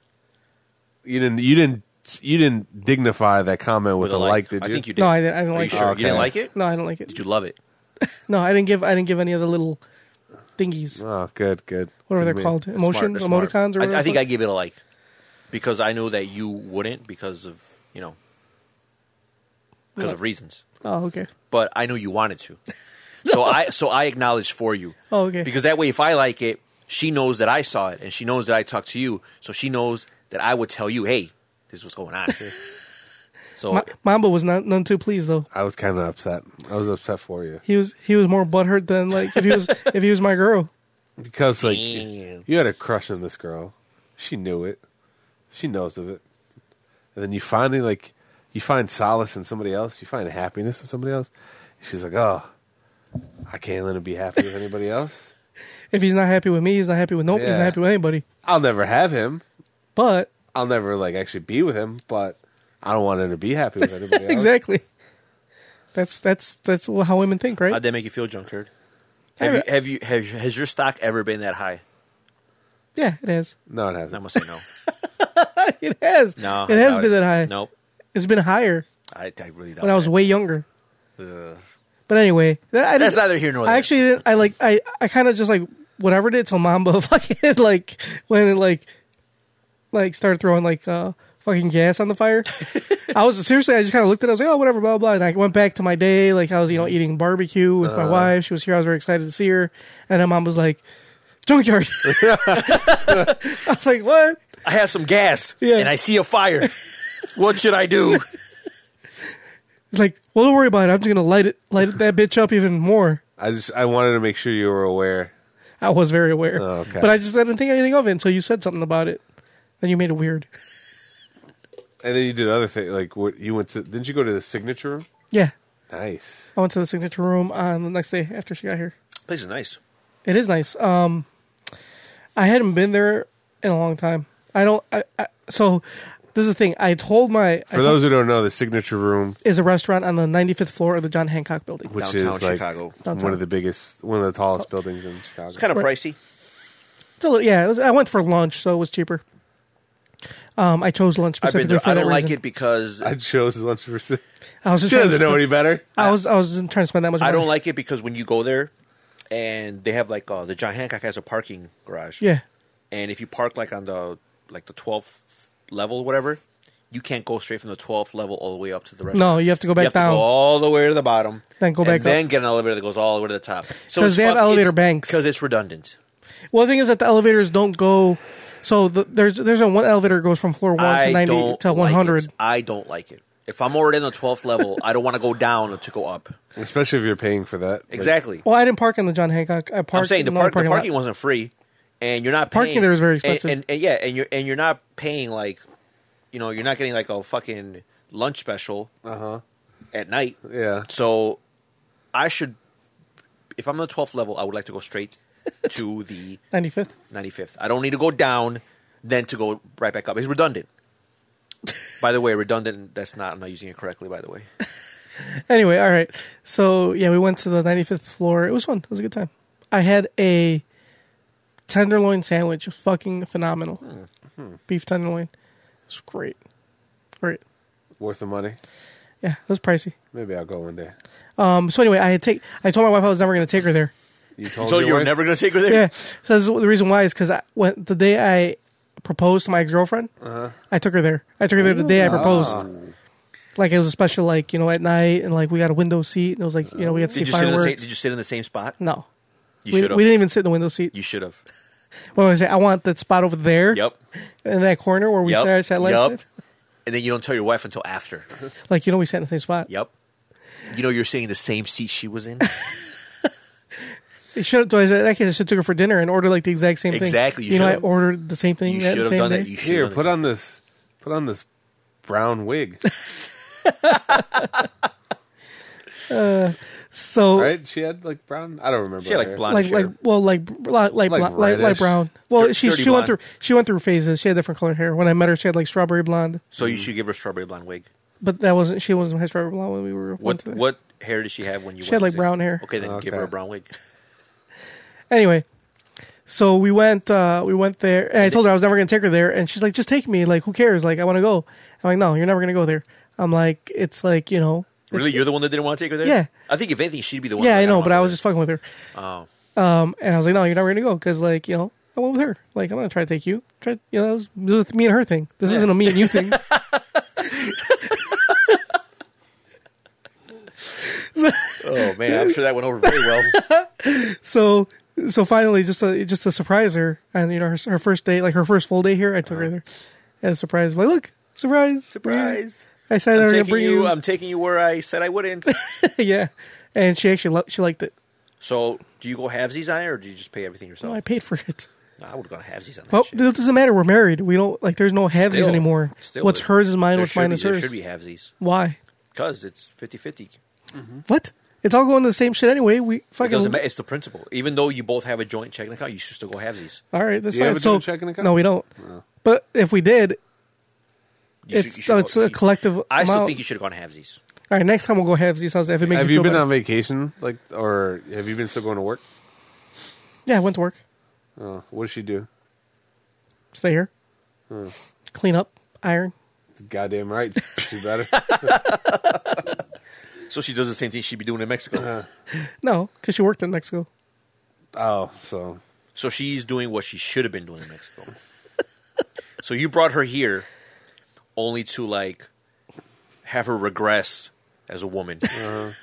C: you didn't, you didn't, you didn't dignify that comment with, a like. Did
D: I
C: you?
D: think you did.
B: no, I didn't. I didn't
D: Are you
B: like.
D: sure
C: Okay.
D: you didn't like it?
B: it. No, I don't like it.
D: Did you love it?
B: No, I didn't give I didn't give any of the little thingies.
C: Oh, good, good.
B: whatever they're
C: Good man.
B: called,
D: That's smart,
B: emotions,
D: that's smart.
B: emoticons, or
D: I-
B: whatever.
D: I, think I
B: the
D: gave it a like because I know that you wouldn't because of you know because of reasons.
B: fuck- Oh, okay.
D: But I know you
B: [laughs]
D: wanted to, so I so I acknowledge for you.
B: Oh, okay.
D: Because that way, if I like it, she knows that I saw it, and she knows that I talked to you, so she knows that I would tell you, hey, this is what's
B: [laughs]
D: going on. so
B: Ma- Mamba was not none too pleased though.
C: I was kind of upset. I was upset for you
B: He was he was more butthurt than like if he
D: [laughs]
B: was if he was my girl.
C: because, like,
D: Damn.
C: you had a crush on this girl. She knew it. She knows of it. And then you finally like, you find solace in somebody else. You find happiness in somebody else. She's like, oh, I can't let him be happy with anybody else.
B: If he's not happy with me, he's not happy with nobody. He's
C: Yeah.
B: not happy with anybody.
C: I'll never have him.
B: But
C: I'll never like actually be with him, but I don't want him to be happy with anybody else.
B: exactly. That's that's that's wh- how women think, right?
D: how'd that make you feel, Junkard? Have
B: I-
D: you, have you have has your stock ever been that high?
B: yeah, it has.
C: No, it
D: I
C: hasn't.
D: must say no.
B: [laughs] It has.
D: No,
B: it has
D: doubt
B: been that high.
D: Nope,
B: It's been higher
D: I, I really doubt
B: when I was
D: that.
B: way younger.
D: Ugh.
B: But anyway, that, I
D: That's
B: didn't-
D: neither here nor there.
B: I actually didn't. I like. I I kind of just like whatever did till Mamba [laughs] fucking like when it like like started throwing like uh fucking gas on the
D: [laughs]
B: fire. I was seriously. I just kind of looked at. it. I was like, oh whatever, blah blah. And I went back to my day. Like I was you know eating barbecue with
D: Uh.
B: my wife. She was here. I was very excited to see her. And then mom was like,
D: [laughs]
B: junkyard. [laughs] I was like, what?
D: I have some gas
B: Yeah.
D: and I see
B: [laughs]
D: a fire. what should I do?
B: It's like, well, don't worry about it. I'm just gonna light it, light that bitch up even more.
C: I just I wanted to make sure you were aware.
B: I was very aware.
C: Oh, okay.
B: But I just didn't think anything of it until you said something about it. Then you made it weird.
C: And then you did other things like what you went to didn't you go to the signature room?
B: Yeah.
C: Nice.
B: I went to the signature room on the next day after she got here.
D: Place is nice.
B: It is nice. Um, I hadn't been there in a long time. I don't. I, I so this is the thing. I told my I
C: For
B: told-
C: those who don't know, the Signature Room,
B: is a restaurant on the 95th floor of the John Hancock Building.
C: which
D: Downtown
C: is like
D: Chicago.
B: Downtown. Oh.
C: one of the biggest, one of the tallest buildings in Chicago.
D: It's kind of pricey.
B: It's a little, yeah, it was, I went for lunch, so it was cheaper. Um, I chose lunch
D: I've
B: specifically
D: been there.
B: for
D: I
B: that
D: don't like
B: reason.
D: it because
C: I chose lunch for.
D: [laughs]
C: She
B: I was just trying to
C: doesn't know
B: sp-
C: any better.
B: I was I was trying to spend that much.
D: I
B: money.
D: don't like it because when you go there, and they have like uh, the John Hancock has a parking garage.
B: Yeah,
D: and if you park like on the like the 12th level or whatever you can't go straight from the 12th level all the way up to the rest
B: No, you have to go back
D: you have
B: down.
D: to go all the way to the bottom
B: Then go
D: and
B: back up.
D: then get an elevator that goes all the way to the top
B: 'Cause they have elevator banks.
D: because it's redundant
B: Well, the thing is that the elevators don't go. So the, there's there's a one elevator goes from floor one
D: i
B: to ninety
D: don't
B: to one
D: like
B: hundred.
D: it. i don't like it if i'm already in the 12th level i don't want to go down to
B: [laughs]
D: go up
C: Especially if you're paying for that. Like,
D: exactly
B: Well, I didn't park in the John Hancock. I parked.
D: i'm saying the,
B: in another
D: park, the
B: oh, lot.
D: parking wasn't free and you're not paying,
B: Parking there is very
D: and-
B: expensive.
D: and, and yeah and you're and you're not paying like you know you're not getting like a fucking lunch special at night
C: yeah.
D: So I should, if I'm on the 12th level, I would like to
B: [laughs]
D: go straight to the
B: 95th.
D: 95th. I don't need to go down, then to go right back up. It's redundant. by the way, redundant, that's not, I'm not using it correctly, by the way.
B: Anyway, all right. So yeah, we went to the 95th floor. It was fun. It was a good time. I had a tenderloin sandwich, fucking phenomenal.
D: Hmm.
B: Beef tenderloin. It's great. Great.
C: Worth the money.
B: Yeah, it was pricey.
C: Maybe I'll go one day.
B: Um, so anyway, I had take. I told my wife I was never going to take her there.
C: You told
D: So
C: Oh, your
D: you were
C: wife?
D: never going to take her
B: [laughs]
D: there?
B: Yeah. So this is the reason why is because I went the day I proposed to my ex girlfriend. I took her there. I took her there the day I proposed. Like it was a special, like you know, at night, and like we got a window seat, and it was like you know we had to
D: Did
B: see
D: you, sit in the
B: fireworks.
D: same, did you sit in the same spot?
B: no,
D: You
B: we,
D: should have.
B: we didn't even sit in the window seat.
D: You should have.
B: What was I say? I want that spot over there.
D: Yep.
B: In that corner where [laughs] we
D: yep.
B: sat, sat last
D: yep.
B: night.
D: And then you don't tell your wife until after.
B: Like you know, we sat in the same spot.
D: Yep. You know you're sitting in the same seat she was
B: [laughs]
D: in?
B: It should. So I said, in that case, I should took her for dinner and order like the exact same thing.
D: Exactly,
B: You,
D: you
B: know, I
D: should've-
B: ordered the same thing.
D: You
B: that
D: should have
B: same
D: done
B: day.
D: that. You should
C: Here,
D: have
C: put on this put on this brown
D: [laughs]
C: wig.
B: So
C: Right? She had like brown I don't remember.
D: She had, like,
C: her hair.
D: blonde-
B: like like
D: Sure.
B: well like br- light light
C: Like
B: like, light, light
C: reddish.
B: brown. Well,
D: Dir-
B: she
D: dirty
B: she went through
D: blonde.
B: she went through phases. She had different colored hair. When I met her, she had like strawberry blonde,
D: So you should give her a strawberry blonde wig.
B: but that wasn't she wasn't had strawberry blonde when we were went
D: What
B: to the-
D: what hair did she have when you?
B: She
D: went
B: had, like,
D: to-
B: brown hair.
D: Okay, then give her
C: Okay.
D: a brown
B: [laughs]
D: wig.
B: Anyway, so we went uh we went there, and I told her I was never gonna take her there, and she's like, just take me, like who cares, like I want to go. I'm like, no, you're never gonna go there. I'm like, it's like you know, it's-
D: Really, you're the one that didn't want to take her there.
B: Yeah.
D: I think if anything, she'd be the one.
B: yeah,
D: that's
B: I
D: like,
B: know,
D: don't
B: but I was
D: wanna Oh.
B: just fucking with her,
D: go
B: um, and I was like, no, you're never gonna go because like you know. I went with her. Like I'm gonna try to take you. Try, you know, it was, it was me and her thing. This isn't a me and you
D: [laughs]
B: thing.
D: there. Oh man, I'm sure that went over very well.
B: so so finally just to just to surprise her and you know her, her first day like her first full day here i
D: Uh-huh.
B: took her there as a surprise like look surprise
D: Surprise.
B: i said i
D: I'm
B: was gonna
D: taking
B: bring
D: you, um,
B: you,
D: I'm taking you where I said I wouldn't.
B: [laughs] yeah and she actually lo- she liked it
D: so, do you go halvesies on it, or do you just pay everything yourself?
B: no i paid for it
D: No, I would go halvesies on
B: [laughs]
D: that.
B: well
D: shit.
B: it doesn't matter we're married we don't like there's no halves
D: Still-
B: anymore
D: still,
B: what's
D: there-
B: hers is mine
D: there
B: what's
D: should
B: mine
D: be-
B: is
D: There
B: hers
D: should be halvesies
B: why
D: because it's 50-50.
B: what it's all going to the same shit anyway we
D: Hmm? It doesn't
B: fucking
D: matter. It's the principle. Even though you both have a joint checking account, you should still go halvesies.
B: all right that's
C: Do you
B: fine
C: have a
B: so
C: joint checking account?
B: no we don't but if we did
D: You
B: It's-
D: should, you
B: so
D: should
B: it's
D: go,
B: a
D: you-
B: collective
D: I still
B: amount.
D: think you should have gone halvesies.
B: all right next time we'll go halves these houses if it makes
C: Have
B: you
C: you
B: feel
C: been
B: better.
C: on vacation? Like or have you been still going to work?
B: yeah i went to work
C: Oh, what does she do?
B: stay here,
D: Hmm.
B: clean up, iron.
C: It's goddamn right. She
D: [laughs]
C: better.
D: So she does the same thing she'd be doing in Mexico.
B: No, because she worked in Mexico.
C: oh, so
D: So she's doing what she should have been doing in Mexico. so you brought her here only to like have her regress as a woman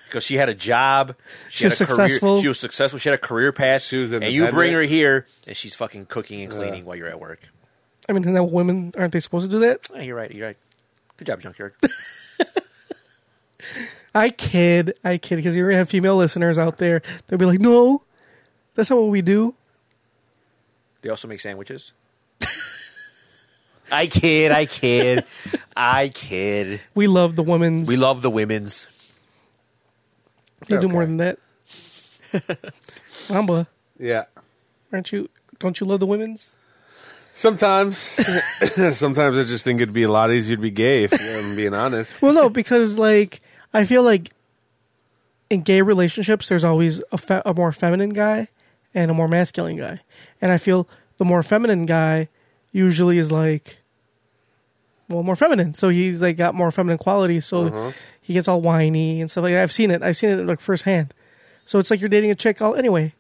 D: because she had a job, she,
B: She
D: had
B: was
D: a
B: successful.
D: career, she was successful, she had a career path.
C: She was
D: and you bring
C: independent.
D: her here and she's fucking cooking and cleaning while you're at work.
B: I mean, now women aren't they supposed to do that?
D: Yeah, you're right. You're right. Good job, [laughs] junkyard.
B: I kid, I kid, because you're gonna have female listeners out there. They'll be like, "No, that's not what we do."
D: they also make sandwiches. I kid, I kid, I kid.
B: We love the women's.
D: We love the women's.
B: They do
C: Okay.
B: more than that. [laughs] Mamba,
C: yeah.
B: aren't you? Don't you love the women's?
C: Sometimes, [laughs] sometimes I just think it'd be a lot easier to be gay. If I'm being honest,
B: Well, no, because like I feel like in gay relationships, there's always a, fe- a more feminine guy and a more masculine guy, and I feel the more feminine guy usually is like well more feminine, so he's like got more feminine qualities, so he gets all whiny and stuff like that. I've seen it. I've seen it like firsthand. So it's like you're dating a chick all anyway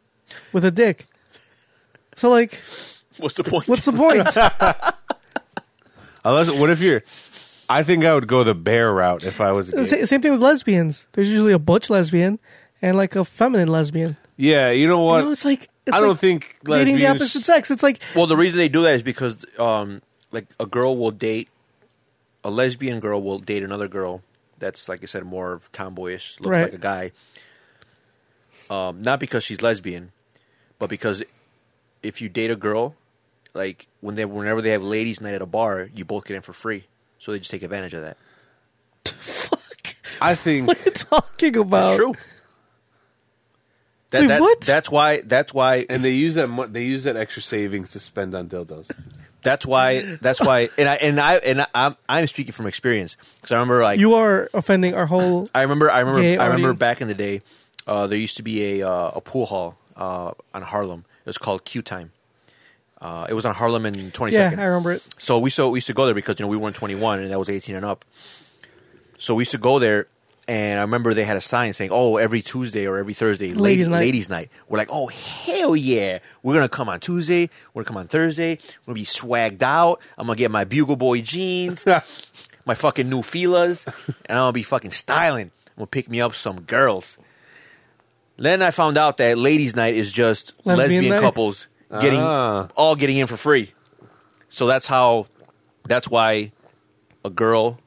B: with a dick. So like,
D: What's the point?
B: what's the point?
C: [laughs] unless what if you're? I think I would go the bear route if I was. A gay.
B: Sa- same thing with lesbians. There's usually a butch lesbian and like a feminine lesbian.
C: Yeah, you know what?
B: You know, it's like it's
C: I don't
B: like
C: think
B: dating the
C: lesbians-
B: opposite sex. It's like
D: well, the reason they do that is because, um, like, a girl will date a lesbian girl will date another girl that's like I said more of tomboyish, looks
B: Right.
D: like a guy. Um, not because she's lesbian, but because if you date a girl, like when they whenever they have ladies' night at a bar, you both get in for free. So they just take advantage of that.
C: I think
B: what are you talking about?
D: It's true. That,
B: Oh. Wait,
D: that-
B: what?
D: That's why. That's why.
C: and they use that mo- they use that extra savings to spend on [laughs] dildos.
D: That's why. That's why. And I and I and I, I'm I'm speaking from experience because I remember like
B: You are offending our whole.
D: [laughs] I remember, I remember,
B: Gay
D: I remember
B: audience.
D: back in the day, uh, there used to be a uh, a pool hall uh, on Harlem. It was called Q Time. Uh, it was on Harlem and Twenty
B: yeah,
D: Second.
B: I remember it.
D: So we so we used to go there because you know we weren't twenty one and that was eighteen and up. So we used to go there, and I remember they had a sign saying, "Oh, every Tuesday or every Thursday, ladies,
B: Ladies'
D: ladies,
B: night.
D: night. We're like, "Oh hell yeah, we're gonna come on Tuesday. We're gonna come on Thursday. We're gonna be swagged out. I'm gonna get my bugle boy jeans, my fucking new filas, and I'm gonna be fucking styling. I'm gonna pick me up some girls." Then I found out that ladies' night is just
B: Lesbian
D: lesbian,
B: night.
D: couples getting
C: Ah.
D: all getting in for free. So that's how that's why a girl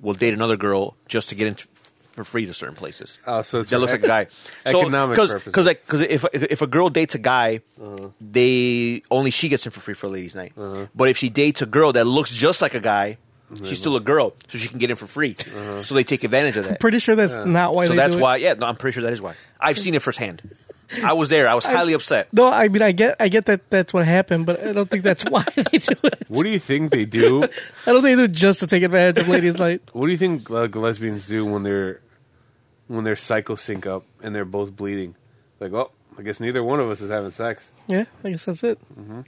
D: will date another girl just to get into for free to certain places.
C: Oh, so it's
D: that
C: for
D: looks
C: ec-
D: like a guy.
C: economic
D: because
C: purposes.
D: because like because if if a girl dates a guy,
B: Uh-huh.
D: they only she gets in for free for ladies' night. But if she dates a girl that looks just like a guy, she's still a girl, so she can get in for free.
B: Uh-huh.
D: So they take advantage of that.
B: Pretty sure that's not why.
D: so
B: they
D: that's
B: do it.
D: why. Yeah, no, I'm pretty sure that is why. I've seen it firsthand. I was there. I was highly upset.
B: No, [laughs] I mean I get I get that that's what happened, but I don't think that's why [laughs] they do it.
C: What do you think they do?
B: I don't think they do it just to take advantage of ladies' night.
C: What do you think like, lesbians do when they're when their cycle sync up and they're both bleeding? Like, well, I guess neither one of us is having sex.
B: Yeah, I guess that's it.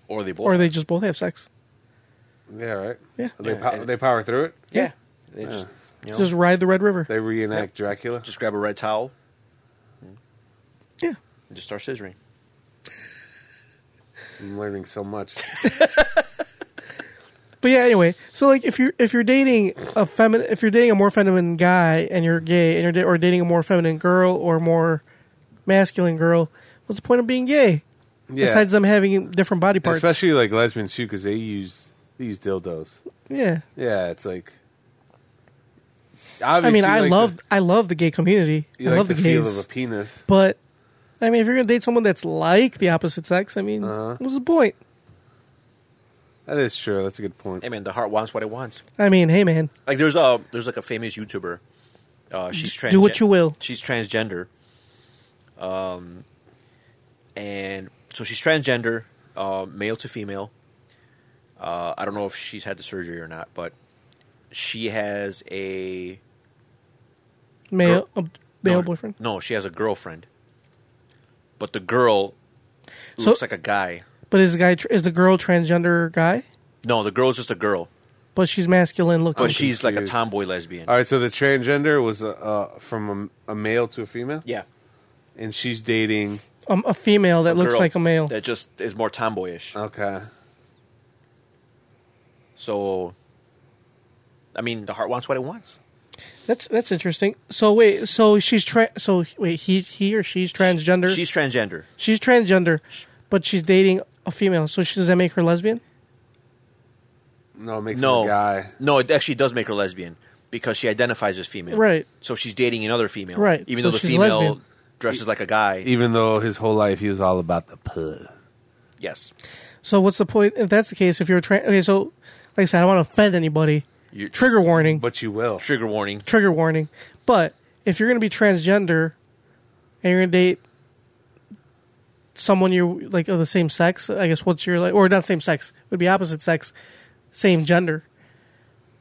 D: Or they both.
B: Or they just both have sex.
C: Yeah, right.
B: Yeah.
C: They
D: Yeah.
C: pow- they power through it.
D: yeah. They just, you know,
B: Just ride the Red River.
C: They reenact Dracula.
D: just grab a red towel
B: Yeah.
D: and just start scissoring.
C: I'm learning so much.
B: But yeah, anyway, so like if you're if you're dating a feminine, if you're dating a more feminine guy and you're gay, and you're da- or dating a more feminine girl or more masculine girl, what's the point of being gay?
C: Yeah.
B: Besides them having different body
C: And
B: parts,
C: especially like lesbians too, because they use they use dildos.
B: yeah.
C: Yeah, it's like.
B: I mean,
C: obviously,
B: I
C: like,
B: love
C: the,
B: I love the gay community.
C: you
B: I
C: like
B: love
C: the,
B: the,
C: feel
B: gays,
C: of a penis.
B: but I mean, if you're gonna date someone that's like the opposite sex, I mean,
C: Uh-huh.
B: what's the point?
C: That is true. That's a good point.
D: Hey man, the heart wants what it wants.
B: I mean, hey man,
D: Like there's a there's like a famous YouTuber. Uh, she's transgen-
B: do what you will.
D: She's transgender. Um, and so she's transgender, uh, male to female. Uh, I don't know if she's had the surgery or not, but she has a
B: male
D: Girl-
B: uh, male
D: no,
B: boyfriend.
D: No, she has a girlfriend, but the girl
B: So-
D: looks like a guy.
B: But is the guy tr- is the girl transgender guy?
D: No, the girl's just a girl,
B: But she's masculine looking.
D: but she's like a
C: confused.
D: tomboy lesbian.
C: All right, so the transgender was uh, uh, from a, a male to a female,
D: Yeah,
C: and she's dating.
B: um, a female that looks
D: girl
B: like a male.
D: that just is more tomboyish.
C: Okay,
D: So, I mean, the heart wants what it wants.
B: That's that's interesting. So wait, so she's tra- so wait, he he or she's transgender.
D: She's transgender.
B: she's transgender, but she's dating a female. So she, does that make her lesbian?
C: no, it makes
D: No,
C: it a guy.
D: no, it actually does make her lesbian because she identifies as female.
B: Right.
D: So she's dating another female.
B: Right.
D: Even
B: So
D: though the
B: she's
D: female
B: lesbian.
D: dresses like a guy.
C: Even though his whole life he was all about the pug.
D: Yes.
B: So what's the point if that's the case? If you're tra- okay, so like I said, I don't want to offend anybody.
D: You-
B: Trigger warning.
C: But you will.
D: Trigger warning.
B: trigger warning. But if you're going to be transgender and you're going to date someone you're like of the same sex, I guess what's your like or not same sex would be opposite sex, same gender.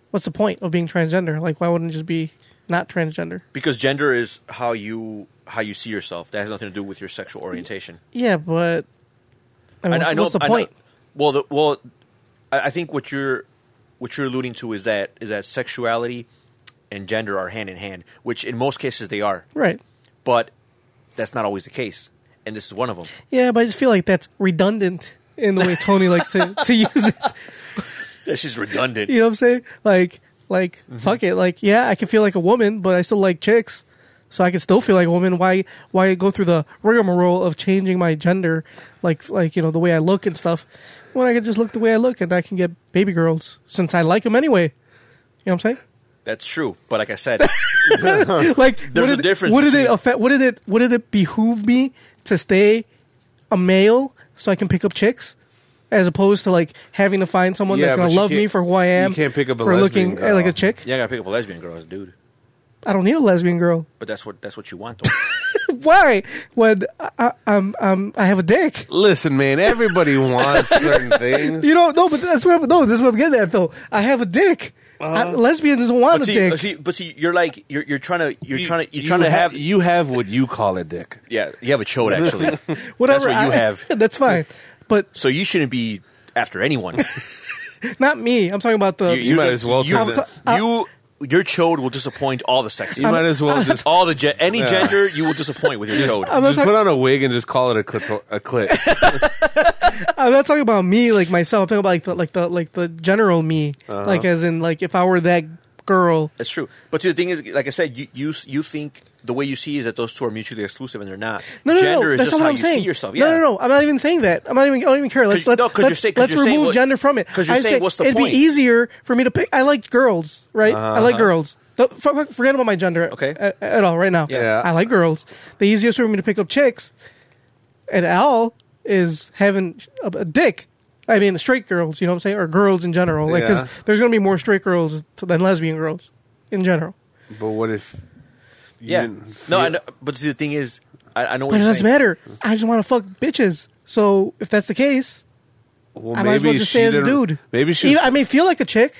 B: What's the point of being transgender? Like, why wouldn't it just be not transgender?
D: because gender is how you how you see yourself. That has nothing to do with your sexual orientation.
B: Yeah, but I, mean,
D: I,
B: what's,
D: I know
B: what's the
D: I know-
B: point?
D: well, the, well, I, I think what you're what you're alluding to is that is that sexuality and gender are hand in hand, which in most cases they are,
B: Right.
D: but that's not always the case. And this is one of them.
B: Yeah, but I just feel like that's redundant in the way Tony likes to, to use it.
D: This is redundant.
B: You know what I'm saying? Like, like
C: Mm-hmm.
B: fuck it. Like, yeah, I can feel like a woman, but I still like chicks, so I can still feel like a woman. Why, why go through the rigmarole of changing my gender, like, like you know the way I look and stuff, when I can just look the way I look and I can get baby girls since I like them anyway. You know what I'm
D: That's true. But like I said,
B: [laughs] saying? [laughs] Like, would
D: There's a
B: it,
D: difference
B: What did it
D: between-
B: affect? What did it? What did it behoove me to stay a male so I can pick up chicks? As opposed to like having to find someone
C: Yeah,
B: that's
C: but
B: gonna
C: you
B: love me
C: can't-
B: for who I am.
C: you can't pick up a
B: for looking
C: lesbian
B: at, like a
C: girl.
B: chick.
D: yeah, I gotta pick up a lesbian girl as a dude.
B: I don't need a lesbian girl.
D: But that's what that's what you want. Though.
B: Why? When I, I, I'm, I'm, I have a dick.
C: Listen, man, everybody wants [laughs] certain things.
B: You don't know, but that's what I'm, no. This is what I'm getting at, though. I have a dick. I, lesbian doesn't want
D: Uh-huh.
B: a
D: but, see,
B: dick.
D: but see, but see, you're like you're you're trying to you're trying to you're
C: You
D: trying to
C: ha-
D: have
C: you have what you call a dick.
D: yeah you have a chode
C: [laughs]
D: actually.
B: Whatever
D: that's what you
B: I-
D: have.
B: [laughs] That's fine, but
D: so you shouldn't be after anyone.
B: not me. I'm talking about the.
C: You- might as well
D: You,
C: turn
D: you,
C: the-
D: you- your chode will disappoint all the sexes.
C: You might as well
B: [laughs]
C: just
D: [laughs] all the gen- any
C: Yeah.
D: gender you will disappoint with your chode.
B: I'm not
C: just
B: talk-
C: put on a wig and just call it a clit. A clit.
B: [laughs] I'm not talking about me, like myself. I'm talking about like the, like the, like the general me,
D: Uh-huh.
B: like as in like if I were that girl.
D: That's true. But see, the thing is, like I said, you, you you think the way you see is that those two are mutually exclusive, and they're not.
B: No, no,
D: gender
B: no.
D: is
B: That's not
D: just how
B: what I'm
D: you
B: saying.
D: see yourself.
B: No,
D: Yeah.
B: no, no. I'm not even saying that. I'm not even. I don't even care. Let's
D: 'Cause-
B: let's
D: no, 'cause you're
B: let's,
D: saying- 'cause
B: let's
D: you're
B: remove
D: saying what-
B: gender from it.
D: 'cause you're
B: I
D: saying,
B: said
D: what's the
B: it'd
D: point? Uh-huh.
B: be easier for me to pick. I like girls, right? I like girls. Don't- f- f- forget about my gender.
D: Okay.
B: At, at all, right now.
C: Yeah.
B: I like girls. The easiest for me to pick up chicks at all is having a, a dick. I mean, straight girls. You know what I'm saying? Or girls in general. Like, because
C: Yeah.
B: there's gonna be more straight girls than lesbian girls in general.
C: But what if? you
D: Yeah.
C: didn't
D: No, I
C: feel-
D: know, but see, the thing is, I, I know.
B: But
D: what
B: it
D: you're
B: doesn't
D: saying.
B: matter. I just want to fuck bitches. So if that's the case,
C: Well,
B: I might as well just
C: she
B: stay as a
C: didn't-
B: dude.
C: Maybe she.
B: Even-
C: was-
B: I may feel like a chick.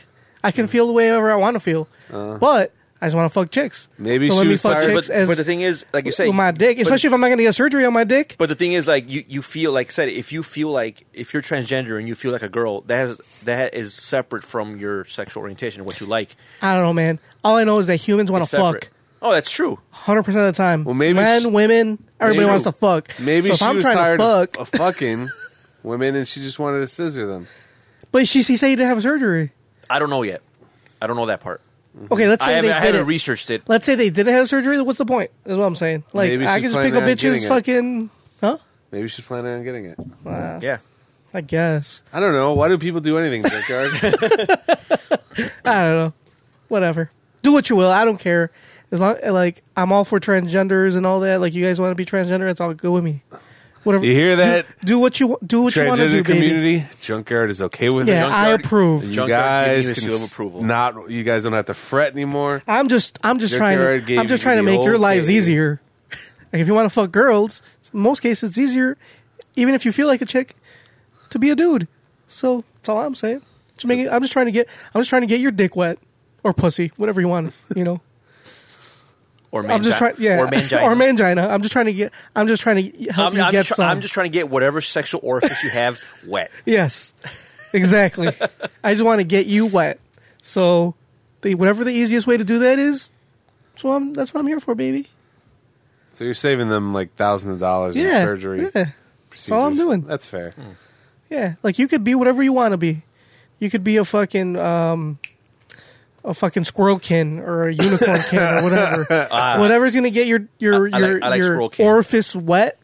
B: I can feel the way ever I want to feel, but I just want to fuck chicks.
C: Uh. Maybe
B: so let
C: she
B: me
C: was
B: fuck
C: tired,
B: chicks
D: But,
B: as
D: but the thing is, like you say,
B: with my dick,
D: but-
B: especially if I'm not going to get surgery on my dick.
D: But the thing is, like you, you feel like I said, if you feel like if you're transgender and you feel like a girl, that has, that is separate from your sexual orientation, what you like.
B: I don't know, man. All I know is that humans want
D: It's
B: to fuck
D: separate. Oh, that's true.
B: 100 percent of the time. Well,
C: maybe
B: men,
C: she-
B: women, everybody
C: Maybe-
B: wants to fuck.
C: Maybe
B: so if
C: she
B: I'm
C: was
B: trying
C: tired
B: to
C: of-
B: fuck,
C: of
B: [laughs]
C: fucking women, and she just wanted to scissor them.
B: but she, she said you didn't have surgery.
D: I don't know yet. I don't know that part.
C: Mm-hmm.
B: Okay, let's
D: I
B: say
D: haven't,
B: they
D: I
B: did
D: haven't
B: it.
D: researched it.
B: let's say they didn't have surgery. What's the point? That's what I'm saying. Like
C: Maybe
B: I can
C: she's
B: just pick
C: planning
B: up
C: on getting
B: bitches,
C: it.
B: fucking, huh?
C: Maybe she's planning on getting it.
D: Yeah,
B: I guess.
C: I don't know. Why do people do
B: [laughs]
C: anything, Junkyard?
B: I don't know. Whatever. Do what you will. I don't care. As long like I'm all for transgenders and all that. Like you guys want to be transgender, that's all good with me. Whatever.
C: You hear
B: Do-
C: that?
B: Do, what you wa- do what you want to do,
C: Transgender
B: baby.
C: community, Junkyard is okay with
B: Yeah,
C: it.
B: I approve.
C: You
D: Junkyard
C: guys
D: gave you the
C: can
D: seal of
C: s-
D: approval.
C: Not you guys don't have to fret anymore.
B: I'm just I'm just
C: Your
B: trying
C: carrot
B: to
C: gave
B: I'm just
C: you
B: trying to
C: the
B: make your
C: old
B: lives
C: baby.
B: easier. [laughs] like if you want to fuck girls, in most cases it's easier, even if you feel like a chick, to be a dude. So that's all I'm saying. Just make it, I'm just trying to get I'm just trying to get your dick wet or pussy, whatever you want. You know.
D: or mangina.
B: I'm just trying, yeah,
D: or mangina.
B: [laughs] or mangina. I'm just trying to get. I'm just trying to help
D: [laughs] I'm,
B: you
D: I'm
B: get
D: tr-
B: some.
D: I'm just trying to get whatever sexual orifice
B: [laughs]
D: you have wet.
B: yes, [laughs] exactly. I just want to get you wet. So, the, whatever the easiest way to do that is, so I'm, that's what I'm here for, baby.
C: So you're saving them like thousands of dollars in
B: Yeah,
C: surgery.
B: yeah. That's all I'm
C: procedures.
B: doing.
C: That's fair.
B: Yeah, like you could be whatever you want to be. You could be a fucking um, a fucking squirrel kin or a unicorn kin or
D: [laughs]
B: whatever. Whatever's gonna get your your
D: Ah. I- I like-
B: your,
D: I like
B: your
D: squirrel kin.
B: orifice wet.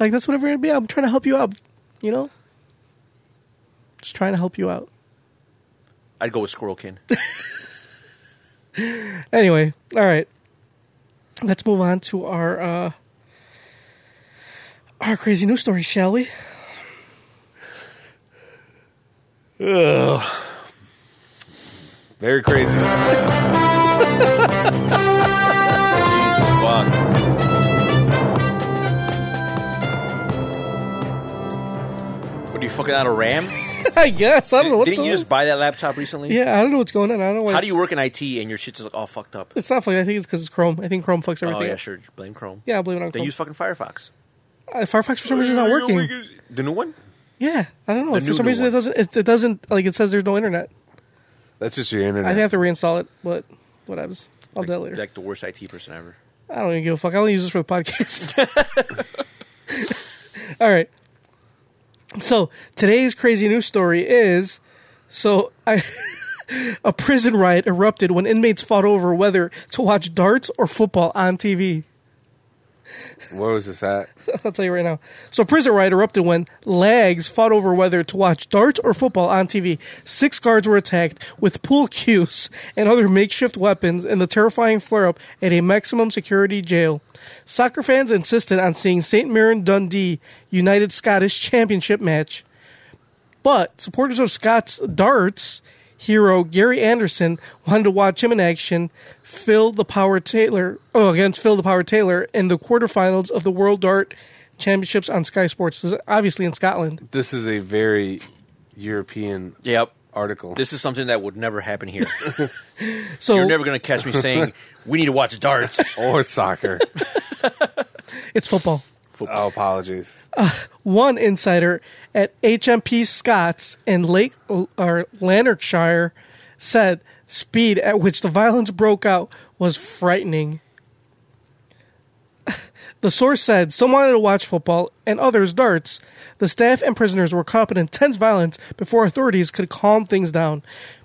B: Like that's whatever gonna be. I'm trying to help you out. You know, just trying to help you out.
D: I'd go with squirrelkin.
B: [laughs] Anyway, all right. Let's move on to our uh, our crazy news story, shall we? [laughs]
C: Very crazy.
D: Fuck. working out of RAM?
B: I guess I don't know [laughs] what.
D: Didn't
B: the-
D: you just buy that laptop recently?
B: yeah, I don't know what's going on. I don't know. Why
D: How
B: it's-
D: do you work in IT and your shit's just all fucked up?
B: It's not funny. I think it's because it's Chrome. I think Chrome fucks
D: Oh
B: everything.
D: yeah,
B: up.
D: sure. Blame Chrome.
B: Yeah, I blame it on
D: They
B: Chrome.
D: use fucking Firefox. Oh,
B: Uh, Firefox for some reason is not working.
D: The new one?
B: Yeah, I don't know.
D: The
B: for
D: new,
B: some
D: new
B: reason
D: one.
B: it doesn't. It, it doesn't like it says there's no internet.
C: That's just your internet.
B: I have to reinstall it, but whatever. I'll do that later.
D: Like the worst IT person ever.
B: I don't even give a fuck. I only use this for the podcast. [laughs] All right. So today's crazy news story is so I [laughs] a prison riot erupted when inmates fought over whether to watch darts or football on TV.
C: Where was this at?
B: [laughs] I'll tell you right now. So, prison riot erupted when lags fought over whether to watch darts or football on TV. Six guards were attacked with pool [laughs] cues and other makeshift weapons in the terrifying flare up at a maximum security jail. Soccer fans insisted on seeing St. Mirren Dundee United Scottish Championship match. But supporters of Scott's darts hero Gary Anderson wanted to watch him in action. Phil the Power Taylor, oh, against Phil the Power Taylor in the quarterfinals of the World Dart Championships on Sky Sports, This is obviously in Scotland.
C: This is a very European
D: Yep.
C: article.
D: This is something that would never
B: [laughs]
D: happen here.
B: So
D: You're never gonna catch
B: [laughs]
D: me saying we need to watch darts.
C: or
D: [laughs]
C: soccer.
B: it's football.
C: oh, apologies.
B: One insider at HMP Scots in Lake or Lanarkshire said speed at which the violence broke out was frightening. [laughs] The source said some wanted to watch football and others darts. The staff and prisoners were caught up in intense violence before authorities could calm things down.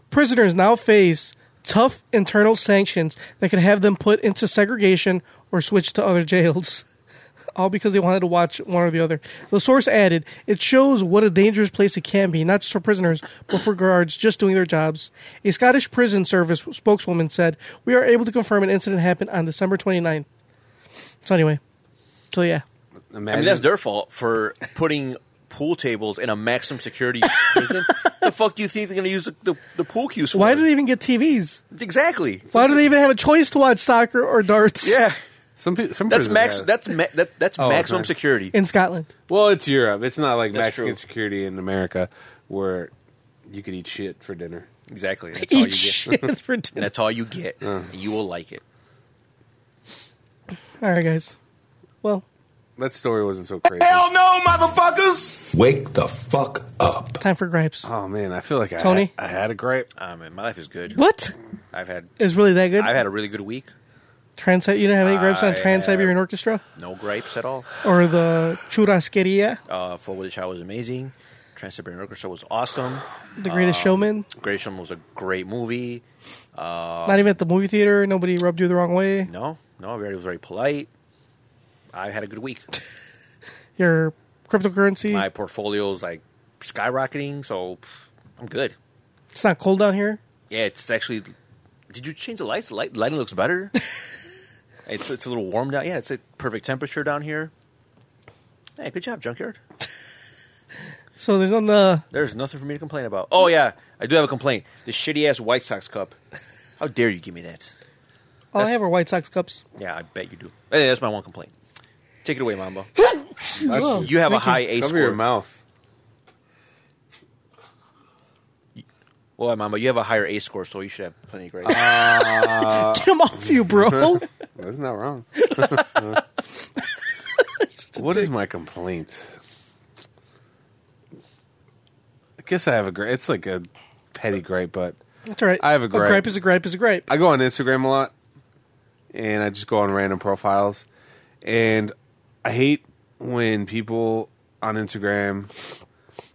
B: Prisoners now face tough internal sanctions that could have them put into segregation or switched to other jails. [laughs] All because they wanted to watch one or the other. The source added, It shows what a dangerous place it can be, not just for prisoners, but for guards just doing their jobs. A Scottish prison service spokeswoman said, We are able to confirm an incident happened on December 29th. So, anyway. So yeah,
D: I
C: Imagine,
D: mean, that's their fault for putting pool tables in a
B: [laughs]
D: maximum security prison. the fuck do you think they're going to use the, the, the pool cues for?
B: why do they even get TVs?
D: Exactly.
B: Why do they even have a choice to watch soccer or darts?
D: Yeah.
C: some pe- some
D: That's
C: prisons
D: max.
C: have it.
D: That's ma- that, that's
C: Oh,
D: maximum
C: okay.
D: security.
B: in Scotland.
C: well, it's Europe. It's not like
D: That's
C: Mexican
D: true.
C: security in America where you could eat shit for dinner.
B: [laughs]
D: Exactly. That's all you
B: Eat
D: get.
B: shit for dinner.
D: That's all you get. And You will like it.
B: All right, guys. Well,
C: That story wasn't so crazy.
A: no, motherfuckers! Wake the fuck up.
B: time for gripes.
D: Uh,
C: Oh man, I feel like I
B: Tony?
C: had, I had a gripe.
D: Um, and my life is good.
B: What
D: I've had
B: is really that good?
D: I've had a really good week.
B: Trans. You didn't have any gripes on
D: I
B: Trans Siberian Orchestra
D: No gripes at all.
B: or the Churrasqueria,
C: Oh.
D: Uh, Four Wheel Child was amazing. Trans Siberian Orchestra was awesome.
B: The Greatest
C: Oh.
B: Showman.
D: Great Showman was a great movie.
C: Oh.
B: Not even at the movie theater. Nobody rubbed you the wrong way.
D: No, no, everybody was very polite. I had a good week.
B: Your cryptocurrency.
D: My portfolio's like skyrocketing, so pff, I'm good.
B: It's not cold down here.
D: Yeah, it's actually. Did you change the lights? The light, lighting looks better. it's it's a little warm down. Yeah, it's a perfect temperature down here. Hey, good job, junkyard.
B: So there's uh, oh, on the.
D: There's nothing for me to complain about. Oh yeah, I do have a complaint. The shitty ass White Sox cup. How dare you give me that?
B: All I have are White Sox cups.
D: Yeah, I bet you do. Hey, that's my one complaint. Take it away, Mambo.
C: That's-
D: You have a high A
C: cover
D: score.
C: your mouth.
D: Well, Mambo, you have a higher A score, so you should have plenty of grades.
C: Uh-huh. Uh.
B: [laughs] Get them off you,
C: [laughs]
B: bro.
C: That's not
D: [laughs]
C: wrong. [laughs] what is my complaint? I guess I have a gripe. It's like a petty gripe, but
B: That's all right.
C: I have a gripe.
B: A gripe is a gripe is a gripe.
C: I go on Instagram a lot, and I just go on random profiles, and I hate when people on Instagram,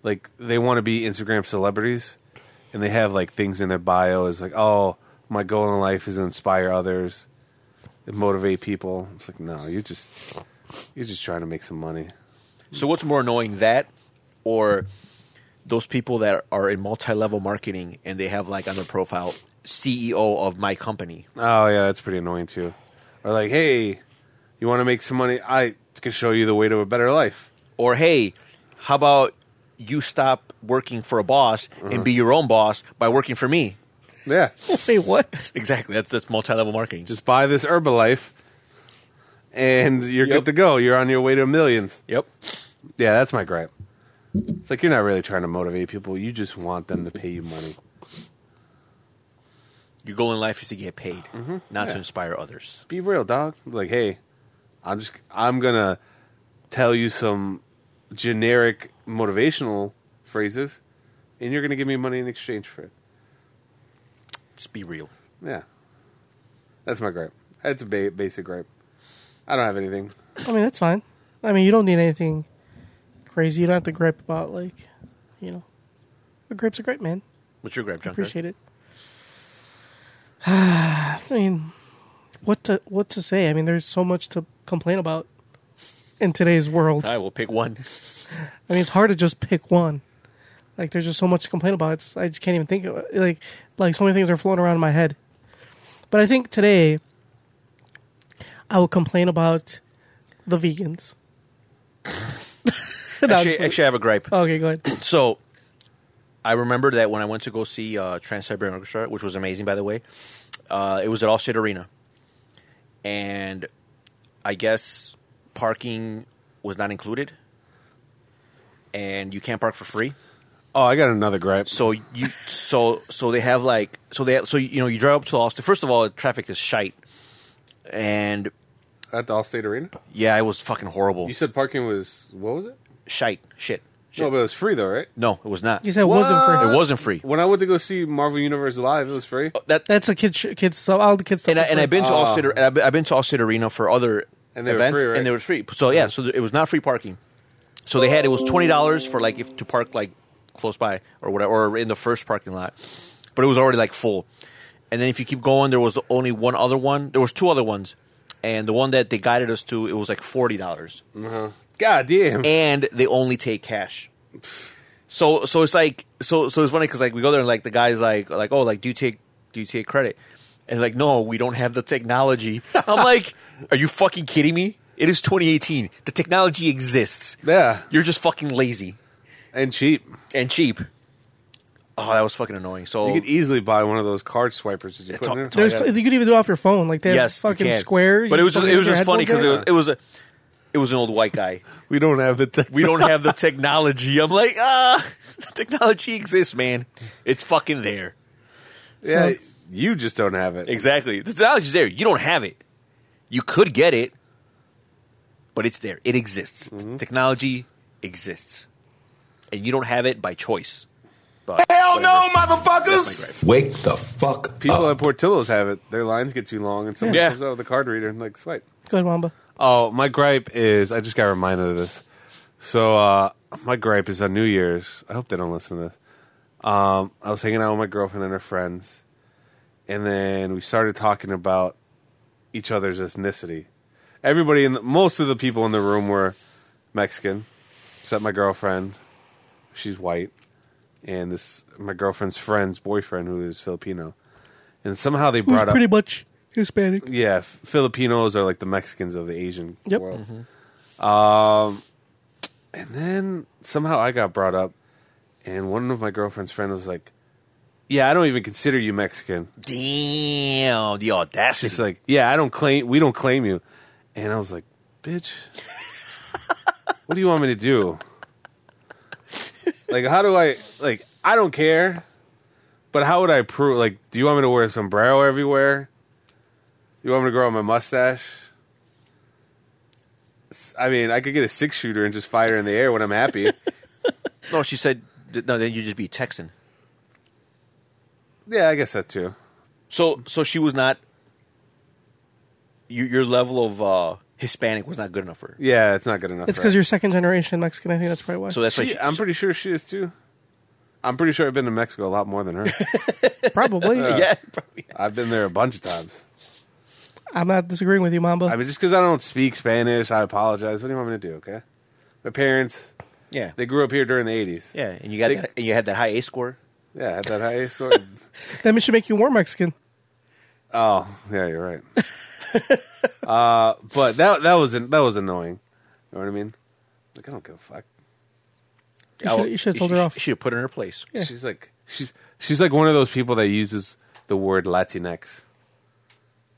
C: like they want to be Instagram celebrities, and they have like things in their bio is like, oh, my goal in life is to inspire others, and motivate people. It's like, no, you're just you're just trying to make some money.
D: So what's more annoying, that or those people that are in multi-level marketing and they have like on their profile CEO of my company?
C: Oh yeah, that's pretty annoying too. Or like, hey, you want to make some money? I can show you the way to a better life.
D: Or hey, how about you stop working for a boss and be your own boss by working for me?
C: Yeah.
B: [laughs] Wait, what?
D: [laughs] Exactly. That's that's multi-level marketing.
C: just buy this Herbalife, and you're
D: Yep.
C: good to go. You're on your way to millions.
D: yep.
C: Yeah, that's my gripe. It's like you're not really trying to motivate people. You just want them to pay you money.
D: Your goal in life is to get paid, not to inspire others.
C: Be real, dog. Like, hey, I'm just I'm gonna tell you some generic motivational phrases, and you're gonna give me money in exchange for it.
D: Just be real.
C: Yeah, that's my gripe. That's a ba- basic gripe. I don't have anything.
B: I mean, that's fine. I mean, you don't need anything crazy. You don't have to gripe about like, you know, a gripe's a gripe, man.
D: What's your grab, Junker?
B: Appreciate it. [sighs] I mean, what to what to say? I mean, there's so much to complain about in today's world.
D: I will pick [laughs] one.
B: I mean, it's hard to just pick one. Like, there's just so much to complain about. It's, I just can't even think of it. Like, like so many things are floating around in my head. But I think today, I will complain about the vegans. [laughs] No, I'm
D: Actually,
B: just-
D: actually, I have a gripe.
B: okay, go ahead.
D: So I remember that when I went to go see uh, Trans Siberian Orchestra, which was amazing, by the way, uh, it was at All State Arena. And I guess parking was not included. And you can't park for free.
C: Oh, I got another gripe.
D: So you so so they have like so they so you know you drive up to Austin. First of all, the traffic is shite, and
C: At the Allstate Arena,
D: yeah, it was fucking horrible.
C: you said parking was what was it?
D: Shite, shit, shit.
C: No, but it was free though, right?
D: No, it was not.
B: You said it wasn't free.
D: it wasn't free.
C: When I went to go see Marvel Universe live, it was free.
D: That
B: That's a kid, sh- kids stuff. All the kids stuff.
D: and I,
B: is
D: and
B: free.
D: I've been to All State, and I've, been- I've been to All State Arena for other
C: And they were
D: events,
C: free, right?
D: and they were free. So yeah, so th- it was not free parking. So they had it was twenty dollars for like if to park like close by or whatever, or in the first parking lot, but it was already like full. And then if you keep going, there was only one other one. There was two other ones, and the one that they guided us to, it was like forty dollars,
C: God damn.
D: and they only take cash. So so it's like so so it's funny because like we go there and like the guy's like like oh like do you take do you take credit and like no we don't have
B: [laughs]
D: the technology I'm like are you fucking kidding me it is 2018 the technology exists
C: Yeah,
D: you're just fucking lazy
C: and cheap.
D: and cheap oh that was fucking annoying so
C: You could easily buy one of those card swipers that you
D: It's
C: put in there.
D: all-
B: There's,
D: Oh, yeah.
B: You could even do it off your phone. Like they have
D: yes you
B: fucking
D: can.
B: square.
D: but
B: You
D: it was
B: can
D: just,
B: fucking
D: it was
B: put your
D: just funny
B: headphones
D: because it
B: in.
D: was it was a it was an old white guy
C: We don't have it.
D: we don't have the technology I'm like ah the technology exists man it's fucking there.
C: yeah, you just don't have it.
D: Exactly. The knowledge is there. You don't have it. You could get it, but it's there. It exists. Technology exists. And you don't have it by choice. But Hell no, motherfuckers!
A: Wake the fuck
C: People at Portillo's have it. Their lines get too long, and someone
D: Oh. Yeah.
C: comes out with a card reader and like swipe.
B: Go ahead, Wamba.
C: Oh, my gripe is I just got reminded of this. So uh, my gripe is on New Year's. I hope they don't listen to this. Um, I was hanging out with my girlfriend and her friends, and then we started talking about each other's ethnicity. Everybody in the, most of the people in the room were Mexican, except my girlfriend. She's white, and this my girlfriend's friend's boyfriend who is Filipino. And somehow they
B: Who's
C: brought up
B: pretty much Hispanic.
C: yeah, F- Filipinos are like the Mexicans of the Asian
B: Yep.
C: world. Um, and then somehow I got brought up, and one of my girlfriend's friend was like, "Yeah, I don't even consider you Mexican."
D: Damn, the audacity.
C: She's like, "Yeah, I don't claim. We don't claim you." And I was like, "Bitch, what do you want me to do? Like, how do I like? I don't care, but how would I prove? Like, do you want me to wear a sombrero everywhere? You want me to grow out my mustache?" S- I mean, I could get a six shooter and just fire in the air when I'm
D: [laughs]
C: happy.
D: no, she said, no, then you'd just be Texan.
C: yeah, I guess that too.
D: So, so she was not, your, your level of uh, Hispanic was not good enough for her.
C: Yeah, it's not good enough.
B: It's
C: for
B: because
C: her.
B: you're second generation Mexican. I think that's probably why.
D: So that's why
C: She-
D: she, [laughs]
C: I'm pretty sure she is too. I'm pretty sure I've been to Mexico a lot more than her.
B: [laughs] probably.
D: [laughs] yeah, probably.
C: I've been there a bunch of times.
B: I'm not disagreeing with you, Mamba.
C: I mean, just because I don't speak Spanish, I apologize. What do you want me to do? Okay, my parents
D: Yeah.
C: they grew up here during the eighties.
D: yeah, and you got
C: They-
D: that, and you had that high A score.
C: yeah, at that high. So,
B: that should make you more Mexican.
C: oh, [laughs] yeah, you're right. uh, but that that was that was annoying. You know what I mean? Like I don't give a fuck.
B: You should- you should have told her off.
D: She Oh, should have put her in her place.
C: She's like she's she's like one of those people that uses the word Latinx.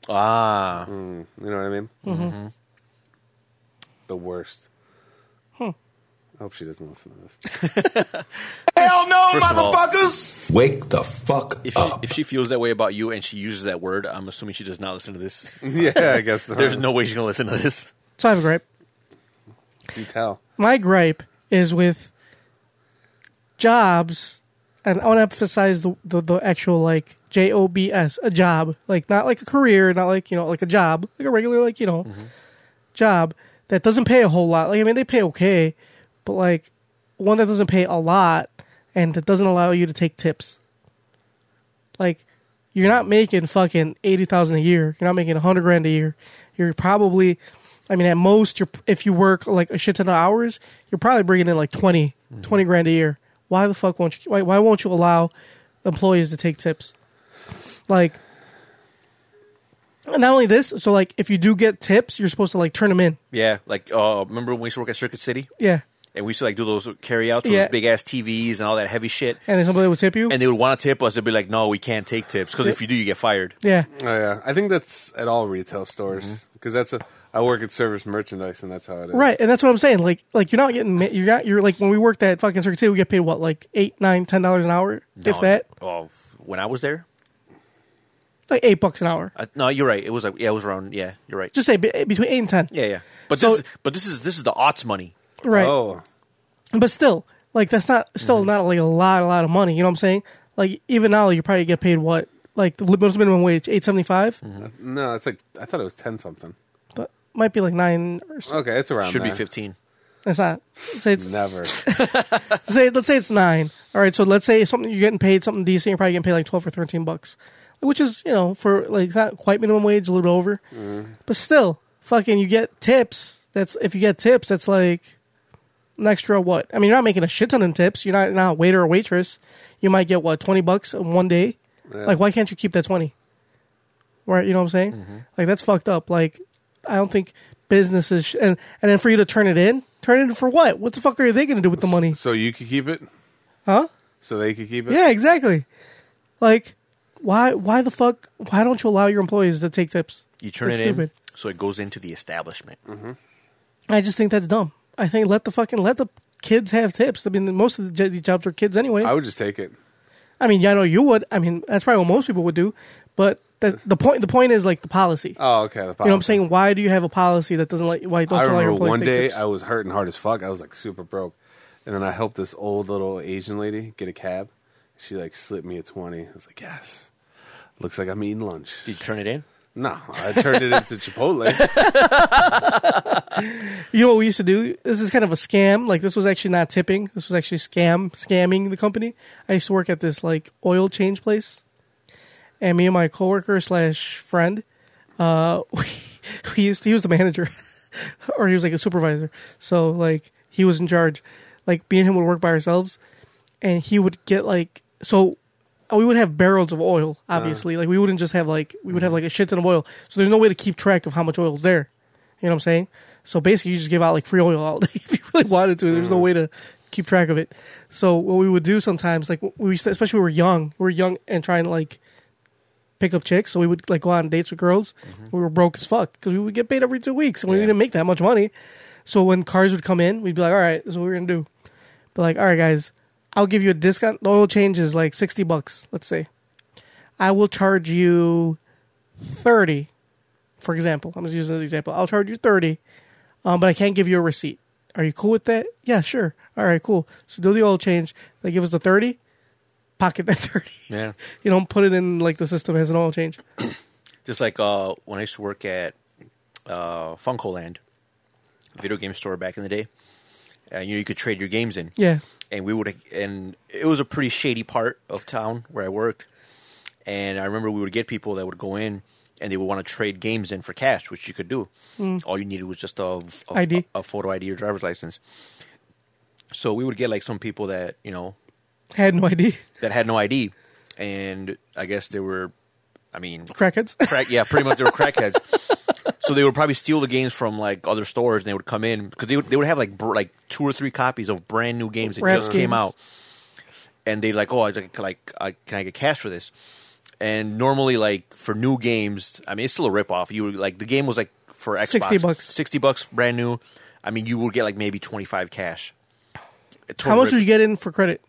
D: Ah,
C: You know what I mean? Mm-hmm. The worst. I hope she doesn't listen to this. [laughs]
A: Hell no,
C: First of all-
A: motherfuckers! Wake the fuck
D: If she, if she feels that way about you and she uses that word, I'm assuming she does not listen to this.
C: yeah, I guess not.
D: There's no way she's gonna listen to this.
B: So I have a gripe.
C: You tell.
B: My gripe is with jobs, and I want to emphasize the, the, the actual like J O B S, a job, like not like a career, not like you know, like a job, like a regular like you know, job that doesn't pay a whole lot. Like I mean, they pay okay, but like one that doesn't pay a lot and that doesn't allow you to take tips. Like you're not making fucking eighty thousand a year. You're not making hundred grand a year. You're probably, I mean, at most, you're if you work like a shit ton of hours, you're probably bringing in like 20, 20 grand a year. Why the fuck won't you? Why, why won't you allow employees to take tips? Like, not only this, so like if you do get tips, you're supposed to like turn them in.
D: Yeah, like uh, remember when we used to work at Circuit City
B: Yeah,
D: and we used to like do those carry outs
B: Yeah.
D: those big ass TVs and all that heavy shit.
B: and then somebody will tip you.
D: And they would want to tip us. They'd be like, "No, we can't take tips because if you do, you get fired."
B: yeah,
C: Oh yeah, I think that's at all retail stores because that's a. I work at service merchandise, and that's how it is.
B: Mm-hmm. Right, and that's what I'm saying. Like, like you're not getting ma- you're not you're like when we worked at fucking Circuit City, we get paid what like eight, nine, ten dollars an hour,
D: No,
B: if that,
D: Oh, when I was there,
B: like eight bucks an hour.
D: I, no, you're right. It was like yeah, it was around. Yeah, you're right.
B: Just say be- between eight and ten.
D: yeah, yeah. But
B: So-
D: this, is, but this is this is the aughts money.
B: right.
C: Oh,
B: But still, like that's not still
D: Mm-hmm.
B: not like a lot, a lot of money. You know what I'm saying? Like even now, you probably get paid what like the li- most minimum wage eight seventy five,
D: Mm-hmm.
C: no, it's like I thought it was ten something.
B: but might be like nine or so.
C: Okay, it's around.
D: Should be
B: Uh-huh.
C: there.
D: fifteen.
B: It's not. Say it's [laughs]
C: Never.
B: say let's say it's nine. All right, so let's say something you're getting paid something decent. You're probably getting paid like twelve or thirteen bucks, which is you know for like it's not quite minimum wage, a little over, but still, fucking, you get tips. That's if you get tips, that's like an extra what? I mean, you're not making a shit ton of tips. You're not you're not a waiter or waitress. You might get what twenty bucks in one day. Like, why can't you keep that twenty? Right, you know what I'm saying? Like that's fucked up. Like, I don't think businesses sh- and and then for you to turn it in, turn it in for what? What the fuck are they going to do with the money?
C: so you could keep it.
B: Huh?
C: So they could keep it.
B: [laughs] Yeah, exactly. Like, why? Why the fuck? Why don't you allow your employees to take tips?
D: You turn
B: They're
D: it
B: stupid.
D: in, so it goes into the establishment.
B: I just think that's dumb. I think let the fucking let the kids have tips. I mean, most of the j- these jobs are kids anyway.
C: I would just take it.
B: I mean, yeah, I know you would. I mean, that's probably what most people would do. But that, the point the point is like the policy.
C: Oh, okay.
B: you
C: The
B: know what I'm saying? Why do you have a policy that doesn't like? Why don't
C: I
B: you allow your
C: remember
B: employees
C: one
B: to take
C: day
B: tips?
C: I was hurting hard as fuck. I was like super broke, and then I helped this old little Asian lady get a cab. She like slipped me a twenty. I was like, yes. Looks like I'm eating lunch.
D: Did you turn it in?
C: No, I turned it
B: [laughs]
C: into Chipotle.
B: You know what we used to do? This is kind of a scam. Like this was actually not tipping. This was actually scam scamming the company. I used to work at this like oil change place, and me and my coworker slash friend, uh, [laughs] we, we used he was the manager, [laughs] or he was like a supervisor. So like he was in charge. Like me and him would work by ourselves, and he would get like so. uh, We would have barrels of oil, obviously. Like we wouldn't just have like we would have like a shit ton of oil. So there's no way to keep track of how much oil's there. You know what I'm saying? So basically, you just give out [laughs] like free oil all day if you really wanted to. There's no way to keep track of it. So what we would do sometimes, like we, especially when we were young, we were young and trying to like pick up chicks. So we would like go on dates with girls. We were broke as fuck because we would get paid every two weeks and we didn't make that much money. So when cars would come in, we'd be like, "All right, this is what we're gonna do." But like, all right, guys, I'll give you a discount. The oil change is like sixty bucks, let's say. I will charge you thirty, for example. I'm just using an example. I'll charge you thirty, um, but I can't give you a receipt. Are you cool with that? Yeah, sure. All right, cool. So do the oil change. They give us the thirty, pocket that [laughs] thirty.
D: Yeah.
B: You don't put it in like the system as an oil change.
D: Just like uh, when I used to work at uh, Funkoland, video game store back in the day, and you, know, you could trade your games in.
B: Yeah.
D: and we would and it was a pretty shady part of town where I worked. And I remember we would get people that would go in and they would want to trade games in for cash, which you could do.
B: Mm.
D: All you needed was just a, a
B: ID.
D: a, photo ID or driver's license. So we would get like some people that you know
B: Had no idea.
D: that had no ID, and I guess they were, I mean,
B: Crackheads.
D: crack. Yeah, pretty much they
B: [laughs]
D: were crackheads. so they would probably steal the games from like other stores, and they would come in because they would they would have like br- like two or three copies of brand new games that
B: Brand
D: just
B: new
D: came
B: games.
D: out, and they like, oh, I like, like I, can I get cash for this? And normally, like for new games, I mean, it's still a ripoff. You would, like the game was like for Xbox,
B: 60 bucks.
D: sixty bucks, brand new. I mean, you would get like maybe twenty five cash.
B: How much would you get in for credit?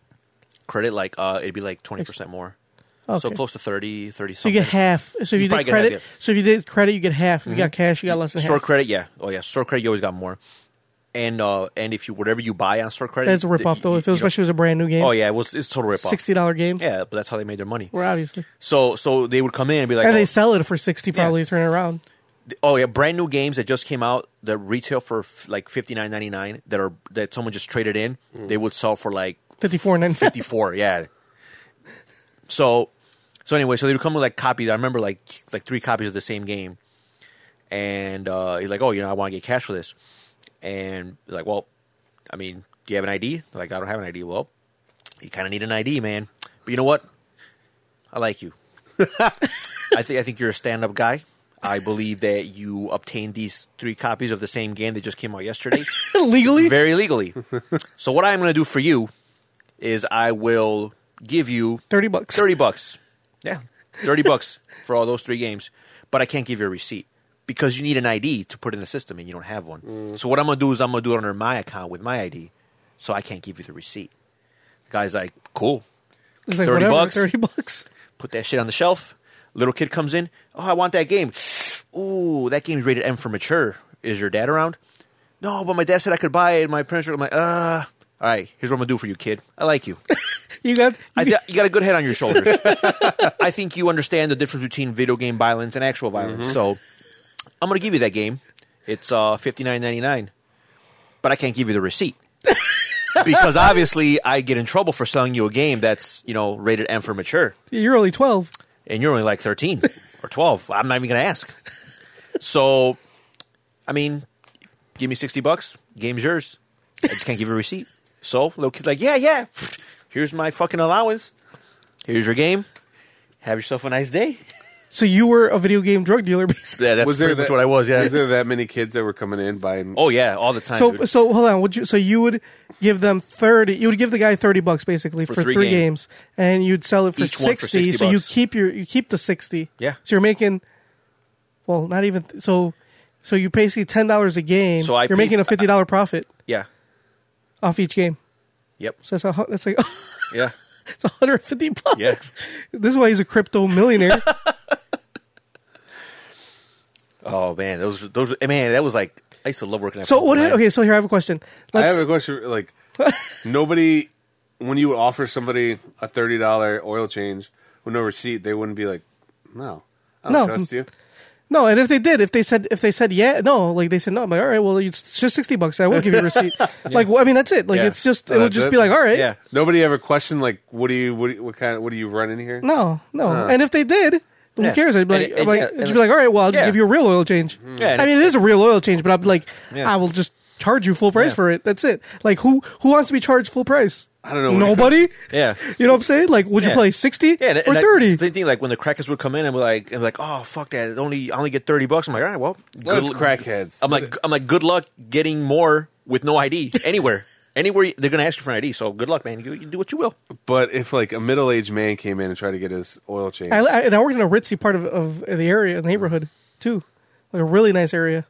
D: credit? Like uh, it'd be like twenty percent more. So
B: Okay.
D: close to 30, 30
B: So
D: something.
B: you get half. So if you,
D: You
B: did
D: probably get half,
B: credit,
D: yeah. Mm-hmm.
B: so if you did credit, you get half. If you got cash, you got less than
D: store
B: half.
D: credit, yeah. Oh yeah, store credit you always got more. And uh and if you whatever you buy on store credit,
B: That's a rip off
D: th-
B: though. If it was,
D: you know-
B: especially if it was a brand new game.
D: Oh yeah, it was it's a total rip off.
B: sixty dollar game.
D: Yeah, but that's how they made their money.
B: Well, obviously,
D: So so they would come in and be like,
B: and
D: oh,
B: they sell it for sixty. Probably turn it around.
D: th- oh yeah, brand new games that just came out that retail for f- like fifty nine ninety nine that are that someone just traded in, they would sell for like
B: Fifty four and then
D: fifty four. yeah. So so anyway, so they would come with like copies. I remember like like three copies of the same game, and uh, he's like, oh, you know, I want to get cash for this, and they're like, well, I mean, do you have an ID? They're like, I don't have an ID. Well, you kind of need an ID, man. But you know what? I like you. [laughs] I think I think you're a stand-up guy. I believe that you obtained these three copies of the same game that just came out yesterday,
B: [laughs] legally.
D: very legally. so what I'm going to do for you is I will give you
B: 30 bucks.
D: 30 bucks. Yeah. 30 bucks for all those three games, but I can't give you a receipt because you need an ID to put in the system and you don't have one. So what I'm going to do is I'm going to do it under my account with my ID, so I can't give you the receipt. The guy's like, "Cool.
B: It's like,
D: 30
B: whatever,
D: bucks.
B: Thirty bucks.
D: Put that shit on the shelf." Little kid comes in, "Oh, I want that game." "Ooh, that game's rated M for mature. Is your dad around?" "No, but my dad said I could buy it." My parents are I'm like, "Uh, all right, here's what I'm going to do for you, kid. I like you."
B: You got.
D: I th- you got a good head on your shoulders. [laughs] I think you understand the difference between video game violence and actual violence. So I'm going to give you that game. It's uh, fifty nine ninety nine, but I can't give you the receipt [laughs] because obviously I get in trouble for selling you a game that's you know rated M for mature,
B: you're only twelve.
D: and you're only like thirteen or twelve. I'm not even going to ask. So, I mean, give me sixty bucks. Game's yours. I just can't give you a receipt. So little kid's like, yeah, yeah. Here's my fucking allowance. Here's your game. Have yourself a nice day.
B: So you were a video game drug dealer, [laughs] basically.
D: Yeah, that's pretty much what I was. Yeah.
C: Was there that many kids that were coming in buying?
D: oh yeah, all the time.
B: So
D: dude.
B: so hold on. Would you? So you would give them thirty. You would give the guy thirty bucks basically for,
D: three
B: three
D: games.
B: games. and you'd sell it for,
D: Each
B: 60,
D: one for 60
B: So you
D: bucks.
B: keep your you keep the sixty.
D: Yeah.
B: So you're making. Well, not even so. So you pay basically ten dollars a game.
D: So I
B: you're
D: pay-
B: making a fifty dollar profit
D: yeah.
B: off each game.
D: Yep.
B: So that's a, hu- that's like [laughs]
D: Yeah.
B: it's 150 bucks.
D: Yeah.
B: This is why he's a crypto millionaire.
D: [laughs] Oh man, those those man, that was like I used to love working at
B: so what?
D: Pokemon.
B: Okay, so here I have a question.
C: I
B: Let's,
C: have a question. Like nobody, when you offer somebody a thirty dollar oil change with no receipt, they wouldn't be like, "No, I don't
B: No.
C: trust you."
B: No, and if they did, if they said if they said yeah, no, like they said no, I'm like all right, well it's just sixty bucks. I will give you a
D: [laughs]
B: receipt. Like well, I mean, that's it. Like
D: Yeah.
B: it's just it
C: Uh,
B: would just
C: that-
B: be like all right,
D: Yeah.
C: Nobody ever questioned like, "What do you? What, do you- what kind? Of, what do you run in here?"
B: No, no. And if they did, who
D: Uh-huh. Yeah.
B: cares? I'd be like,
D: And- and
B: I'm like
D: yeah,
B: I'd
D: and-
B: just be like all right, well I'll just
D: Yeah. Mm-hmm.
B: give you a real oil change.
D: Yeah, and
B: I mean, it is a real oil change, but I'd be like,
D: Yeah.
B: I will just charge you full price
D: Yeah.
B: for it. That's it. Like who who wants to be charged full price?
C: I don't know.
B: Nobody.
D: [laughs] Yeah.
B: You know what I'm saying? Like, would
D: Yeah.
B: you play sixty
D: Yeah, and, and
B: or
D: that-
B: thirty?
D: Same thing, like when the crackers would come in and be like, and be like, oh fuck that, it only I only get thirty bucks. I'm like, all right, well, good
C: Well, it's
D: lu-
C: crackheads.
D: I'm like, I'm like, good luck getting more with no ID
B: [laughs]
D: anywhere, anywhere you- they're gonna ask you for an ID. So good luck, man. You, you do what you will.
C: But if like a middle aged man came in and tried to get his oil change,
B: I, I, and I worked in a ritzy part of, of the area, the neighborhood too, like a really nice area.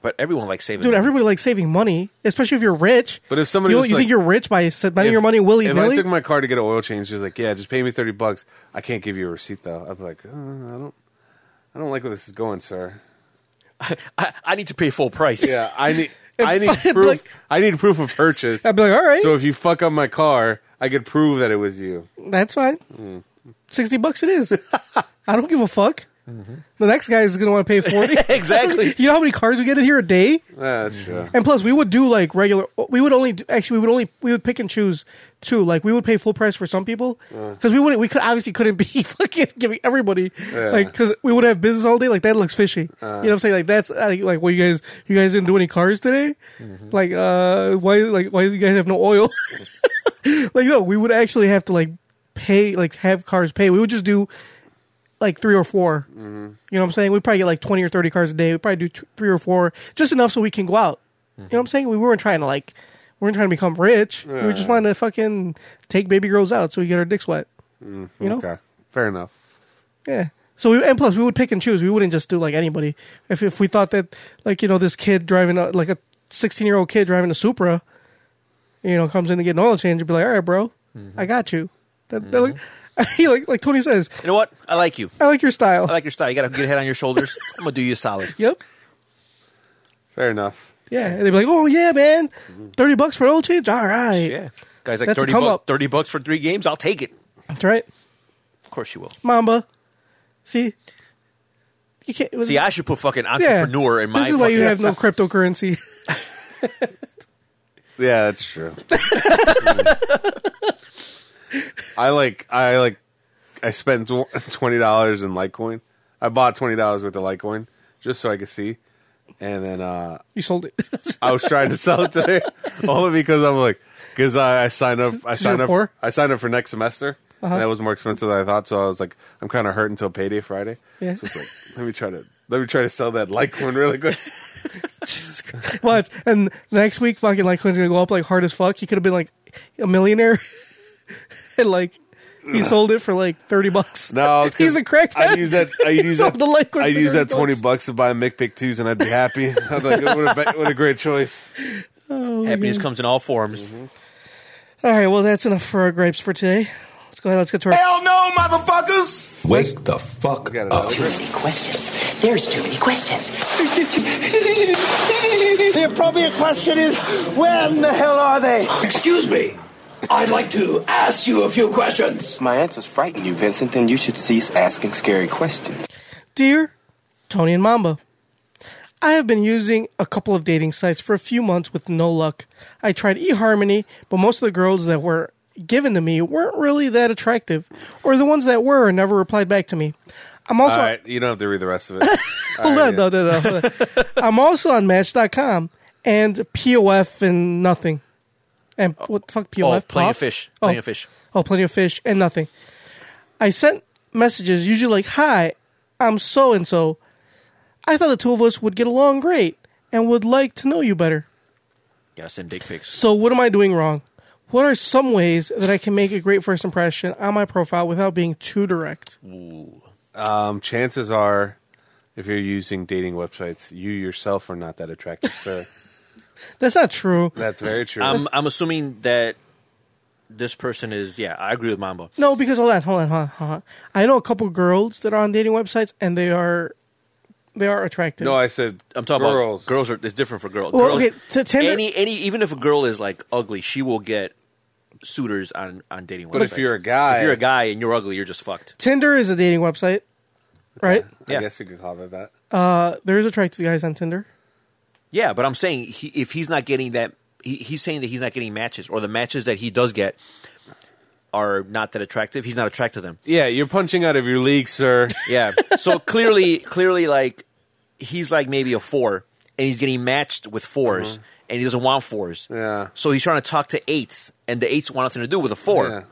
D: But everyone likes saving.
B: Dude,
D: money.
B: everybody likes saving money, especially if you're rich.
C: But if somebody
B: you,
C: was
B: you
C: like-
B: think you're rich by spending
C: If-
B: your money willy
C: If I
B: nilly,
C: took my car to get an oil change, she's like, "Yeah, just pay me thirty bucks. I can't give you a receipt though." I'm like, uh, "I don't, I don't like where this is going, sir."
D: I, I need to pay full price.
B: [laughs]
C: Yeah, I need, I need
B: fucking,
C: proof.
B: like-
C: I need proof of purchase.
B: I'd be like, all right,
C: So if you fuck up my car, I could prove that it was you.
B: that's fine.
C: Hmm.
B: Sixty bucks it
C: [laughs]
B: is. I don't give a fuck.
C: Mm-hmm.
B: The next guy is gonna want to pay
C: [laughs]
B: forty.
D: Exactly.
B: [laughs] You know how many cars we get in here a day?
C: Yeah, that's true.
B: And plus, we would do like regular. We would only do, actually we would only we would pick and choose too. Like we would pay full price for some people because we wouldn't. We could obviously couldn't be [laughs] fucking giving everybody
C: Yeah.
B: like because we would have business all day. Like that looks fishy. you know what I'm saying? Like that's like, like well, you guys you guys didn't do any cars today.
C: Mm-hmm.
B: Like uh, why like why do you guys have no oil? [laughs] like no, we would actually have to like pay like have cars pay. We would just do like three or 4
D: Mm-hmm.
B: You know what I'm saying? We probably get like 20 or 30 cars a day. We probably do t- three or four, just enough so we can go out. You know what I'm saying? We weren't trying to like, we weren't trying to become rich. We were just wanting to fucking take baby girls out so we get our dicks wet.
D: Mm-hmm.
B: You know?
C: Okay, fair enough.
B: Yeah. So we, and plus we would pick and choose. We wouldn't just do like anybody. If if we thought that like you know this kid driving a, like a 16 year old kid driving a Supra, you you know, comes in to get an oil change, you'd be like, all right, bro,
D: Mm-hmm.
B: I got you. That, that look, [laughs] he like, like Tony says,
D: You know what? I like you.
B: I like your style.
D: Mm-hmm. I like your style. You got a good head on
B: [laughs]
D: your shoulders. I'm gonna do you a solid.
B: yep.
C: Fair enough.
B: Yeah. And they'd be like, oh, yeah, man,
C: Mm-hmm.
B: 30 bucks for oil change? All right.
D: Yeah, guys, like
B: That's a
D: 30,
B: come
D: bu-
B: up.
D: 30 bucks for three games. I'll take it.
B: That's right.
D: Of course you will.
B: Mamba. See? You can't. [laughs]
D: See, I should put fucking entrepreneur in my.
B: This is why you
D: fucking-
B: have no cryptocurrency. [laughs]
C: Yeah, that's true. I like I like I spent tw- twenty dollars in Litecoin. I bought twenty dollars worth of Litecoin just so I could see, and then uh,
B: you sold it. [laughs]
C: I was trying to sell it today only because I'm like because I, I signed up I signed
B: You're
C: up
B: poor? Uh-huh.
C: I signed up for next semester and that was more expensive than I thought. So I was like I'm kind of hurt until payday Friday.
B: Yeah.
C: So it's like let me try to let me try to sell that Litecoin really quick. [laughs]
B: Watch. And next week, fucking Litecoin's gonna go up like hard as fuck. He could have been like a millionaire, [laughs] and like he sold it for like thirty bucks. [laughs]
C: No, 'cause
B: he's a crackhead.
C: I use that.
B: [laughs]
C: I
B: He
C: use
B: sold
C: that.
B: the Litecoin
C: I
B: for
C: use that
B: 30
C: twenty
B: bucks.
C: bucks to buy McPick twos, and I'd be happy. [laughs] I'm like, "Oh, what a, what a great choice.
D: happiness
B: Mm-hmm.
D: comes in all forms.
B: All right, well that's enough for our gripes for today. Let's go ahead. Let's get to our.
A: Hell no, motherfuckers!
F: Wake the fuck
C: Got
B: Oh.
F: up.
B: [laughs]
C: another
G: Too many questions. There's too many questions. There's just too-
H: The appropriate question is, when the hell are they?
F: Excuse me. I'd like to ask you a few questions.
I: my answers frighten you, Vincent, then you should cease asking scary questions.
B: Dear Tony and Mamba, I have been using a couple of dating sites for a few months with no luck. I tried eHarmony, but most of the girls that were given to me weren't really that attractive, or the ones that were never replied back to me. I'm also
C: All
B: [laughs]
C: right, you don't have to read the rest of it. All
B: Hold
C: right,
B: on, no, no, no. hold on. I'm also on Match.com and POF and nothing. And what the fuck, POF?
D: Oh, plenty
B: Puff?
D: of fish. Plenty
B: Oh.
D: of fish.
B: Oh, plenty of fish and nothing. I sent messages, usually like, Hi, I'm so and so. I thought the two of us would get along great and would like to know you better.
D: Gotta send dick pics.
B: So, what am I doing wrong? What are some ways that I can make a great first impression on my profile without being too direct?
C: yeah. Um, chances are, if you're using dating websites, you yourself are not that attractive, sir.
B: That's not true.
C: That's very true.
D: I'm I'm assuming that this person is. Yeah, I agree with Mamba.
B: No, because hold on, hold on, hold on, hold on. I know a couple girls that are on dating websites, and they are, they are attractive.
C: no, I said
D: I'm talking
C: girls.
D: about girls are. It's different for girls.
B: Well,
D: girls
B: okay, t- Tinder-
D: any any even if a girl is like ugly, she will get suitors on on dating.
C: But if
D: websites.
C: you're a guy-
D: if you're a guy and you're ugly, you're just fucked.
B: Tinder is a dating website, right?
C: I
D: Yeah.
C: guess you could call it that.
B: Uh, there is attractive guys on Tinder.
D: Yeah, but I'm saying he, if he's not getting that, he, he's saying that he's not getting matches, or the matches that he does get are not that attractive. He's not attracted to them.
C: Yeah, you're punching out of your league,
D: [laughs]
C: sir.
D: Yeah. So clearly, clearly, like he's like maybe a four, and he's getting matched with 4s and he doesn't want fours.
C: Uh-huh. Yeah.
D: So he's trying to talk to eights, and the eights want nothing to do with a four.
C: Yeah.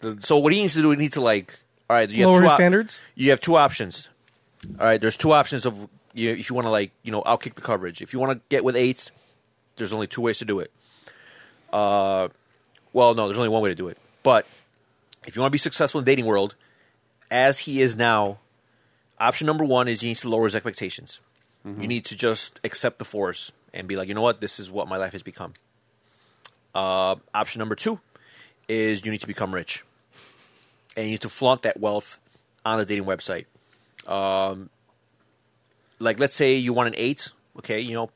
C: The-
D: So what he needs to do, he needs to like, all right, you
B: Lower
D: have two
B: his
D: op-
B: standards?
D: You have two options. All right, there's two options of you if you want to like, you know, outkick the coverage. If you want to get with eights, there's only two ways to do it. Uh, well, no, there's only one way to do it. But if you want to be successful in the dating world, as he is now, option number one is he needs to lower his expectations. You need to just accept the force and be like, you know what, this is what my life has become. Uh, option number two is you need to become rich, and you need to flaunt that wealth on a dating website. Um, like let's say you want an eight, okay, you know,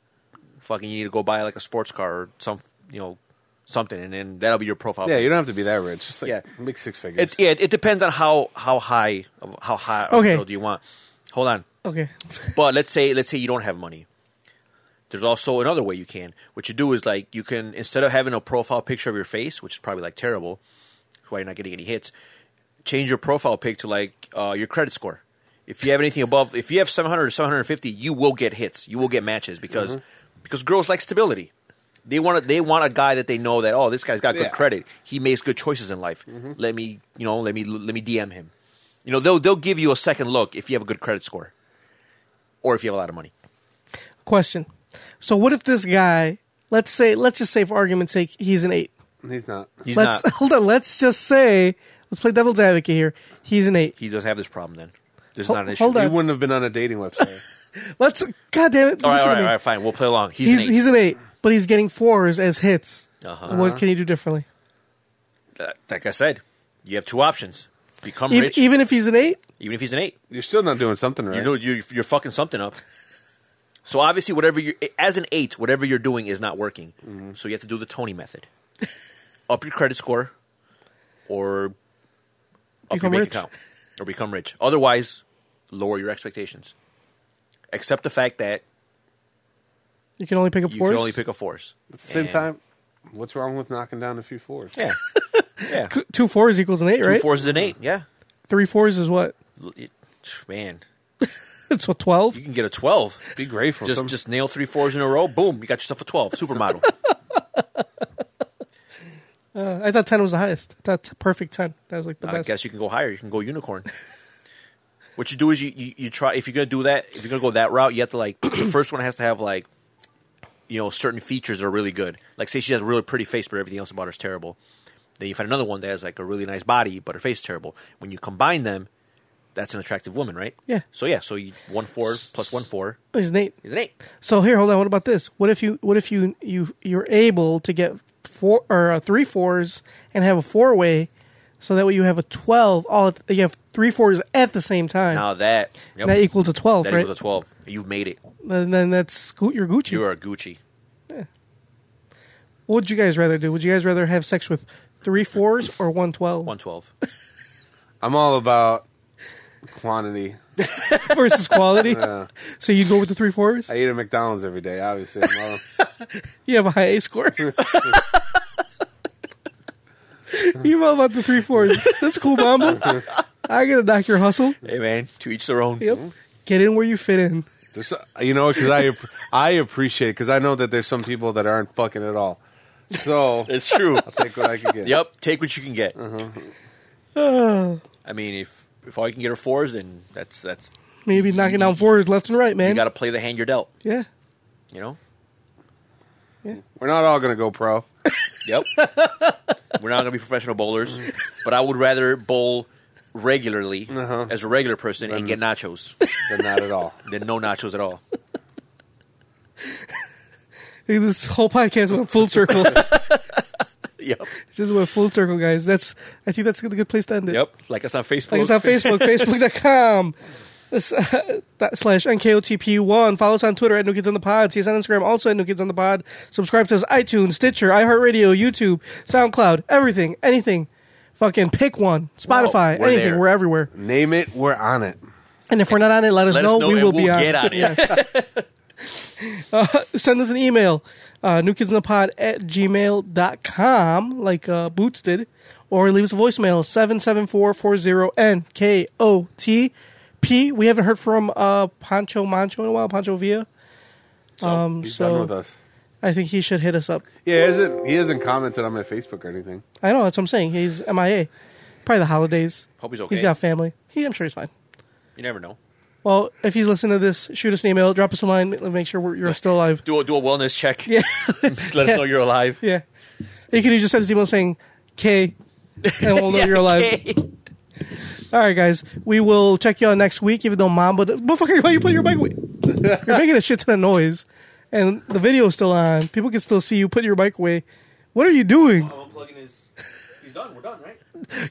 D: fucking you need to go buy like a sports car or some, you know, something, and then that'll be your profile.
C: yeah, you don't have to be that rich. Just like
D: Yeah.
C: make six figures.
D: It, yeah, it, it depends on how how high of- how high of a
B: Okay.
D: girl do you want. Hold on,
B: Okay,
D: but let's say let's say you don't have money. There's also another way you can. What you do is like you can instead of having a profile picture of your face, which is probably like terrible, why you're not getting any hits, change your profile pic to like uh, your credit score. If you have anything above, if you have 700 or 750, you will get hits. You will get matches because because girls like stability. They want a, they want a guy that they know that oh this guy's got good
C: Yeah.
D: credit. He makes good choices in life. Let me you know let me let me DM him. You know they'll they'll give you a second look if you have a good credit score or if you have a lot of money.
B: question. So, what if this guy? Let's say, let's just say for argument's sake, he's an eight.
C: He's not.
D: He's
B: let's
D: not.
B: [laughs] hold on. Let's just say, let's play devil's advocate here. He's an eight.
D: He does have this problem. Then this is
B: Ho-
D: not an issue.
B: hold
C: You
B: on.
C: wouldn't have been on a dating
D: [laughs]
C: website.
B: Let's. God damn it!
D: All right,
B: listen
D: all
B: to
D: right,
B: me.
D: all right, fine. We'll play along. He's,
B: He's
D: an eight.
B: he's an eight, but he's getting fours as hits.
D: Uh-huh.
B: What can you do differently?
D: Uh, like I said, you have two options: become
B: Even,
D: rich,
B: even if he's an eight,
D: even if he's an eight.
C: You're still not doing something right.
D: You know, you you're fucking something up. So obviously, whatever you as an eight, whatever you're doing is not working.
C: Mm-hmm.
D: So you have to do the Tony method: [laughs] up your credit score, or up
B: Become
D: your bank
B: rich.
D: account, or become rich. Otherwise, lower your expectations. Accept the fact that
B: you can only pick up
D: you
B: fours.
D: can only pick a force.
C: At the same
D: And-
C: time, what's wrong with knocking down a few fours?
B: [laughs]
D: yeah, yeah.
B: C- Two fours equals an eight,
D: Two
B: right?
D: fours is an eight. Yeah,
B: Three fours is what? [laughs]
D: L- it- man,
B: It's a twelve.
D: you can get a twelve.
C: Be grateful.
D: Just
C: Some-
D: just nail three fours in a row. Boom, you got yourself a twelve. Supermodel.
B: Uh, I thought ten was the highest. I thought t- perfect ten. That was like [laughs] the
D: I
B: best.
D: guess you can go higher. You can go unicorn. what you do is you, you, you try if you're gonna do that if you're gonna go that route, you have to like [clears throat] the first one has to have like you know certain features that are really good. Like say she has a really pretty face, but everything else about her is terrible. Then you find another one that has like a really nice body, but her face is terrible. When you combine them, that's an attractive woman, right?
B: Yeah.
D: So yeah, so you one four plus one four
B: He's an eight.
D: is an eight.
B: So here, hold on. What about this? What if you what if you you you're able to get four or uh, three fours and have a four way, so that way you have a twelve. All at, you have three fours at the same time.
D: Now that yep,
B: That equals a twelve,
D: that
B: right?
D: equals a twelve. You've made it.
B: Then, then that's Gu- your Gucci.
D: You are a Gucci.
B: what would you guys rather do? Would you guys rather have sex with three fours or one twelve
D: One twelve.
C: I'm all about quantity.
B: [laughs] versus quality? So you go with the three fours.
C: I eat at McDonald's every day. Obviously, I'm
D: [laughs]
C: all-
B: You have a high A score. [laughs] you all about the three fours. That's cool, Mamba. I gotta knock your hustle.
D: [laughs] hey man, to each their own.
B: Yep. Get in where you fit in.
C: There's, you know, because I app- I appreciate because I know that there's some people that aren't fucking at all.
D: [laughs]
C: So
D: It's true.
C: I'll take what I can get.
D: Yep, take what you can get. I mean, if if all you can get are fours, then that's that's
B: Maybe knocking down fours left and right,
D: you
B: man.
D: got to play the hand you're dealt.
B: yeah.
D: You know.
C: We're not all gonna go pro.
D: [laughs] Yep. We're not gonna be professional bowlers, but I would rather bowl regularly as a Uh-huh. regular person and get nachos
C: They're not at [laughs] all.
D: than no nachos at all.
B: Hey, This whole podcast went full
D: [laughs]
B: circle.
D: [laughs] Yep.
B: this went full circle, guys. That's I think that's a good place to end it.
D: Yep. Like us on Facebook.
B: Like us on Facebook, facebook.com. [laughs] s- dot slash nkotp1 follow us on twitter at new kids on the pod see us on instagram also at new kids on the pod subscribe to us itunes stitcher iheartradio youtube soundcloud everything anything fucking pick one spotify
D: we're
B: anything
D: there.
B: we're everywhere
C: Name it, we're on it.
B: and if we're not on it let us,
D: Let us
B: know.
D: know
B: we
D: and
B: will be
D: we'll
B: on
D: get on it.
B: yes. [laughs] uh, send us an email uh, new kids on the pod at gmail.com like uh, boots did or leave us a voicemail 77440nkotp we haven't heard from uh, pancho mancho in a while pancho villa Um,
C: So he's
B: so-
C: done
D: uh,
C: with us.
B: i think he should hit us up
C: Yeah, he hasn't he hasn't commented on my Facebook or anything?
B: i know that's what i'm saying he's mia probably the holidays
D: Hope he's
B: he's
D: okay.
B: got family he, i'm sure he's fine
D: [laughs] You never know.
B: well, if he's listening to this, shoot us an email, drop us a line, make sure we're, you're still alive.
D: Do a do a wellness check. [laughs] Yeah. Let us know you're alive.
B: Yeah. You could just send us an email saying K and we'll know
D: [laughs] Yeah,
B: you're alive.
D: okay.
B: All right, guys. We will check you out next week, even though Mamba. Motherfucker, why you putting your mic away? You're making a shit ton of noise. And the video's still on. People can still see you putting your mic away. What are you doing?
E: I'm unplugging his. He's done. We're done, right? Let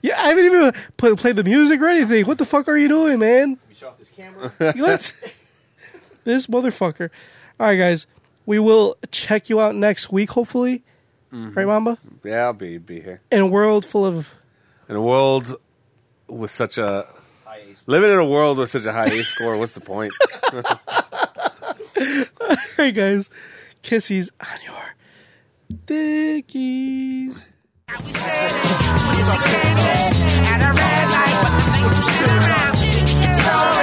B: Yeah, I haven't even played play the music or anything. What the fuck are you doing, man?
E: me shut off this
D: [laughs]
E: camera.
B: What? [laughs] this motherfucker. All right, guys. We will check you out next week, hopefully. Right, Mamba?
C: Yeah, I'll be be here.
B: In a world full of [laughs]
C: In a world with such a
E: Hi, Ace.
C: living in a world with such a high A score, what's the [laughs] point?
B: All right, guys. Kissies on your dickies.
A: It's all